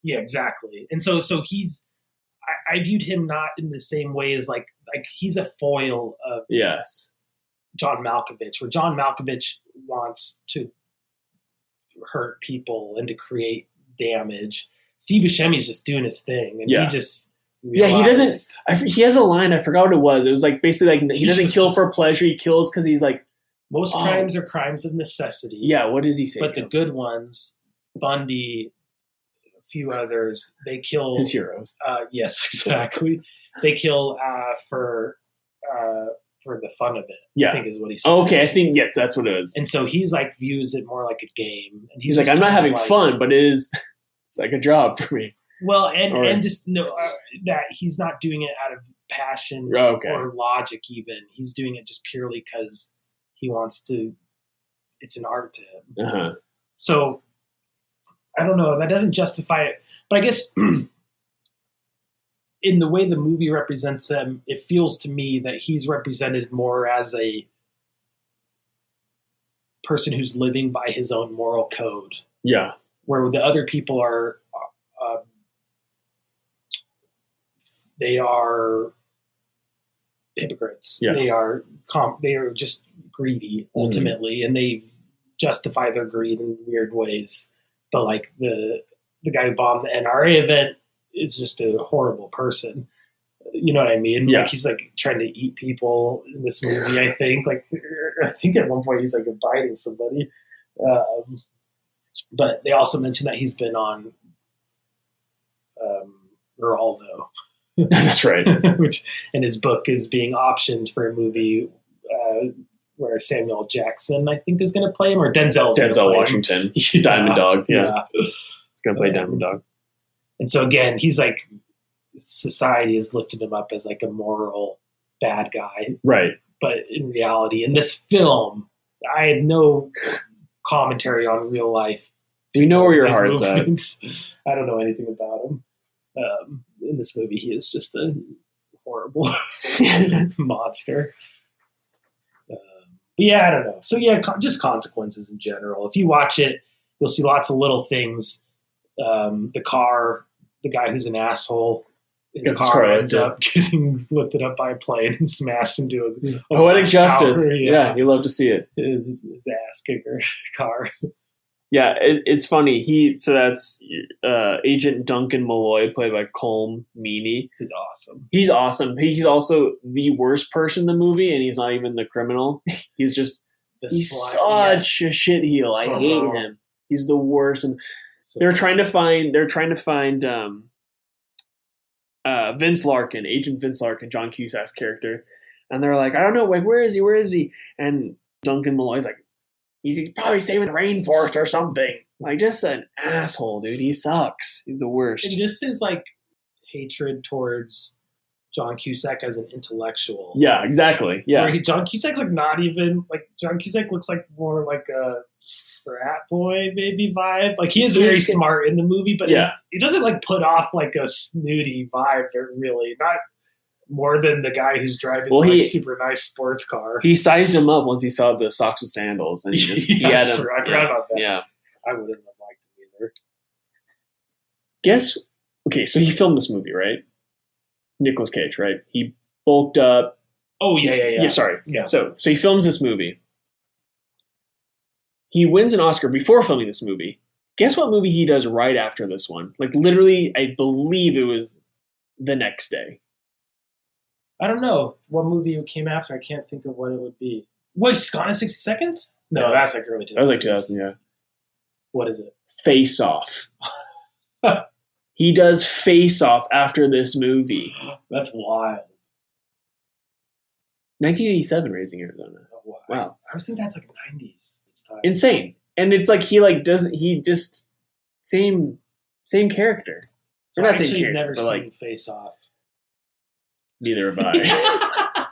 S1: Yeah, exactly. And so, so he's. I, I viewed him not in the same way as like like he's a foil of
S2: yes,
S1: John Malkovich, where John Malkovich wants to hurt people and to create damage. Steve Buscemi's just doing his thing, and
S2: Yeah.
S1: he just
S2: Yeah, he doesn't-
S1: realized-
S2: I, f- he has a line. I forgot what it was. It was like basically like he
S1: He's
S2: doesn't
S1: just-
S2: kill for pleasure. He kills because he's like,
S1: Most
S2: Oh.
S1: crimes are crimes of necessity.
S2: yeah. What does he say?
S1: but the good ones, Bundy, a few others, they kill.
S2: his heroes.
S1: Uh, yes, exactly. they kill uh, for uh, for the fun of it. I
S2: Yeah.
S1: think is what he says.
S2: Okay, I think yeah, that's what it was.
S1: And so he's like views it more like a game, and
S2: He's like,
S1: just
S2: I'm not
S1: kind of
S2: having
S1: like-
S2: fun, but it is. It's like a job for me.
S1: Well, and
S2: Or-
S1: and just no, uh, that he's not doing it out of passion
S2: Oh, okay.
S1: or logic. Even he's doing it just purely because he wants to. It's an art to him.
S2: Uh huh.
S1: So I don't know. That doesn't justify it, but I guess in the way the movie represents him, it feels to me that he's represented more as a person who's living by his own moral code
S2: Yeah.
S1: where the other people are uh, they are hypocrites
S2: Yeah.
S1: they are comp- they are just greedy
S2: Mhm.
S1: ultimately and they justify their greed in weird ways but like the the guy who bombed the NRA event is just a horrible person you know what I mean?
S2: Yeah.
S1: Like he's like trying to eat people in this movie. I think like I think at one point he's like biting somebody. Um, but they also mentioned that he's been on um, Geraldo,
S2: that's right.
S1: which and his book is being optioned for a movie uh, where Samuel Jackson I think is going to play him or Denzel's gonna play
S2: Denzel
S1: him.
S2: Washington,
S1: Yeah.
S2: Diamond Dog. Yeah,
S1: yeah.
S2: he's gonna play Diamond Dog.
S1: And so again, he's like society has lifted him up as like a moral bad guy
S2: Right.
S1: but in reality, in this film, I have no commentary on real life.
S2: We know where your
S1: His
S2: heart's at.
S1: movements. I don't know anything about him. Um, in this movie, he is just a horrible monster. Um, but yeah, I don't know. So yeah, con- just consequences in general. If you watch it, you'll see lots of little things. Um, the car, the guy who's an asshole. His
S2: Gets his
S1: car,
S2: car
S1: ends
S2: lifted.
S1: up getting lifted up by a plane and smashed into a a
S2: Hmm.
S1: watchtower,
S2: Poetic justice.
S1: yeah.
S2: yeah. you love to see it.
S1: his, his ass kicker car.
S2: Yeah, it, it's funny. He so that's uh, Agent Duncan Malloy, played by Colm Meaney.
S1: is awesome.
S2: He's awesome. He's also the worst person in the movie, and he's not even the criminal. He's just
S1: The
S2: he's
S1: slime,
S2: such
S1: yes.
S2: a shitheel. I
S1: Uh-huh.
S2: hate him. He's the worst. And they're trying to find they're trying to find um uh Vince Larkin, Agent Vince Larkin, John Cusack's character. And they're like, I don't know, like where is he? Where is he? And Duncan Malloy's like, he's probably saving the rainforest or something. Like just an asshole, dude. He sucks. He's the
S1: and
S2: worst.
S1: just his like hatred towards John Cusack as an intellectual.
S2: Yeah, exactly.
S1: Where
S2: Yeah.
S1: he, John Cusack's like not even like John Cusack looks like more like a frat boy maybe vibe. Like he is very
S2: He's-
S1: smart in the movie, but
S2: Yeah.
S1: he's- he doesn't like put off like a snooty vibe. Really, not more than the guy who's driving
S2: Well,
S1: like,
S2: he-
S1: super nice sports car.
S2: He sized him up once he saw the socks and sandals, and he just
S1: Yeah,
S2: he had
S1: that's
S2: him.
S1: true. I forgot
S2: yeah,
S1: about that.
S2: yeah.
S1: I wouldn't have liked him either.
S2: Guess okay. So he filmed this movie, right? Nicholas Cage, right? He bulked up.
S1: Oh yeah, yeah, yeah.
S2: yeah sorry.
S1: Yeah.
S2: So so he films this movie. He wins an Oscar before filming this movie. Guess what movie he does right after this one? Like literally, I believe it was the next day.
S5: I don't know what movie it came after. I can't think of what it would be. Was Gone in 60 Seconds?
S1: No, that's like early 2000s.
S2: That was like 2000. Yeah.
S1: What is it?
S2: Face Off. he does Face Off after this movie.
S1: That's wild.
S2: 1987 Raising Arizona.
S1: Wow.
S2: Wow.
S1: I was thinking that's like 90s. It's time.
S2: Insane. And it's like he like doesn't he just same same character.
S1: So
S2: Or not
S1: I
S2: same
S1: actually
S2: character,
S1: never
S2: but,
S1: seen
S2: like-
S1: Face Off.
S2: Neither have I.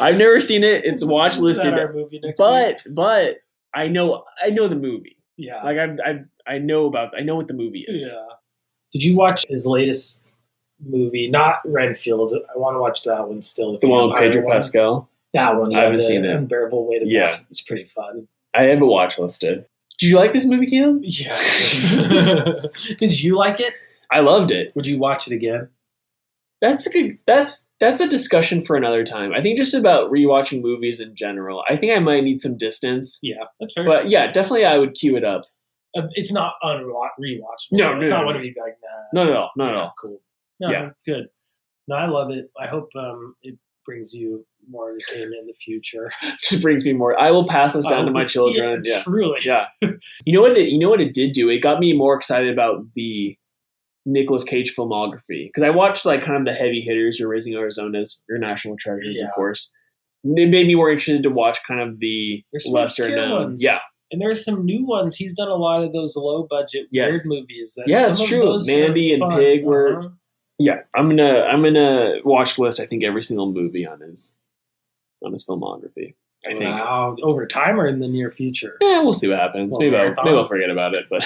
S2: I've never seen it. It's watch
S5: Is that
S2: listed.
S5: our movie next week?
S2: But but I know I know the movie.
S1: Yeah.
S2: Like I've I've I know about I know what the movie is.
S1: yeah.
S5: Did you watch his
S1: Latest movie, not Renfield. I want to watch that one still.
S2: The one with
S1: Empire
S2: Pedro Pascal.
S1: That one.
S2: I
S1: Yeah,
S2: haven't
S1: the
S2: seen it.
S1: Unbearable Weight of
S2: Yeah.
S1: Massive. It's pretty fun.
S2: I have a watch listed. Did you like this movie, Caleb?
S1: Yeah.
S5: Did you like it?
S2: I loved it.
S1: Would you watch it again?
S2: That's a good. That's that's a discussion for another time. I think just about rewatching movies in general. I think I might need some distance,
S1: Yeah, that's fair.
S2: but yeah, definitely I would queue it up.
S1: Uh, it's not unwatch rewatchable.
S2: No,
S1: it's
S2: no,
S1: not
S2: no,
S1: one
S2: no.
S1: of you like nah.
S2: Not at all. Not at
S1: yeah,
S2: all.
S1: cool. No,
S2: Yeah.
S1: good. No, I love it. I hope um, it brings you more entertainment in the future.
S2: Just brings me more. I will pass this down
S1: I
S2: to my
S1: would see
S2: children.
S1: it,
S2: Yeah,
S1: Truly.
S2: yeah. You know what? It, you know what it did do. It got me more excited about the Nicolas Cage filmography because I watched like kind of the heavy hitters, your Raising Arizona's, your National Treasures,
S1: Yeah.
S2: of course. It made me more interested to watch kind of the
S5: There's some
S2: lesser
S5: obscure
S2: known.
S5: ones.
S2: Yeah,
S5: And there's some new ones. He's done a lot of those low budget
S2: Yes.
S5: weird movies. That
S2: Yeah,
S5: some
S2: it's
S5: of
S2: true.
S5: those are
S2: Mandy and
S5: fun.
S2: Pig were-
S5: Uh-huh.
S2: Yeah, I'm gonna I'm gonna watch list. I think every single movie on his on his filmography. I think.
S5: Wow, over time or in the near future.
S2: Yeah, we'll see what happens.
S5: Well,
S2: maybe I'll,
S5: marathon.
S2: maybe I'll forget about it. But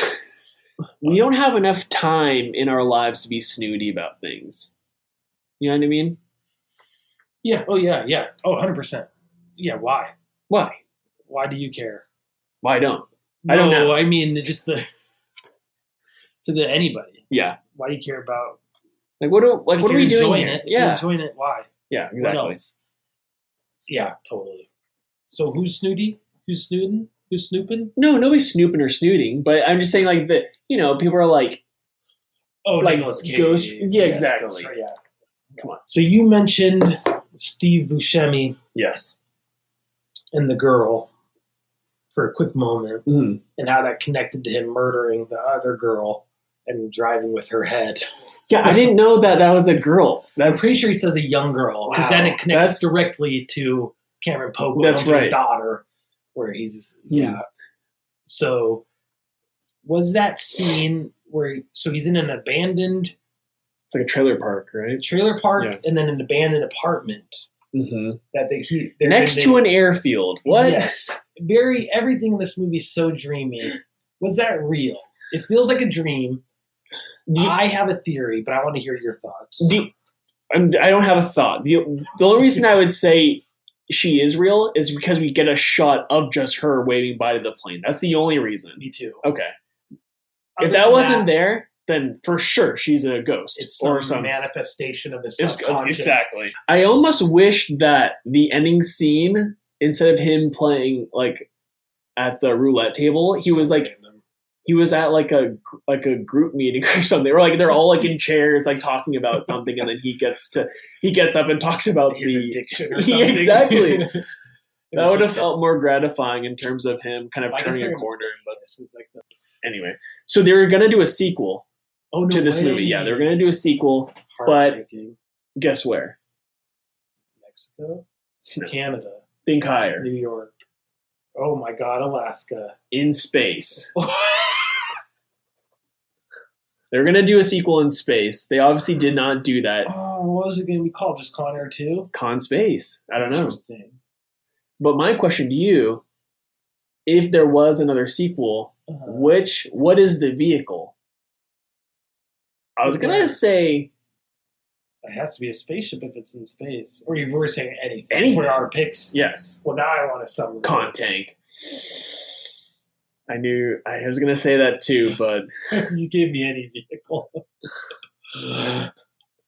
S2: we don't have enough time in our lives to be snooty about things. You know what I mean?
S1: Yeah. Oh, yeah. Yeah. Oh, 100%. Yeah. Why?
S2: Why?
S1: Why do you care?
S2: Why don't? I don't
S5: No,
S2: know.
S5: I mean, just the to the anybody.
S2: Yeah.
S1: Why do you care about
S2: Like what? Are, like
S5: If
S2: what are
S5: you're
S2: we doing
S5: enjoying
S2: here?
S5: it, if
S2: Yeah.
S5: you're enjoying it. Why?
S2: yeah.
S5: What
S2: Exactly.
S5: else?
S1: Yeah, totally.
S5: So who's snooty? Who's snootin'? Who's snooping?
S2: No, nobody's snooping or snooting. But I'm just saying, like that. You know, people are like,
S1: Oh,
S2: Like
S1: Nicolas Cage.
S2: Ghost- yeah,
S1: Yes,
S2: exactly.
S1: Ghost, right, yeah.
S5: So you mentioned Steve Buscemi
S2: yes.
S5: and the girl for a quick moment,
S2: Mhm.
S5: and how that connected to him murdering the other girl and driving with her head.
S2: Yeah, I didn't know that that was a girl.
S5: I'm
S2: That's
S5: pretty sure he says a young girl because then
S2: Wow.
S5: it connects
S2: That's-
S5: directly to Cameron Pogo,
S2: That's right. Hmm.
S5: his daughter, where he's yeah. So was that scene where so he's in an abandoned
S2: it's like a trailer park, right?
S5: trailer park
S2: Yeah.
S5: and then an abandoned apartment
S2: Mm-hmm.
S5: that they he they're-
S2: next
S5: they-
S2: to an airfield. What?
S5: yes very everything in this movie is so dreamy. Was that real? It feels like a dream.
S2: Do you,
S5: I have a theory, but I want to hear your thoughts.
S2: do you- I'm, I don't have a thought. The, the only reason I would say she is real is because we get a shot of just her waving by to the plane. That's the only reason.
S5: Me too.
S2: Okay.
S5: Other
S2: if
S5: than
S2: that wasn't there, then for sure she's a ghost
S5: it's some
S2: or some.
S5: manifestation of his
S2: it's-
S5: subconscious.
S2: exactly. I almost wish that the ending scene, instead of him playing like at the roulette table, he was like he was at like a like a group meeting or something, or like they're all like in chairs, like talking about something, and then he gets to he gets up and talks about
S5: his
S2: the.
S5: addiction or
S2: Yeah,
S5: something.
S2: exactly.
S5: It
S2: That
S5: was
S2: would have
S5: just-
S2: felt more gratifying in terms of him kind of
S5: I guess
S2: turning a
S5: they're-
S2: corner.
S5: but this is like the-
S2: Anyway, so they were gonna do a sequel
S5: oh, no
S2: to this
S5: way.
S2: movie. Yeah, they were gonna do a sequel.
S5: Heartbreaking.
S2: Guess where?
S5: Mexico,
S2: No.
S5: Canada,
S2: Think higher.
S5: New York. Oh my God, Alaska. Oh,
S2: In space. They're gonna do a sequel in space. They obviously did not do that.
S5: Oh, what was it going to be called? Just Con Air Two.
S2: Con space. I don't know.
S5: Interesting.
S2: But my question to you, if there was another sequel,
S5: Uh-huh.
S2: which what is the vehicle? I was gonna say
S1: It has to be a spaceship if it's in space. Or you're voicing anything.
S2: Anything.
S1: For our picks.
S2: Yes.
S1: Well, now I want to sum it up.
S2: Contank. I knew I was gonna say that too, but
S1: you gave me any vehicle.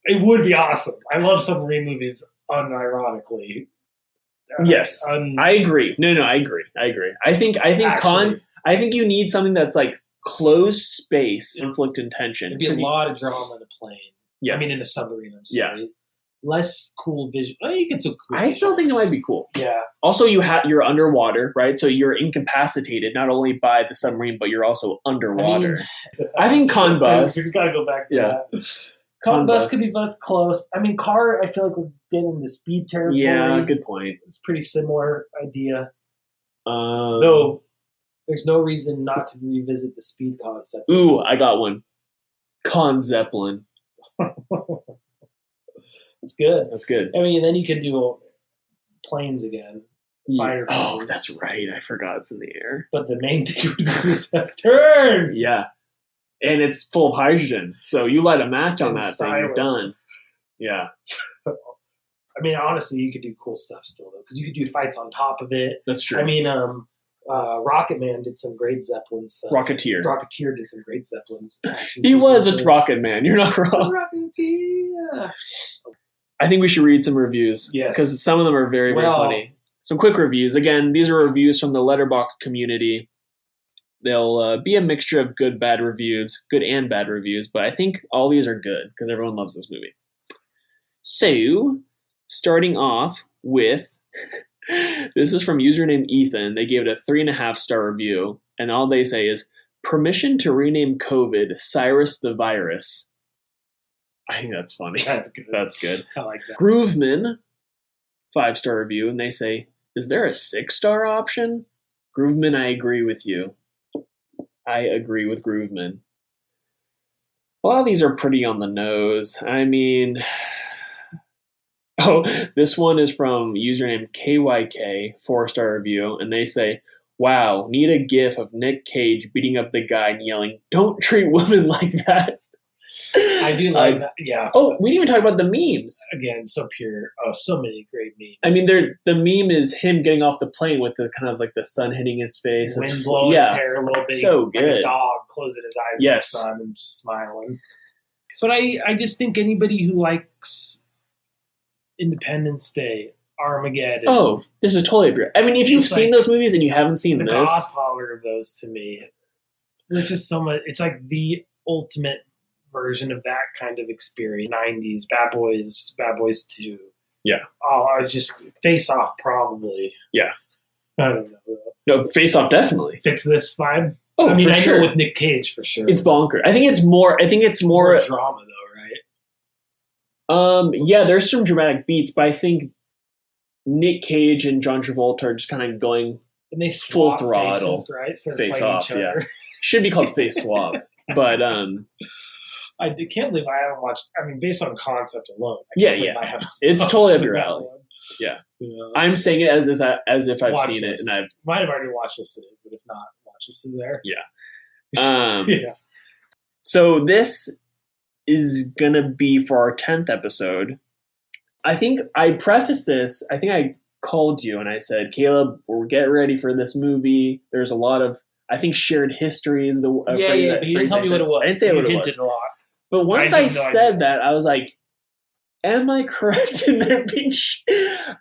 S1: it would be awesome. I love submarine movies unironically. Uh,
S2: Yes.
S1: un-
S2: I agree. No, no, I agree. I agree. I think I think con
S1: actually,
S2: I think you need something that's like closed space, conflict and tension.
S1: It'd be a
S2: 'Cause you-
S1: lot of drama in a plane.
S2: Yes.
S1: I mean, in a submarine. I'm sorry. Less cool vision. Oh, I think it's a cool.
S2: I still think it
S1: visuals.
S2: might be cool.
S1: Yeah.
S2: Also, you have you're underwater, right? So you're incapacitated not only by the submarine, but you're also underwater. I think con bus.
S1: We just gotta go back to
S2: Yeah.
S1: that. Con
S2: Con
S1: bus
S2: bus.
S1: could be bus close. I mean, car. I feel like we're getting into speed territory.
S2: yeah, good point.
S1: It's pretty similar idea.
S2: Um,
S1: Though there's no reason not to revisit the speed concept.
S2: Ooh, I got one. Con Zeppelin.
S1: It's good.
S2: That's good.
S1: I mean, then you can do planes again, Fire
S2: Oh,
S1: planes.
S2: that's right. I forgot it's in the air.
S1: but the main thing would be is have turn.
S2: Yeah, and it's full of hydrogen. So you light a match on
S1: And
S2: that thing, you're
S1: silent.
S2: done. Yeah,
S1: I mean, honestly, you could do cool stuff still though, because you could do fights on top of it.
S2: that's true.
S1: I mean, um, uh, Rocket Man did some great Zeppelin stuff.
S2: Rocketeer.
S1: Rocketeer did some great Zeppelin. action
S2: he was a
S1: sequences.
S2: rocket man. You're not wrong.
S1: Rocketeer.
S2: I think we should read some reviews.
S1: Yes.
S2: Because some of them are very, very
S1: Well-
S2: funny. Some quick reviews. Again, these are reviews from the Letterbox community. They'll uh, be a mixture of good, bad reviews, good and bad reviews, but I think all these are good because everyone loves this movie. So, starting off with this is from username Ethan. They gave it a three and a half star review, and all they say is permission to rename COVID Cyrus the Virus. I think that's funny.
S1: That's good.
S2: That's good.
S1: I like that.
S2: Grooveman, five star review, and they say, Is there a six star option? Grooveman, I agree with you. I agree with Grooveman. A lot of these are pretty on the nose. I mean, oh, this one is from username KYK, four star review, and they say, Wow, need a gif of Nick Cage beating up the guy and yelling, Don't treat women like that.
S1: I do like that. Yeah.
S2: Oh, we didn't even talk about the memes.
S1: Again, so pure. Oh, so many great memes.
S2: I mean, there the meme is him getting off the plane with the kind of like the sun hitting his face. It's-
S1: wind blowing his
S2: yeah,
S1: hair a little bit,
S2: So
S1: like a
S2: good.
S1: dog closing his eyes
S2: Yes.
S1: in the sun and just smiling.
S5: But I, I just think anybody who like
S1: Likes Independence Day, Armageddon.
S2: Oh, this is totally agree. I mean, if you've
S1: It's
S2: seen
S1: like-
S2: those movies and you haven't seen
S1: the
S2: this,
S1: Godfather of those to me. There's just so much. It's like the ultimate version of that kind of experience. Nineties, Bad Boys, Bad Boys Two.
S2: Yeah.
S1: Oh, I was just Face Off probably.
S2: Yeah.
S1: I don't know.
S2: no, Face Off definitely.
S1: Fits this vibe.
S2: Oh,
S1: I mean,
S2: for
S1: I
S2: sure.
S1: know with Nick Cage for sure.
S2: it's bonker. I think it's more. I think it's more.
S1: drama though, right?
S2: Um, yeah, there's some dramatic beats, but I think Nick Cage and John Travolta are just kind of going.
S1: And they
S2: Full
S1: swap
S2: throttle.
S1: faces, right? So they're
S2: Face
S1: playing
S2: Off,
S1: each other.
S2: yeah. Should be called face swap, but um,
S1: I d- can't believe I haven't watched. I mean, based on concept alone, I
S2: Yeah,
S1: can't believe
S2: yeah.
S1: I haven't
S2: it's
S1: watched
S2: totally up your
S1: that
S2: alley.
S1: one.
S2: Yeah.
S1: Yeah.
S2: I'm saying it as as, I- as if I've
S1: Watch
S2: seen
S1: this.
S2: it and I've.
S1: might have already watched this today, but if not, watch this in there.
S2: Um,
S1: Yeah.
S2: So this is gonna be for our tenth episode. I think I prefaced this. I think I called you and I said, Caleb, we're get ready for this movie. There's a lot of I think shared history is the a
S1: yeah,
S2: phrase
S1: yeah,
S2: that-
S1: but you didn't
S2: phrase
S1: tell
S2: I
S1: me
S2: said.
S1: what it was.
S2: I didn't say
S1: you
S2: what it
S1: hinted
S2: was.
S1: a lot.
S2: But once
S1: I
S2: I,
S1: have no
S2: said
S1: idea.
S2: that, I was like, "Am I correct in there being?" Sh-?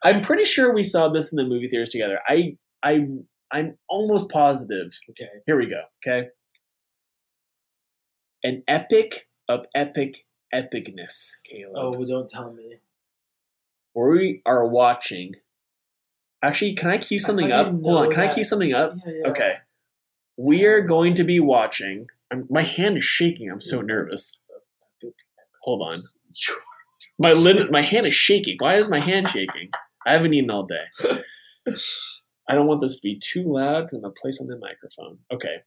S2: I'm pretty sure we saw this in the movie theaters together. I, I, I'm almost positive.
S1: Okay.
S2: Here we go. Okay. An epic of epic epicness, Caleb.
S1: Oh, well, don't tell me.
S2: We are watching. Actually, can I cue something up?
S1: fucking
S2: Hold on.
S1: know
S2: Can I
S1: that.
S2: cue something up?
S1: Yeah, yeah.
S2: Okay. We are going to be watching. I'm, my hand is shaking. I'm so nervous. Hold on. My lid, my hand is shaking. Why is my hand shaking? I haven't eaten all day. I don't want this to be too loud because I'm gonna place on the microphone. Okay.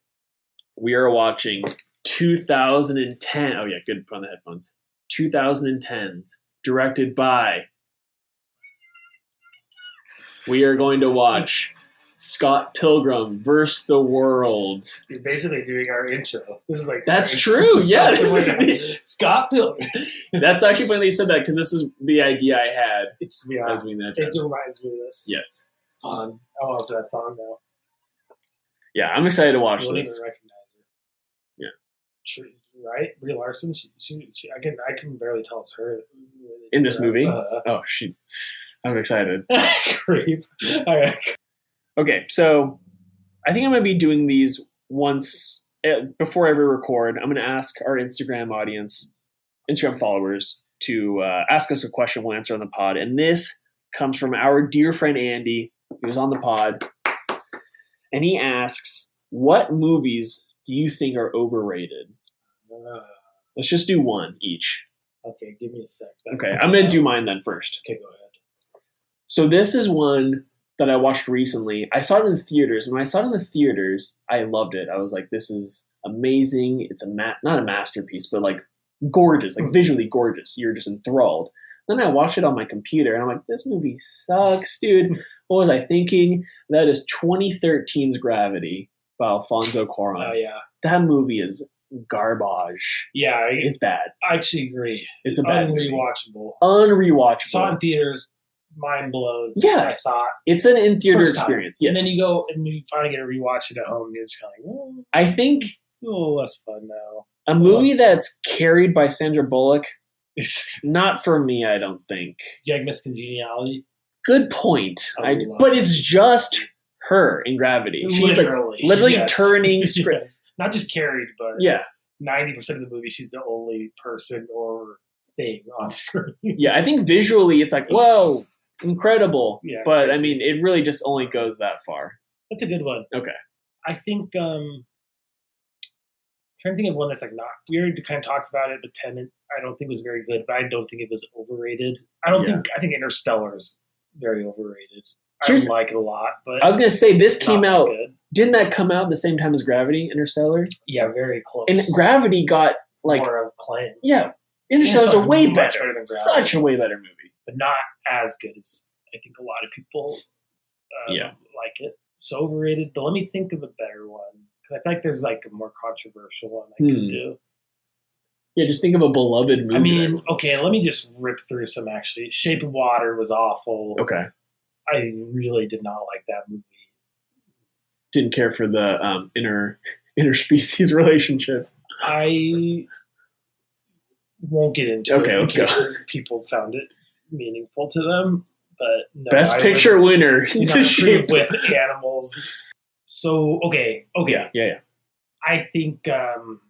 S2: We are watching 2010. Oh yeah, good. Put on the headphones. 2010's directed by. We are going to watch Scott Pilgrim versus the world.
S1: You're basically doing our intro. This is like
S2: That's
S1: our
S2: true.
S1: intro. This is
S2: yeah,
S1: something
S2: this is
S1: like-
S2: the-
S1: Scott Pilgrim.
S2: that's actually funny that you said that because this is the idea I had.
S1: It's
S2: I was
S1: yeah.
S2: doing that.
S1: It reminds me of this.
S2: Yes.
S1: Fun. I love that song now.
S2: Yeah, I'm excited to watch
S1: You won't even
S2: this.
S1: recognize it.
S2: Yeah.
S1: True, right? Brie Larson. She, she, she, I can I can barely tell it's her
S2: In this movie?
S1: Uh,
S2: Oh shoot. I'm excited.
S1: creep. All right.
S2: Okay, so I think I'm gonna be doing these once eh, before every record. I'm gonna ask our Instagram audience, Instagram followers, to uh, ask us a question. We'll answer on the pod, and this comes from our dear friend Andy, who was on the pod, and he asks, "What movies do you think are overrated?"
S1: Uh,
S2: Let's just do one each.
S1: okay, give me a sec.
S2: Okay, I'm gonna do mine then first.
S1: Okay, go ahead.
S2: So this is one that I watched recently. I saw it in theaters. and When I saw it in the theaters, I loved it. I was like, "This is amazing! It's a ma- not a masterpiece, but like gorgeous,
S1: Hmm.
S2: like visually gorgeous. You're just enthralled." Then I watched it on my computer, and I'm like, "This movie sucks, dude.
S1: Hmm.
S2: What was I thinking?" That is 2013's Gravity by Alfonso
S1: Oh
S2: Cuarón.
S1: yeah,
S2: That movie is garbage.
S1: yeah. I,
S2: It's bad.
S1: I actually agree.
S2: It's a bad, movie.
S1: unrewatchable.
S2: unrewatchable.
S1: Saw in theaters, mind blown.
S2: Yeah.
S1: I thought.
S2: It's an in theater
S1: First time.
S2: experience.
S1: And
S2: Yes,
S1: then you go and you finally get to rewatch it at home. And you're just kind of like, oh,
S2: I think
S1: a little less fun now.
S2: A movie that's carried by Sandra Bullock, not for me, I don't think.
S1: you like Miss Congeniality?
S2: Good point.
S1: I
S2: I,
S1: love
S2: but it's just her in Gravity. She's like literally
S1: Yes.
S2: turning script.
S1: Yes. Not just carried, but
S2: Yeah,
S1: ninety percent of the movie, she's the only person or thing on screen.
S2: yeah. I think visually, it's like whoa, incredible.
S1: Yeah,
S2: but I
S1: crazy.
S2: mean, it really just only goes that far.
S1: That's a good one.
S2: Okay.
S1: I think um trying to think of one that's like not we already kind of talked about it, but Tenant I don't think was very good, but I don't think it was overrated. I don't
S2: Yeah.
S1: think I think Interstellar is very overrated.
S2: Here's-
S1: I like it a lot, but
S2: I was gonna say this
S1: it's
S2: came
S1: not
S2: out.
S1: that good.
S2: Didn't that come out the same time as Gravity, Interstellar?
S1: Yeah, very close.
S2: And Gravity got like
S1: more of claim,
S2: yeah, Interstellar's
S1: Interstellar's
S2: a way
S1: much
S2: better,
S1: better than Gravity.
S2: such a way better movie.
S1: but not as good as I think a lot of people um,
S2: Yeah.
S1: like it. It's overrated, but let me think of a better one because I feel like there's like a more controversial one I
S2: Hmm.
S1: could do.
S2: Yeah, just think of a beloved movie.
S1: I mean,
S2: everyone
S1: okay,
S2: loves.
S1: let me just rip through some actually. Shape of Water was awful.
S2: okay.
S1: I really did not like that movie.
S2: Didn't care for the um, inner interspecies relationship.
S1: I won't get into
S2: Okay,
S1: it.
S2: let's go.
S1: because People found it meaningful to them, but no,
S2: Best
S1: I
S2: picture
S1: would
S2: winner.
S1: not
S2: The
S1: approve
S2: shape.
S1: with animals. So okay, okay,
S2: yeah, yeah, yeah.
S1: I think um,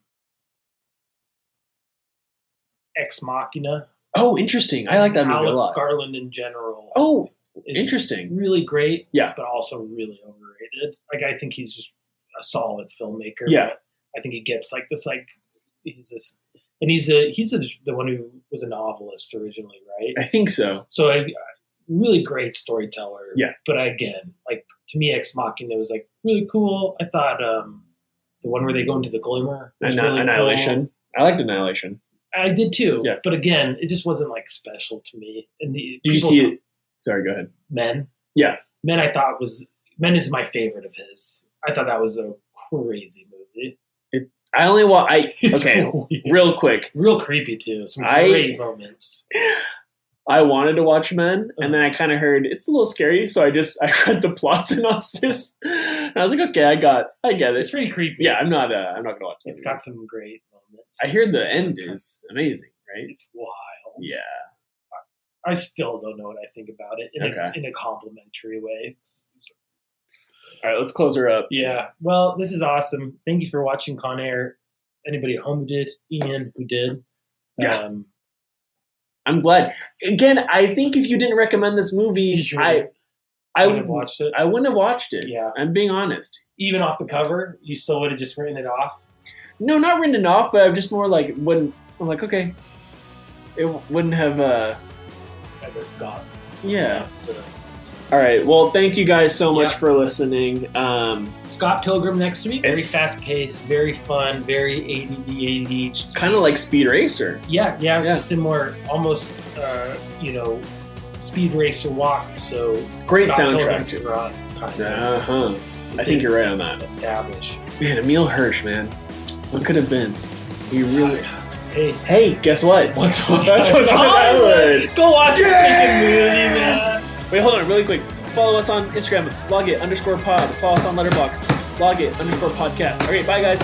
S1: Ex Machina,
S2: Oh, interesting. I like that movie a
S1: Alex
S2: lot.
S1: Garland in general.
S2: oh,
S1: is
S2: interesting.
S1: really great,
S2: Yeah.
S1: but also really overrated. Like I think he's just a solid filmmaker.
S2: Yeah.
S1: but I think he gets like this like he's this and he's a he's a, the one who was a novelist originally, right?
S2: I think so.
S1: So I really great storyteller.
S2: Yeah.
S1: but again, like to me, Ex Machina was like really cool. I thought um the one where they go into the glimmer was
S2: Anni-
S1: really cool.
S2: Annihilation. I liked Annihilation.
S1: I did too.
S2: Yeah.
S1: but again, it just wasn't like special to me. And the
S2: Did you
S1: people-
S2: see it? Sorry, go ahead.
S1: Men.
S2: Yeah.
S1: Men I thought was Men is my favorite of his. I thought that was a crazy movie.
S2: I only wa I
S1: It's
S2: okay.
S1: weird.
S2: Real quick,
S1: Real creepy too. Some
S2: I-
S1: great moments.
S2: I wanted to watch Men,
S1: Uh-huh.
S2: and then I kind of heard it's a little scary, so I just I read the plot synopsis, and I was like, okay, I got, I get it.
S1: It's pretty creepy.
S2: Yeah, I'm not. Uh, I'm not gonna watch that.
S1: It's
S2: movie.
S1: got some great moments.
S2: I hear the end is amazing, right?
S1: it's wild.
S2: Yeah,
S1: I still don't know what I think about it in,
S2: Okay.
S1: a, in a complimentary way.
S2: All right, let's close her up.
S1: Yeah. Well, this is awesome. Thank you for watching Con Air. Anybody at home who did, Ian who did.
S2: Yeah.
S1: Um,
S2: I'm glad. Again, I think if you didn't recommend this movie,
S1: you
S2: I I
S1: I would have
S2: would
S1: watched it.
S2: I wouldn't have watched it.
S1: Yeah.
S2: I'm being honest.
S1: Even off the cover, you still would have just written it off.
S2: No, not written it off, but I'm just more like wouldn't. I'm like okay, it wouldn't have. uh
S1: Ever got
S2: Yeah.
S1: the-
S2: All right. Well, thank you guys so much
S1: Yeah.
S2: for listening. Um,
S1: Scott Pilgrim next week. Very
S2: It's-
S1: fast paced, very fun, very ADD, ADHD.
S2: kind of like Speed Racer.
S1: Yeah, yeah,
S2: Yeah.
S1: similar, almost, uh, you know, speed racer walk. So
S2: Great
S1: Scott Pilgrim
S2: soundtrack
S1: can
S2: too.
S1: run. kind
S2: Uh
S1: of
S2: huh. I think you're right on that.
S1: establish.
S2: Man, Emil Hirsch, man. What could have been? He really.
S1: Hey,
S2: Hey, guess what? What's That's what's on Hollywood.
S1: Hollywood. go watch
S2: Yeah!
S1: a freaking movie, man.
S2: Wait, hold on, really quick. Follow us on Instagram, log it underscore pod. Follow us on Letterbox, log it underscore podcast. All right, bye guys.